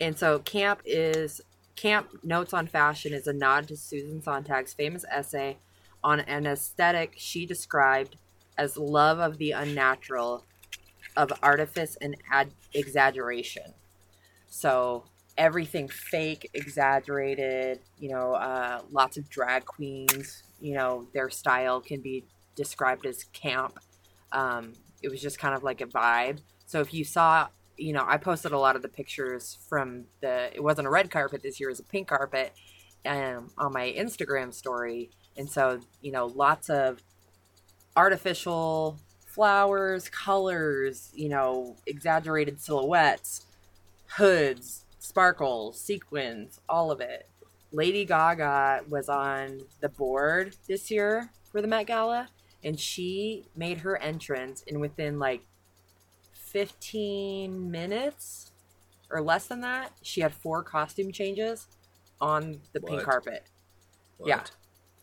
[SPEAKER 4] And so camp is camp notes on fashion is a nod to Susan Sontag's famous essay on an aesthetic she described as love of the unnatural, of artifice and ad- exaggeration. So everything fake, exaggerated, you know, uh, lots of drag queens, you know, their style can be described as camp. Um, it was just kind of like a vibe. So if you saw, you know, I posted a lot of the pictures from the, it wasn't a red carpet this year, it was a pink carpet um, on my Instagram story. And so, you know, lots of artificial flowers, colors, you know, exaggerated silhouettes, hoods, sparkles, sequins, all of it. Lady Gaga was on the board this year for the Met Gala, and she made her entrance, and within like 15 minutes or less than that, she had four costume changes on the pink
[SPEAKER 5] What?
[SPEAKER 4] carpet.
[SPEAKER 5] What?
[SPEAKER 4] Yeah.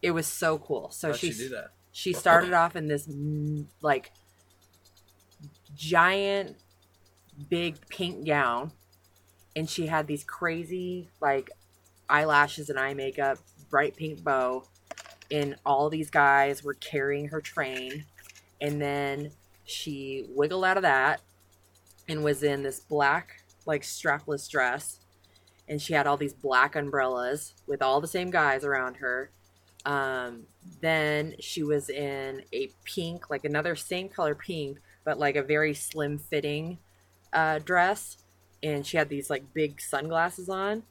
[SPEAKER 4] It was so cool. So
[SPEAKER 5] How'd she
[SPEAKER 4] she's
[SPEAKER 5] do that?
[SPEAKER 4] she started off in this mm, like giant big pink gown and she had these crazy like eyelashes and eye makeup bright pink bow and all these guys were carrying her train and then she wiggled out of that and was in this black like strapless dress and she had all these black umbrellas with all the same guys around her um, then she was in a pink, like another same color pink, but like a very slim fitting uh, dress. And she had these like big sunglasses on.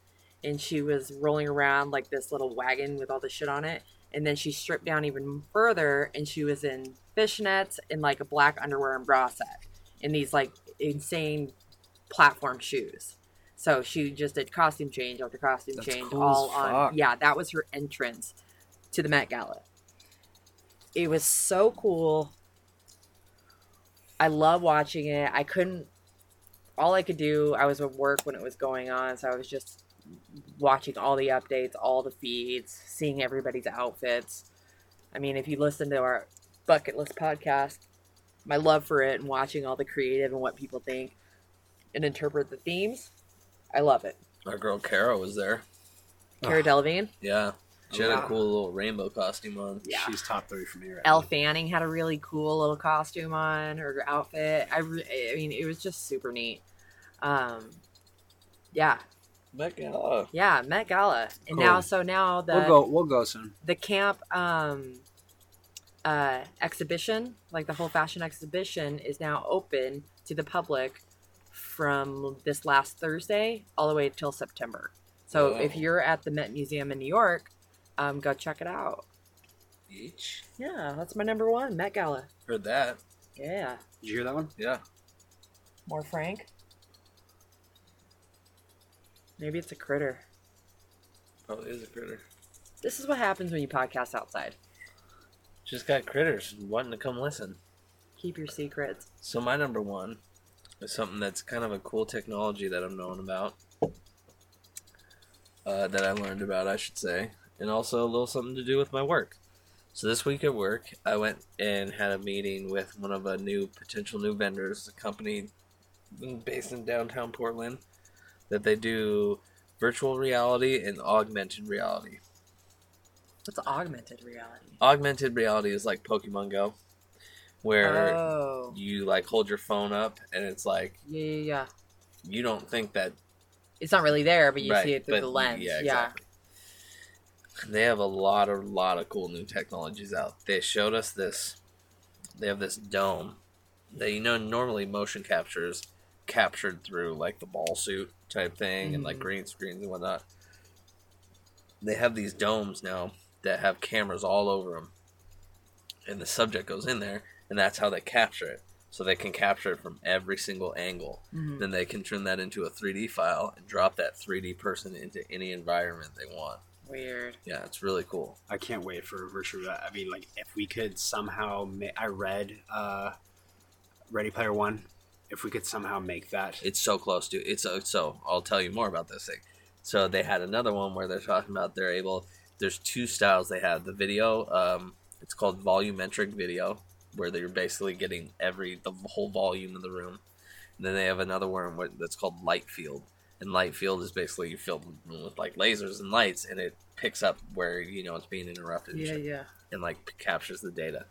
[SPEAKER 4] And she was rolling around like this little wagon with all the shit on it. And then she stripped down even further and she was in fishnets and like a black underwear and bra set and these like insane platform shoes. So she just did costume change after costume
[SPEAKER 6] That's
[SPEAKER 4] change
[SPEAKER 6] cool as
[SPEAKER 4] all on.
[SPEAKER 6] fuck.
[SPEAKER 4] Yeah, that was her entrance to the Met Gala. It was so cool. I love watching it. I couldn't all I could do, I was at work when it was going on, so I was just watching all the updates, all the feeds, seeing everybody's outfits. I mean, if you listen to our bucket list podcast, my love for it and watching all the creative and what people think and interpret the themes, I love it.
[SPEAKER 5] Our girl Kara was there.
[SPEAKER 4] Cara Delevingne,
[SPEAKER 5] Yeah. She had
[SPEAKER 6] Wow.
[SPEAKER 5] a cool little rainbow costume on.
[SPEAKER 4] Yeah.
[SPEAKER 6] She's top three for me right
[SPEAKER 4] Elle Fanning had a really cool little costume on her outfit. I, re- I mean, it was just super neat. Um, yeah,
[SPEAKER 5] Met Gala.
[SPEAKER 4] yeah, Met Gala, and
[SPEAKER 6] Cool.
[SPEAKER 4] now so now the
[SPEAKER 6] now. We'll go. We'll go soon.
[SPEAKER 4] the camp um, uh, exhibition, like the whole fashion exhibition, is now open to the public from this last Thursday all the way till September. So
[SPEAKER 5] Wow.
[SPEAKER 4] if you're at the Met Museum in New York, um, go check it out.
[SPEAKER 5] Beach.
[SPEAKER 4] Yeah, that's my number one, Met Gala.
[SPEAKER 5] Heard that.
[SPEAKER 4] Yeah,
[SPEAKER 6] Did you hear that one?
[SPEAKER 5] Yeah.
[SPEAKER 4] more Frank. Maybe it's a critter.
[SPEAKER 5] Probably is a critter.
[SPEAKER 4] This is what happens when you podcast outside.
[SPEAKER 5] Just got critters wanting to come listen.
[SPEAKER 4] Keep your secrets.
[SPEAKER 5] So my number one is something that's kind of a cool technology that I'm knowing about. Uh, that I learned about, I should say, and also a little something to do with my work. So this week at work, I went and had a meeting with one of a new potential new vendors, a company based in downtown Portland, that they do virtual reality and augmented reality.
[SPEAKER 4] What's augmented reality?
[SPEAKER 5] Augmented reality is like Pokemon Go, where
[SPEAKER 4] Oh.
[SPEAKER 5] you like hold your phone up and it's like
[SPEAKER 4] Yeah, yeah, yeah.
[SPEAKER 5] you don't think that
[SPEAKER 4] It's not really there, but you
[SPEAKER 5] Right,
[SPEAKER 4] see it through
[SPEAKER 5] but-
[SPEAKER 4] the lens. Yeah.
[SPEAKER 5] exactly. They have a lot, a lot of cool new technologies out. They showed us this. They have this dome that you know normally motion captures captured through like the ball suit type thing and like
[SPEAKER 4] Mhm.
[SPEAKER 5] green screens and whatnot. They have these domes now that have cameras all over them, and the subject goes in there, and that's how they capture it. So they can capture it from every single angle
[SPEAKER 4] Mhm.
[SPEAKER 5] then they can turn that into a 3D file and drop that 3D person into any environment they want.
[SPEAKER 4] Weird.
[SPEAKER 5] Yeah, it's really cool.
[SPEAKER 6] I can't wait for virtual. rea- I mean, like if we could somehow, ma- I read uh, Ready Player One. If we could somehow make that,
[SPEAKER 5] It's so close to it's uh, so. I'll tell you more about this thing. So they had another one where they're talking about they're able. There's two styles they have. The video, um, it's called volumetric video, where they're basically getting every the whole volume of the room. And then they have another one where- that's called light field, and light field is basically you fill the room with like lasers and lights, and it picks up where you know it's being interrupted. and
[SPEAKER 4] Yeah,
[SPEAKER 5] shit.
[SPEAKER 4] yeah.
[SPEAKER 5] and like p- captures the data.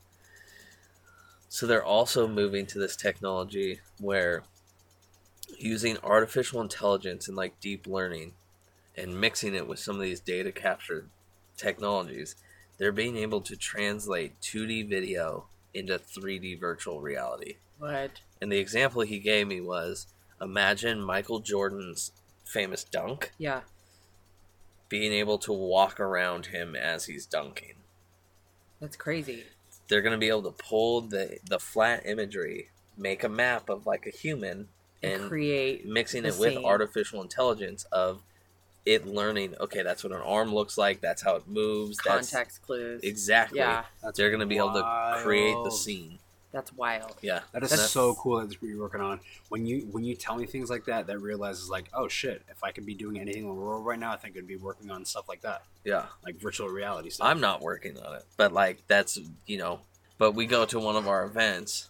[SPEAKER 5] So they're also moving to this technology where using artificial intelligence and like deep learning and mixing it with some of these data capture technologies, they're being able to translate 2D video into 3D virtual reality.
[SPEAKER 4] What?
[SPEAKER 5] And the example he gave me was imagine Michael Jordan's famous dunk
[SPEAKER 4] Yeah.
[SPEAKER 5] being able to walk around him as he's dunking.
[SPEAKER 4] That's crazy.
[SPEAKER 5] they're gonna be able to pull the the flat imagery, make a map of like a human,
[SPEAKER 4] And,
[SPEAKER 5] and
[SPEAKER 4] create.
[SPEAKER 5] mixing
[SPEAKER 4] the
[SPEAKER 5] it with
[SPEAKER 4] scene.
[SPEAKER 5] artificial intelligence of it learning. Okay, that's what an arm looks like. That's how it moves. That's
[SPEAKER 4] Context clues.
[SPEAKER 5] exactly.
[SPEAKER 4] Yeah.
[SPEAKER 6] that's
[SPEAKER 5] They're gonna be able to create the
[SPEAKER 6] wild.
[SPEAKER 5] scene.
[SPEAKER 4] That's wild.
[SPEAKER 5] Yeah,
[SPEAKER 6] That is
[SPEAKER 5] That's-
[SPEAKER 6] so cool that you're working on. When you when you tell me things like that, that realizes like, oh shit, if I could be doing anything in the world right now, I think I'd be working on stuff like that,
[SPEAKER 5] Yeah,
[SPEAKER 6] like virtual reality stuff.
[SPEAKER 5] I'm not working on it, but like that's you know. But we go to one of our events,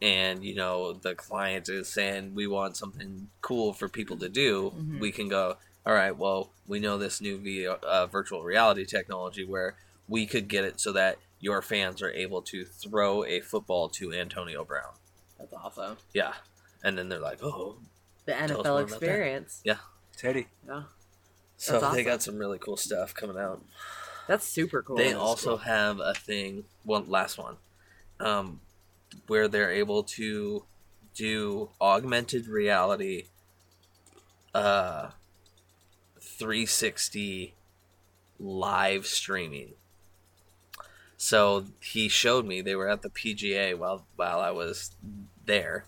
[SPEAKER 5] and you know the client is saying we want something cool for people to do.
[SPEAKER 4] Mhm.
[SPEAKER 5] We can go. All right. Well, we know this new v- uh, virtual reality technology where we could get it so that your fans are able to throw a football to Antonio Brown.
[SPEAKER 4] That's awesome.
[SPEAKER 5] Yeah, and then they're like, oh,
[SPEAKER 4] The
[SPEAKER 5] us
[SPEAKER 4] NFL
[SPEAKER 5] more about that.
[SPEAKER 4] experience.
[SPEAKER 6] Teddy.
[SPEAKER 4] Yeah.
[SPEAKER 5] so
[SPEAKER 4] That's
[SPEAKER 5] they
[SPEAKER 4] awesome.
[SPEAKER 5] got some really cool stuff coming out.
[SPEAKER 4] That's super cool.
[SPEAKER 5] They
[SPEAKER 4] That's
[SPEAKER 5] also
[SPEAKER 4] cool.
[SPEAKER 5] have a thing, one last one, um, where they're able to do augmented reality, uh, 360 live streaming. So he showed me they were at the PGA while while I was there,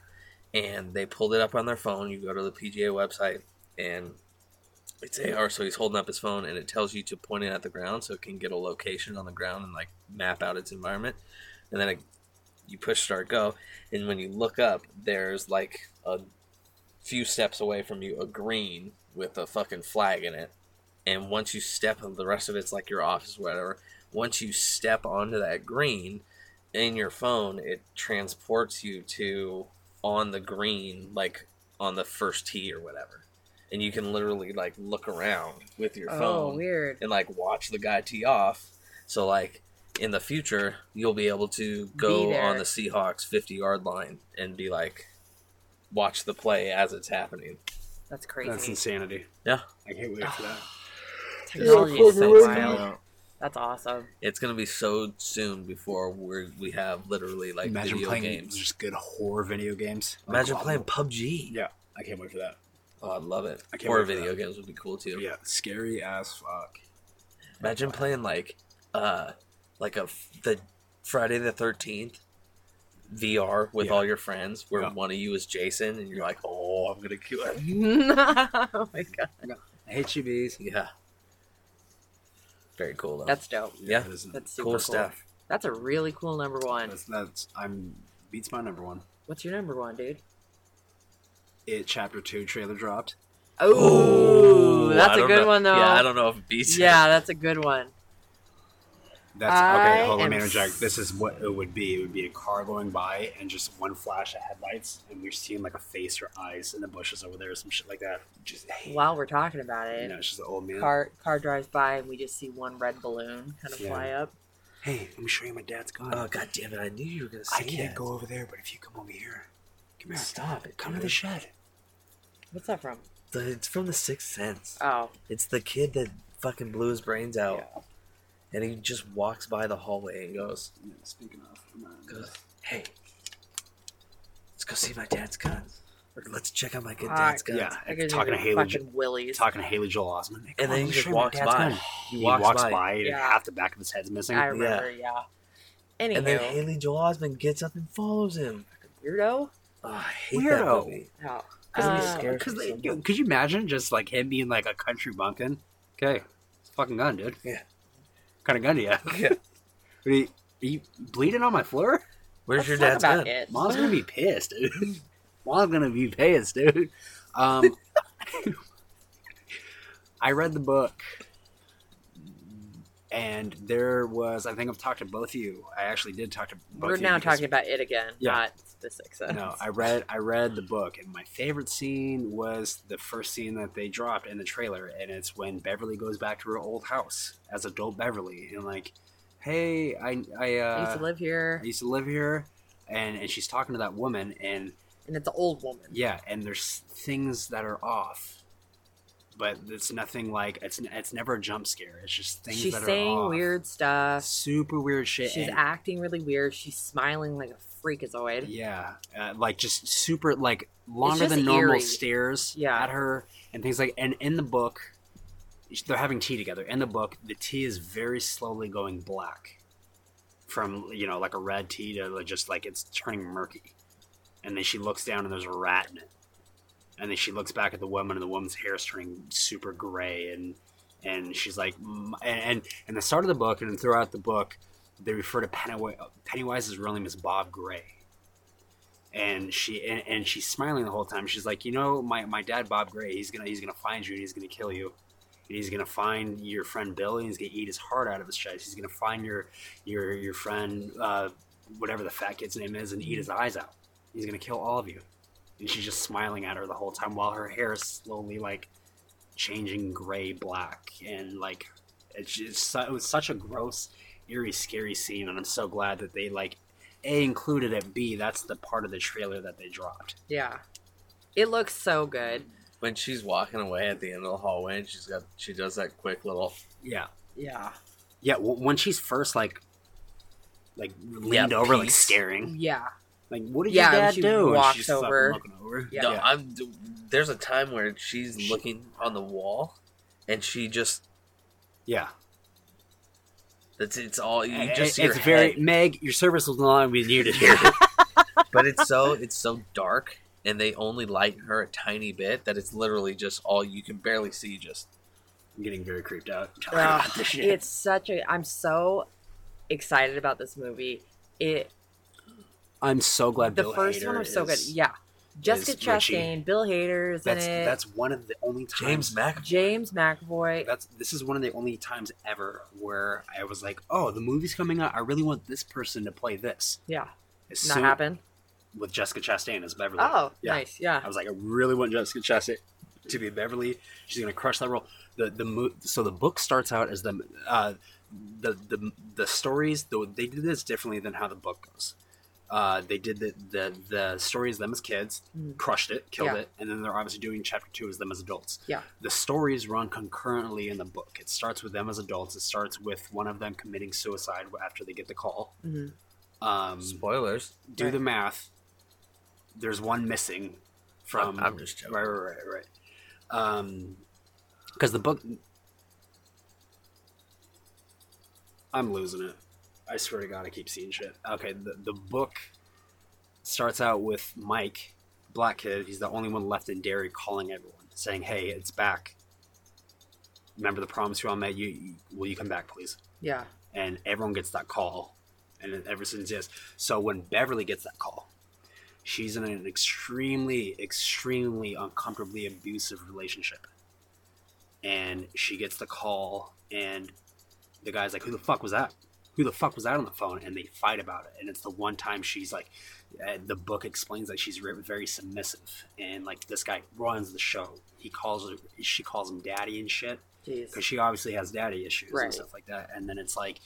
[SPEAKER 5] and they pulled it up on their phone. You go to the PGA website and it's AR, so he's holding up his phone and it tells you to point it at the ground so it can get a location on the ground and like map out its environment. And then it, you push start go, and when you look up, there's like a few steps away from you a green with a fucking flag in it. And once you step on the rest of it's like your office, or whatever. Once you step onto that green in your phone, it transports you to on the green, like on the first tee or whatever. And you can literally like look around with your
[SPEAKER 4] Oh,
[SPEAKER 5] phone
[SPEAKER 4] weird.
[SPEAKER 5] and like watch the guy tee off. So like in the future, you'll be able to go
[SPEAKER 4] there.
[SPEAKER 5] on the Seahawks 50 yard line and be like, watch the play as it's happening.
[SPEAKER 4] That's crazy.
[SPEAKER 6] That's insanity.
[SPEAKER 5] Yeah.
[SPEAKER 6] I can't wait for that.
[SPEAKER 4] Technology is so
[SPEAKER 5] Things
[SPEAKER 4] wild.
[SPEAKER 5] coming out.
[SPEAKER 4] That's awesome.
[SPEAKER 5] It's gonna be so soon before we we have literally like
[SPEAKER 6] Imagine
[SPEAKER 5] video
[SPEAKER 6] playing
[SPEAKER 5] games.
[SPEAKER 6] just good horror video games.
[SPEAKER 5] Imagine
[SPEAKER 6] Like,
[SPEAKER 5] playing PUBG.
[SPEAKER 6] Yeah, I can't wait for that.
[SPEAKER 5] Oh, I'd love it.
[SPEAKER 6] I can't
[SPEAKER 5] Or
[SPEAKER 6] wait for
[SPEAKER 5] video
[SPEAKER 6] that.
[SPEAKER 5] games would be cool too.
[SPEAKER 6] Yeah, scary as fuck.
[SPEAKER 5] Imagine playing like uh like a f- the Friday the 13th VR with
[SPEAKER 6] Yeah.
[SPEAKER 5] all your friends where
[SPEAKER 6] Yeah.
[SPEAKER 5] one of you is Jason and you're like, "Oh, I'm going to kill him."
[SPEAKER 4] oh my god.
[SPEAKER 6] I hate you, bees.
[SPEAKER 5] Yeah. Very cool though.
[SPEAKER 4] That's dope.
[SPEAKER 5] yeah.
[SPEAKER 6] That is-
[SPEAKER 4] That's super
[SPEAKER 5] Cool stuff.
[SPEAKER 4] That's a really cool number one.
[SPEAKER 6] That's, that's I'm beats my number one.
[SPEAKER 4] What's your number one, dude?
[SPEAKER 6] It chapter two trailer dropped.
[SPEAKER 4] Oh,
[SPEAKER 5] Ooh,
[SPEAKER 4] that's
[SPEAKER 5] I
[SPEAKER 4] a
[SPEAKER 5] don't
[SPEAKER 4] good
[SPEAKER 5] know.
[SPEAKER 4] one, though.
[SPEAKER 5] Yeah, I don't know if it beats it.
[SPEAKER 4] Yeah, that's a good one.
[SPEAKER 6] That's
[SPEAKER 4] I
[SPEAKER 6] okay. Hold on,
[SPEAKER 4] am
[SPEAKER 6] let me interject. This is what it would be. It would be a car going by and just one flash of headlights, and we're seeing like a face or eyes in the bushes over there or some shit like that. Just hey,
[SPEAKER 4] While we're talking about
[SPEAKER 6] you
[SPEAKER 4] it,
[SPEAKER 6] know, it's just an old man.
[SPEAKER 4] car car drives by and we just see one red balloon kind of
[SPEAKER 6] Yeah.
[SPEAKER 4] fly up.
[SPEAKER 6] Hey, let me show you my dad's gun.
[SPEAKER 5] Oh god damn it! I knew you were gonna say
[SPEAKER 6] I can't
[SPEAKER 5] that.
[SPEAKER 6] go over there, but if you come over here, come here.
[SPEAKER 5] Stop it!
[SPEAKER 6] Come to the
[SPEAKER 5] dude.
[SPEAKER 6] shed.
[SPEAKER 4] What's that from?
[SPEAKER 5] The- It's from the Sixth Sense.
[SPEAKER 4] Oh,
[SPEAKER 5] It's the kid that fucking blew his brains out, and he just walks by the hallway and goes,
[SPEAKER 6] Yeah, speaking of, come on.
[SPEAKER 5] goes, "Hey, let's go see my dad's guns, or let's check out my good
[SPEAKER 4] All
[SPEAKER 5] dad's
[SPEAKER 4] right.
[SPEAKER 5] guns."
[SPEAKER 6] Yeah,
[SPEAKER 4] that gives me
[SPEAKER 6] talking to
[SPEAKER 4] the
[SPEAKER 6] Haley. Jo-
[SPEAKER 4] fucking willies.
[SPEAKER 6] talking to Haley Joel Osment. Hey, come
[SPEAKER 5] And
[SPEAKER 6] on,
[SPEAKER 5] then
[SPEAKER 6] let
[SPEAKER 5] he
[SPEAKER 6] me
[SPEAKER 5] just
[SPEAKER 6] show you my
[SPEAKER 5] walks
[SPEAKER 6] dad's
[SPEAKER 5] by.
[SPEAKER 6] gun.
[SPEAKER 5] He
[SPEAKER 6] He
[SPEAKER 5] walks by.
[SPEAKER 6] and
[SPEAKER 4] Yeah.
[SPEAKER 6] half the back of his head's missing.
[SPEAKER 4] I
[SPEAKER 5] Yeah.
[SPEAKER 4] remember, yeah. Anywho,
[SPEAKER 5] And then Haley Joel Osment gets up and follows him.
[SPEAKER 4] weirdo.
[SPEAKER 5] Oh, I hate
[SPEAKER 6] Weirdo.
[SPEAKER 5] that movie.
[SPEAKER 4] Oh,
[SPEAKER 5] Doesn't he
[SPEAKER 4] Uh,
[SPEAKER 5] scare
[SPEAKER 6] Cause
[SPEAKER 5] me
[SPEAKER 6] they-
[SPEAKER 5] sometimes?
[SPEAKER 6] yo, could you imagine just like him being like a country bumpkin? Okay, it's a fucking gun, dude.
[SPEAKER 5] Yeah.
[SPEAKER 6] What kind of gun do you have?
[SPEAKER 5] Yeah.
[SPEAKER 6] Are you, are you bleeding on my floor?
[SPEAKER 4] let's
[SPEAKER 5] Where's your
[SPEAKER 4] talk
[SPEAKER 5] dad's
[SPEAKER 4] about
[SPEAKER 5] gun?
[SPEAKER 4] it.
[SPEAKER 6] Mom's gonna be pissed, dude. Mom's gonna be pissed, dude. Um, I read the book, and there was. I think I've talked to both of you. I actually did talk to. both
[SPEAKER 4] We're
[SPEAKER 6] of you
[SPEAKER 4] now
[SPEAKER 6] because-
[SPEAKER 4] talking about it again,
[SPEAKER 6] Yeah.
[SPEAKER 4] not the six sense.
[SPEAKER 6] No, I read I read the book, and my favorite scene was the first scene that they dropped in the trailer, and it's when Beverly goes back to her old house as adult Beverly, and like, hey, I I, uh,
[SPEAKER 4] I used to live here,
[SPEAKER 6] I used to live here, and and she's talking to that woman, and
[SPEAKER 4] and it's an old woman.
[SPEAKER 6] yeah, and there's things that are off, but it's nothing like it's n- it's never a jump scare. It's just things
[SPEAKER 4] She's
[SPEAKER 6] that
[SPEAKER 4] saying
[SPEAKER 6] are off.
[SPEAKER 4] weird stuff.
[SPEAKER 6] super weird shit.
[SPEAKER 4] She's
[SPEAKER 6] and-
[SPEAKER 4] acting really weird. She's smiling like a freakazoid.
[SPEAKER 6] Yeah, uh, like just super like longer
[SPEAKER 4] just
[SPEAKER 6] than normal
[SPEAKER 4] eerie.
[SPEAKER 6] stares
[SPEAKER 4] Yeah.
[SPEAKER 6] at her and things like. And in the book, they're having tea together. In the book, the tea is very slowly going black, from you know like a red tea to like, just like it's turning murky. And then she looks down and there's a rat in it. And then she looks back at the woman and the woman's hair is turning super gray and and she's like "Mm," and and, and the start of the book and throughout the book they refer to Pennywise, Pennywise's real name is Bob Gray. And she and, and she's smiling the whole time. She's like, you know, my, my dad Bob Gray, he's gonna he's gonna find you and he's gonna kill you. And he's gonna find your friend Billy and he's gonna eat his heart out of his chest. He's gonna find your your your friend uh, whatever the fat kid's name is and eat his eyes out. He's gonna kill all of you. And she's just smiling at her the whole time while her hair is slowly like changing gray black and like it's just su- it was such a gross eerie, scary scene, and I'm so glad that they like a included it. B that's the part of the trailer that they dropped.
[SPEAKER 4] Yeah. It looks so good.
[SPEAKER 5] When she's walking away at the end of the hallway, and she's got she does that quick little
[SPEAKER 6] Yeah,
[SPEAKER 4] Yeah.
[SPEAKER 6] yeah. W- when she's first like, like leaned over, like
[SPEAKER 5] peace.
[SPEAKER 6] staring,
[SPEAKER 4] Yeah.
[SPEAKER 6] like what did
[SPEAKER 4] Yeah,
[SPEAKER 6] your dad
[SPEAKER 4] she
[SPEAKER 6] do? And
[SPEAKER 4] walks
[SPEAKER 6] she's fucking
[SPEAKER 4] over.
[SPEAKER 6] looking over.
[SPEAKER 4] Yeah.
[SPEAKER 5] No, I'm. There's a time where she's
[SPEAKER 6] She-
[SPEAKER 5] looking on the wall, and she just.
[SPEAKER 6] yeah.
[SPEAKER 5] That's it's all you
[SPEAKER 6] It-
[SPEAKER 5] just see
[SPEAKER 6] it's
[SPEAKER 5] her
[SPEAKER 6] very
[SPEAKER 5] head,
[SPEAKER 6] Meg. Your service was long. We needed here.
[SPEAKER 5] but it's so it's so dark, and they only light her a tiny bit that it's literally just all you can barely see. Just
[SPEAKER 6] I'm getting very creeped out. talking
[SPEAKER 4] Well,
[SPEAKER 6] about this shit.
[SPEAKER 4] it's such a. I'm so excited about this movie. It
[SPEAKER 6] I'm so glad
[SPEAKER 4] the
[SPEAKER 6] Bill
[SPEAKER 4] first one
[SPEAKER 6] Hader
[SPEAKER 4] was so good.
[SPEAKER 6] is-
[SPEAKER 4] Yeah. Jessica
[SPEAKER 6] is Richie.
[SPEAKER 4] Chastain, Bill Hader is
[SPEAKER 6] that's
[SPEAKER 4] in it.
[SPEAKER 6] that's one of the only times
[SPEAKER 5] James Mac.
[SPEAKER 4] James McAvoy.
[SPEAKER 6] that's this is one of the only times ever where I was like, "Oh, the movie's coming out. I really want this person to play this."
[SPEAKER 4] yeah.
[SPEAKER 6] As
[SPEAKER 4] Not
[SPEAKER 6] soon-
[SPEAKER 4] happen.
[SPEAKER 6] with Jessica Chastain as Beverly.
[SPEAKER 4] Oh,
[SPEAKER 6] Yeah.
[SPEAKER 4] nice. Yeah.
[SPEAKER 6] I was like, I really want Jessica Chastain to be Beverly. She's gonna crush that role. The the mo- so the book starts out as the uh, the the the stories. Though they did this differently than how the book goes. Uh, they did the, the the stories them as kids,
[SPEAKER 4] Mhm.
[SPEAKER 6] crushed it, killed
[SPEAKER 4] Yeah.
[SPEAKER 6] it, and then they're obviously doing chapter two as them as adults.
[SPEAKER 4] Yeah.
[SPEAKER 6] The stories run concurrently in the book. It starts with them as adults. It starts with one of them committing suicide after they get the call.
[SPEAKER 4] Mhm.
[SPEAKER 6] Um,
[SPEAKER 5] Spoilers.
[SPEAKER 6] do
[SPEAKER 4] Right.
[SPEAKER 6] the math. There's one missing from.
[SPEAKER 5] I'm- I'm just joking.
[SPEAKER 6] Right, right, right, right. Um, because the book. I'm losing it. I swear to God, I keep seeing shit. Okay, the, the book starts out with Mike, black kid. He's the only one left in Derry calling everyone, saying, "Hey, it's back. Remember the promise you all made? You, you will you come back, please?"
[SPEAKER 4] Yeah.
[SPEAKER 6] and everyone gets that call and it ever since yes so when beverly gets that call she's in an extremely extremely uncomfortably abusive relationship and she gets the call, and the guy's like, "Who the fuck was that? Who the fuck was that on the phone?" And they fight about it, and it's the one time she's like, uh, the book explains that she's re- very submissive, and like this guy runs the show. He calls her, she calls him daddy and shit because
[SPEAKER 4] Jeez.
[SPEAKER 6] she obviously has daddy issues
[SPEAKER 4] Right.
[SPEAKER 6] and stuff like that. And then it's like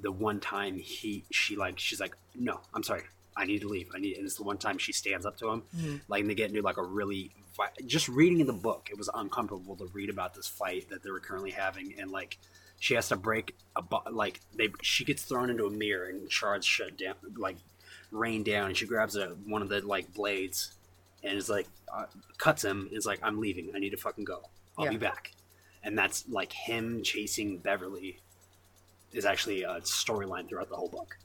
[SPEAKER 6] the one time he she like she's like, no, I'm sorry, I need to leave. I need, and it's the one time she stands up to him,
[SPEAKER 4] Mm-hmm.
[SPEAKER 6] like and they get into like a really vi- just reading the book. It was uncomfortable to read about this fight that they were currently having, and like she has to break a bu- like they she gets thrown into a mirror and shards shut down like rain down, and she grabs a, one of the like blades. And is like uh, cuts him. Is like I'm leaving. I need to fucking go. I'll be
[SPEAKER 4] Yeah.
[SPEAKER 6] back and that's like him chasing Beverly is actually a storyline throughout the whole book.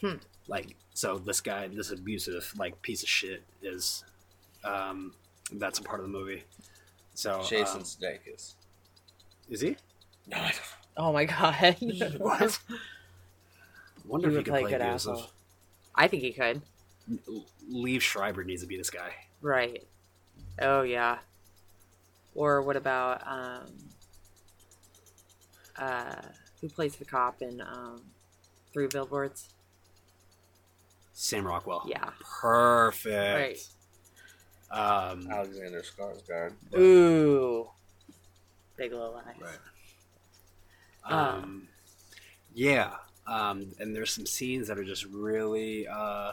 [SPEAKER 4] Hmm.
[SPEAKER 6] Like, so this guy, this abusive like piece of shit is, um, that's a part of the movie. So um,
[SPEAKER 5] Jason Sudeikis.
[SPEAKER 6] is he?
[SPEAKER 5] No, I
[SPEAKER 4] Oh my god.
[SPEAKER 6] What? Wonder
[SPEAKER 4] He would
[SPEAKER 6] if he could
[SPEAKER 4] play
[SPEAKER 6] play,
[SPEAKER 4] good
[SPEAKER 6] abusive.
[SPEAKER 4] asshole. I think he could.
[SPEAKER 6] Leave Schreiber needs to be this guy.
[SPEAKER 4] Right. Oh yeah. Or what about um uh who plays the cop in um Three Billboards?
[SPEAKER 6] Sam Rockwell.
[SPEAKER 4] Yeah.
[SPEAKER 6] Perfect. Um,
[SPEAKER 5] don't know. Alexander Skarsgård.
[SPEAKER 4] Ooh. Big little eyes.
[SPEAKER 5] Right.
[SPEAKER 6] um, yeah um, and there's some scenes that are just really uh,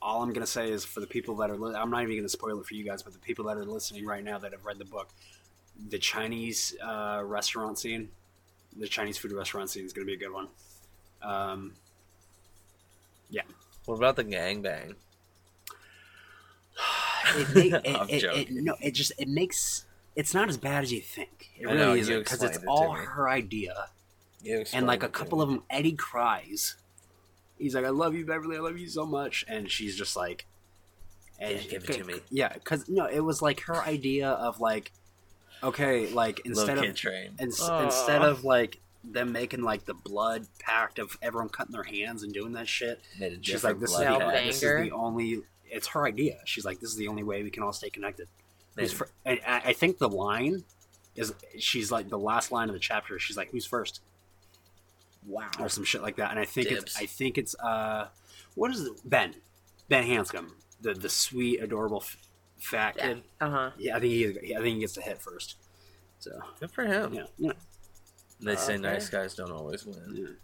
[SPEAKER 6] all i'm gonna say is for the people that are li- i'm not even gonna spoil it for you guys but the people that are listening right now that have read the book the chinese uh, restaurant scene the chinese food restaurant scene is gonna be a good one um, yeah
[SPEAKER 5] What about the gangbang?
[SPEAKER 6] it, ma- it,
[SPEAKER 5] I'm
[SPEAKER 6] it, it,
[SPEAKER 5] joking.
[SPEAKER 6] no, it just it makes it's not as bad as you think it
[SPEAKER 5] I
[SPEAKER 6] really
[SPEAKER 5] know, you
[SPEAKER 6] isn't because
[SPEAKER 5] explained
[SPEAKER 6] it's
[SPEAKER 5] it to
[SPEAKER 6] all
[SPEAKER 5] me.
[SPEAKER 6] her idea
[SPEAKER 5] You
[SPEAKER 6] and
[SPEAKER 5] explain
[SPEAKER 6] like a
[SPEAKER 5] it to
[SPEAKER 6] couple
[SPEAKER 5] me.
[SPEAKER 6] of them eddie cries he's like i love you beverly i love you so much and she's just like and
[SPEAKER 5] Yeah, give it to me.
[SPEAKER 6] yeah because no it was like her idea of like okay like
[SPEAKER 5] Little
[SPEAKER 6] instead of
[SPEAKER 5] Kid Train.
[SPEAKER 6] ins-
[SPEAKER 4] Aw.
[SPEAKER 6] instead of like them making like the blood pact of everyone cutting their hands and doing that shit
[SPEAKER 5] Made a
[SPEAKER 6] she's
[SPEAKER 5] different
[SPEAKER 6] like this is, the,
[SPEAKER 5] blood
[SPEAKER 4] Now
[SPEAKER 5] pact.
[SPEAKER 6] this is
[SPEAKER 4] banger.
[SPEAKER 6] the only it's her idea she's like this is the only way we can all stay connected
[SPEAKER 5] Maybe.
[SPEAKER 6] Who's fir- and I, I think the line is she's like the last line of the chapter. She's like, "Who's first? Wow, or some shit like that. And I think
[SPEAKER 5] Dibs.
[SPEAKER 6] it's I think it's uh, what is it? Ben Ben Hanscom, the the sweet adorable f- fat
[SPEAKER 4] Yeah.
[SPEAKER 6] kid.
[SPEAKER 4] Uh-huh.
[SPEAKER 6] Yeah, I think he I think he gets the hit first. So
[SPEAKER 5] Good for him.
[SPEAKER 6] yeah, yeah.
[SPEAKER 5] They say
[SPEAKER 4] Okay.
[SPEAKER 5] nice guys don't always win.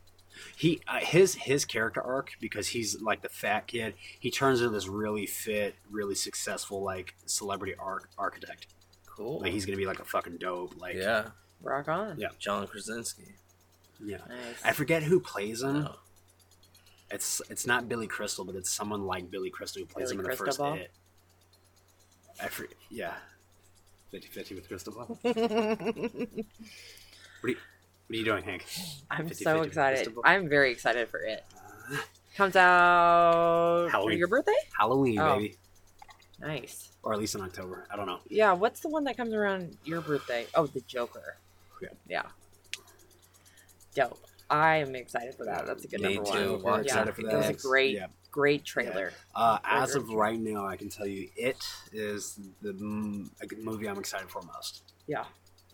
[SPEAKER 6] he uh, his his character arc because he's like the fat kid. He turns into this really fit, really successful like celebrity arc architect.
[SPEAKER 5] Cool.
[SPEAKER 6] Like he's gonna be like a fucking dope. Like
[SPEAKER 5] yeah.
[SPEAKER 4] Rock on.
[SPEAKER 6] Yeah.
[SPEAKER 5] John Krasinski. Oh,
[SPEAKER 6] yeah.
[SPEAKER 4] Nice.
[SPEAKER 6] I forget who plays him.
[SPEAKER 5] No.
[SPEAKER 6] It's it's not Billy Crystal, but it's someone like Billy Crystal who plays
[SPEAKER 4] Billy
[SPEAKER 6] him in the
[SPEAKER 4] Crystal?
[SPEAKER 6] first hit. I for, yeah. 50 50 with Crystal. what, are you, what are you doing, Hank?
[SPEAKER 4] I'm
[SPEAKER 6] 50-50
[SPEAKER 4] so
[SPEAKER 6] with
[SPEAKER 4] excited.
[SPEAKER 6] Crystal.
[SPEAKER 4] I'm very excited for it.
[SPEAKER 6] Uh,
[SPEAKER 4] Comes out for
[SPEAKER 6] Halloween.
[SPEAKER 4] your birthday?
[SPEAKER 6] Halloween,
[SPEAKER 4] Oh.
[SPEAKER 6] baby.
[SPEAKER 4] Nice.
[SPEAKER 6] Or at least in October. I don't know.
[SPEAKER 4] Yeah, what's the one that comes around your birthday? Oh, the Joker.
[SPEAKER 6] Yeah.
[SPEAKER 4] Yeah. Dope. I am excited for that. That's a good
[SPEAKER 5] Me
[SPEAKER 4] number
[SPEAKER 5] too.
[SPEAKER 4] one.
[SPEAKER 5] We're
[SPEAKER 6] We're
[SPEAKER 4] excited
[SPEAKER 6] excited
[SPEAKER 4] Yeah,
[SPEAKER 6] for
[SPEAKER 4] for it
[SPEAKER 6] that.
[SPEAKER 4] that. was a great- Great trailer.
[SPEAKER 6] Uh,
[SPEAKER 4] Or
[SPEAKER 6] as of
[SPEAKER 4] Gertrude.
[SPEAKER 6] right now, I can tell you it is the mm, a movie I'm excited for most.
[SPEAKER 4] Yeah.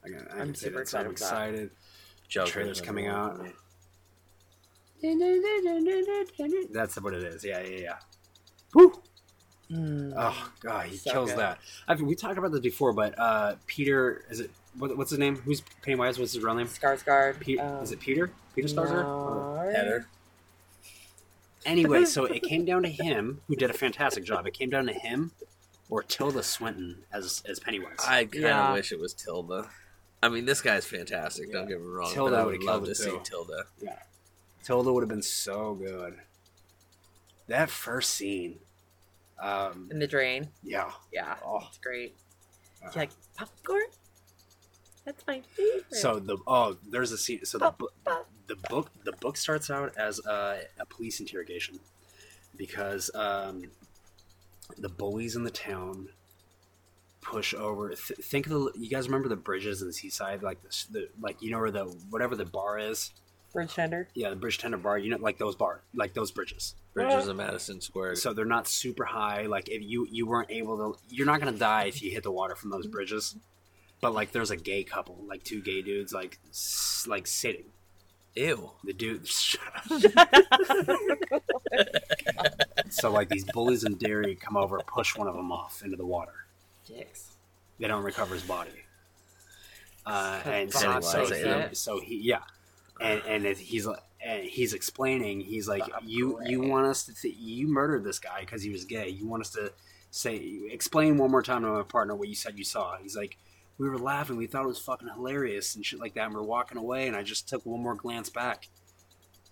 [SPEAKER 6] I can, I
[SPEAKER 4] I'm
[SPEAKER 6] can say
[SPEAKER 4] super
[SPEAKER 6] that, so I'm
[SPEAKER 4] excited for that.
[SPEAKER 6] excited.
[SPEAKER 5] Joker
[SPEAKER 6] trailer's
[SPEAKER 5] number
[SPEAKER 6] coming
[SPEAKER 5] one
[SPEAKER 6] out.
[SPEAKER 5] for me.
[SPEAKER 6] That's what it is. Yeah, yeah, yeah. Woo!
[SPEAKER 4] Mm.
[SPEAKER 6] Oh god, he
[SPEAKER 4] So
[SPEAKER 6] kills
[SPEAKER 4] good.
[SPEAKER 6] that. I mean, we talked about this before, but uh, Peter is it? What, what's his name? Who's Pennywise? What's his real name?
[SPEAKER 4] Skarsgård.
[SPEAKER 6] Pe-
[SPEAKER 4] um,
[SPEAKER 6] is it Peter? Peter Starzer? Or-
[SPEAKER 4] Nar-
[SPEAKER 5] Header.
[SPEAKER 6] Anyway, so it came down to him, who did a fantastic job. It came down to him or Tilda Swinton as as Pennywise.
[SPEAKER 5] I kind of
[SPEAKER 4] Yeah.
[SPEAKER 5] wish it was Tilda. I mean, this guy's fantastic. Don't
[SPEAKER 6] Yeah.
[SPEAKER 5] get me wrong.
[SPEAKER 6] Tilda
[SPEAKER 5] but I
[SPEAKER 6] would've
[SPEAKER 5] would love
[SPEAKER 6] killed
[SPEAKER 5] to
[SPEAKER 6] it,
[SPEAKER 5] see
[SPEAKER 6] too.
[SPEAKER 5] Tilda.
[SPEAKER 6] Tilda would have been so good. That first scene. Um,
[SPEAKER 4] In the drain.
[SPEAKER 6] yeah.
[SPEAKER 4] Yeah.
[SPEAKER 6] Oh.
[SPEAKER 4] It's great.
[SPEAKER 6] Uh.
[SPEAKER 4] It's like popcorn. That's my favorite.
[SPEAKER 6] So the oh, there's a scene. So the
[SPEAKER 4] Pop,
[SPEAKER 6] bu-
[SPEAKER 4] pop.
[SPEAKER 6] the book the book starts out as a, a police interrogation because um, the bullies in the town push over. Th- think of the you guys remember the bridges in Seaside, like this, the like you know where the whatever the bar is.
[SPEAKER 4] Bridge tender.
[SPEAKER 6] Yeah, the bridge tender bar. You know, like those bar, like those bridges.
[SPEAKER 5] Bridges of Madison Square.
[SPEAKER 6] So they're not super high. Like if you you weren't able to, you're not gonna die if you hit the water from those bridges. but like there's a gay couple, like two gay dudes, like s- like sitting.
[SPEAKER 5] Ew.
[SPEAKER 6] The dude, shut up. so like these bullies in Derry come over, push one of them off into the water.
[SPEAKER 4] Dicks.
[SPEAKER 6] They don't recover his body. Uh, and so,
[SPEAKER 5] Body
[SPEAKER 6] so,
[SPEAKER 5] wise,
[SPEAKER 6] he-
[SPEAKER 5] yeah.
[SPEAKER 6] so he, yeah, and and it, he's and he's explaining. He's like, you you want us to th- you murdered this guy because he was gay. You want us to say explain one more time to my partner what you said you saw. He's like, we were laughing, we thought it was fucking hilarious and shit like that. And we're walking away, and I just took one more glance back,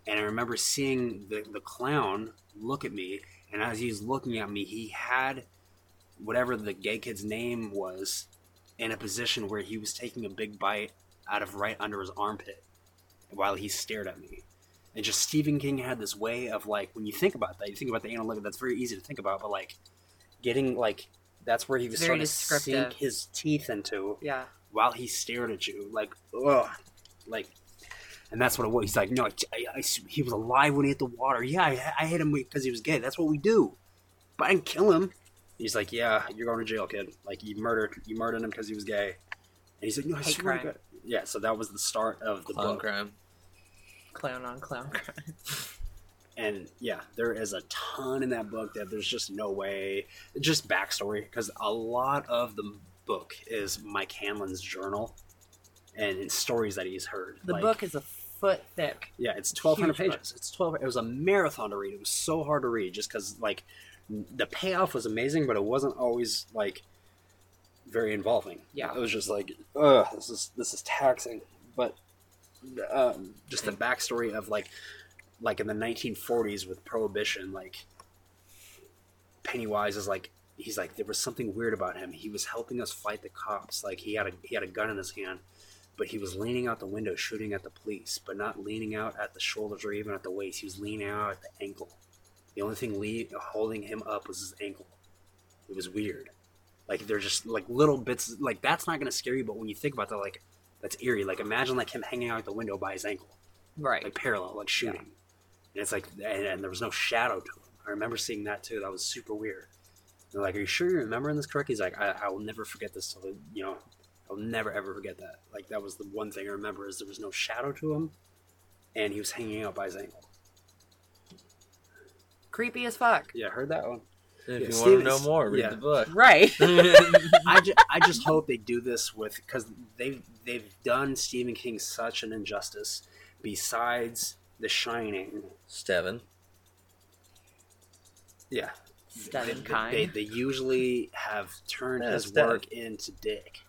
[SPEAKER 6] and I remember seeing the the clown look at me, and as he's looking at me, he had whatever the gay kid's name was in a position where he was taking a big bite out of right under his armpit while he stared at me. And just Stephen King had this way of like when you think about that, you think about the anal liquid, that's very easy to think about, but like getting like that's where he was
[SPEAKER 4] Very
[SPEAKER 6] trying to sink
[SPEAKER 4] descriptive.
[SPEAKER 6] his teeth into
[SPEAKER 4] Yeah.
[SPEAKER 6] while he stared at you, like, ugh, like, and that's what it was. He's like, no, I, I- I- he was alive when he hit the water. Yeah, I, I hit him because he was gay. That's what we do. But I didn't kill him. He's like, yeah, you're going to jail, kid. Like, you murdered, you murdered him because he was gay. And he's like, no, I
[SPEAKER 4] Hate
[SPEAKER 6] swear to
[SPEAKER 4] crime.
[SPEAKER 6] God. Yeah, so that was the start of the
[SPEAKER 5] Clown
[SPEAKER 6] book.
[SPEAKER 5] crime.
[SPEAKER 4] Clown on clown.
[SPEAKER 6] And yeah, there is a ton in that book that there's just no way, just backstory, because a lot of the book is Mike Hanlon's journal and stories that he's heard.
[SPEAKER 4] The
[SPEAKER 6] Like,
[SPEAKER 4] book is a foot thick.
[SPEAKER 6] Yeah, it's twelve hundred
[SPEAKER 4] Huge book.
[SPEAKER 6] pages. It's twelve. It was a marathon to read. It was so hard to read just because like the payoff was amazing, but it wasn't always like very involving.
[SPEAKER 4] Yeah.
[SPEAKER 6] it was just like, ugh, this is this is taxing. But um, just the backstory of like like in the nineteen forties with prohibition, like Pennywise is like he's like there was something weird about him. He was helping us fight the cops. Like he had a he had a gun in his hand, but he was leaning out the window shooting at the police, but not leaning out at the shoulders or even at the waist. He was leaning out at the ankle. The only thing le- holding him up was his ankle. It was weird. Like they're just like little bits. Like that's not gonna scare you, but when you think about that, like that's eerie. Like imagine like him hanging out at the window by his ankle
[SPEAKER 4] Right.
[SPEAKER 6] like parallel, like shooting. And it's like, and, and there was no shadow to him. I remember seeing that too. That was super weird. They're like, "Are you sure you're remembering this correctly?" He's like, "I, I will never forget this. Till the, you know, I'll never ever forget that. Like that was the one thing I remember is there was no shadow to him, and he was hanging out by his ankle.
[SPEAKER 4] Creepy as fuck.
[SPEAKER 6] Yeah, I heard that one.
[SPEAKER 5] If
[SPEAKER 6] Yeah,
[SPEAKER 5] you want
[SPEAKER 6] Steven-
[SPEAKER 5] to know more, read
[SPEAKER 6] yeah.
[SPEAKER 5] the book.
[SPEAKER 4] Right.
[SPEAKER 6] I, ju- I just hope they do this with because they've they've done Stephen King such an injustice. Besides The Shining,
[SPEAKER 5] Steven.
[SPEAKER 6] yeah, they,
[SPEAKER 4] Stunning
[SPEAKER 6] they- They,
[SPEAKER 4] kind.
[SPEAKER 6] they ustelly have turned
[SPEAKER 5] Yeah,
[SPEAKER 6] his
[SPEAKER 5] it's dead.
[SPEAKER 6] work into dick.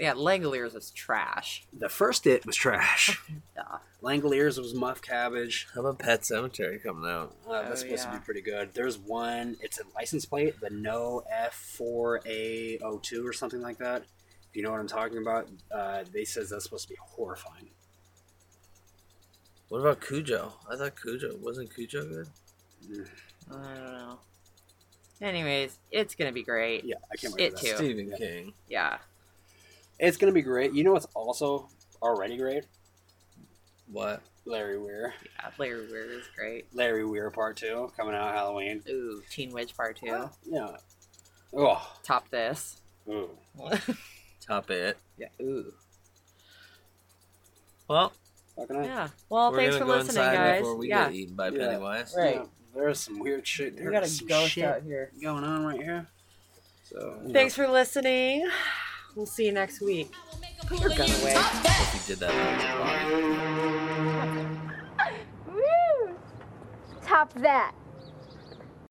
[SPEAKER 4] Yeah, Langoliers is trash.
[SPEAKER 6] The first it was trash.
[SPEAKER 4] Yeah.
[SPEAKER 6] Langoliers was Muff Cabbage.
[SPEAKER 5] How about Pet Cemetery coming out?
[SPEAKER 6] Uh,
[SPEAKER 4] Oh,
[SPEAKER 6] that's supposed to
[SPEAKER 4] yeah.
[SPEAKER 6] be pretty good. There's one. It's a license plate, the No F4A02 or something like that. If you know what I'm talking about, uh, they says that's supposed to be horrifying.
[SPEAKER 5] What about Cujo? I thought Cujo wasn't Cujo good.
[SPEAKER 6] Mm,
[SPEAKER 4] I don't know. Anyways, it's gonna be great.
[SPEAKER 6] Yeah, I can't wait
[SPEAKER 4] It
[SPEAKER 6] for
[SPEAKER 4] too.
[SPEAKER 6] that.
[SPEAKER 5] Stephen
[SPEAKER 6] Yeah.
[SPEAKER 5] King.
[SPEAKER 4] Yeah.
[SPEAKER 6] It's gonna be great. You know what's also already great?
[SPEAKER 5] What?
[SPEAKER 6] Larry Weir.
[SPEAKER 4] yeah. Larry Weir is great.
[SPEAKER 6] Larry Weir Part Two coming out Halloween.
[SPEAKER 4] Ooh, Teen Witch Part Two.
[SPEAKER 6] Yeah. Oh.
[SPEAKER 4] Top this.
[SPEAKER 6] Ooh.
[SPEAKER 5] Top it.
[SPEAKER 4] yeah. Ooh.
[SPEAKER 5] Well,
[SPEAKER 6] Fucking hell.
[SPEAKER 4] Yeah. Well,
[SPEAKER 5] we're
[SPEAKER 4] thanks
[SPEAKER 5] gonna
[SPEAKER 4] for
[SPEAKER 5] go
[SPEAKER 4] listening,
[SPEAKER 5] inside
[SPEAKER 4] guys.
[SPEAKER 5] before we
[SPEAKER 4] Yeah.
[SPEAKER 5] get eaten by
[SPEAKER 6] Yeah.
[SPEAKER 5] Pennywise.
[SPEAKER 4] Right.
[SPEAKER 6] Yeah, there's some weird shit.
[SPEAKER 4] We
[SPEAKER 6] There
[SPEAKER 4] got
[SPEAKER 6] is
[SPEAKER 4] a
[SPEAKER 6] some
[SPEAKER 4] ghost
[SPEAKER 6] shit
[SPEAKER 4] out here.
[SPEAKER 6] going on right here. So you
[SPEAKER 4] Thanks for listening. We'll see you next week.
[SPEAKER 1] I will make a fool of
[SPEAKER 4] gonna
[SPEAKER 1] you.
[SPEAKER 4] win.
[SPEAKER 1] Top that.
[SPEAKER 5] You did that.
[SPEAKER 3] Woo! Top that.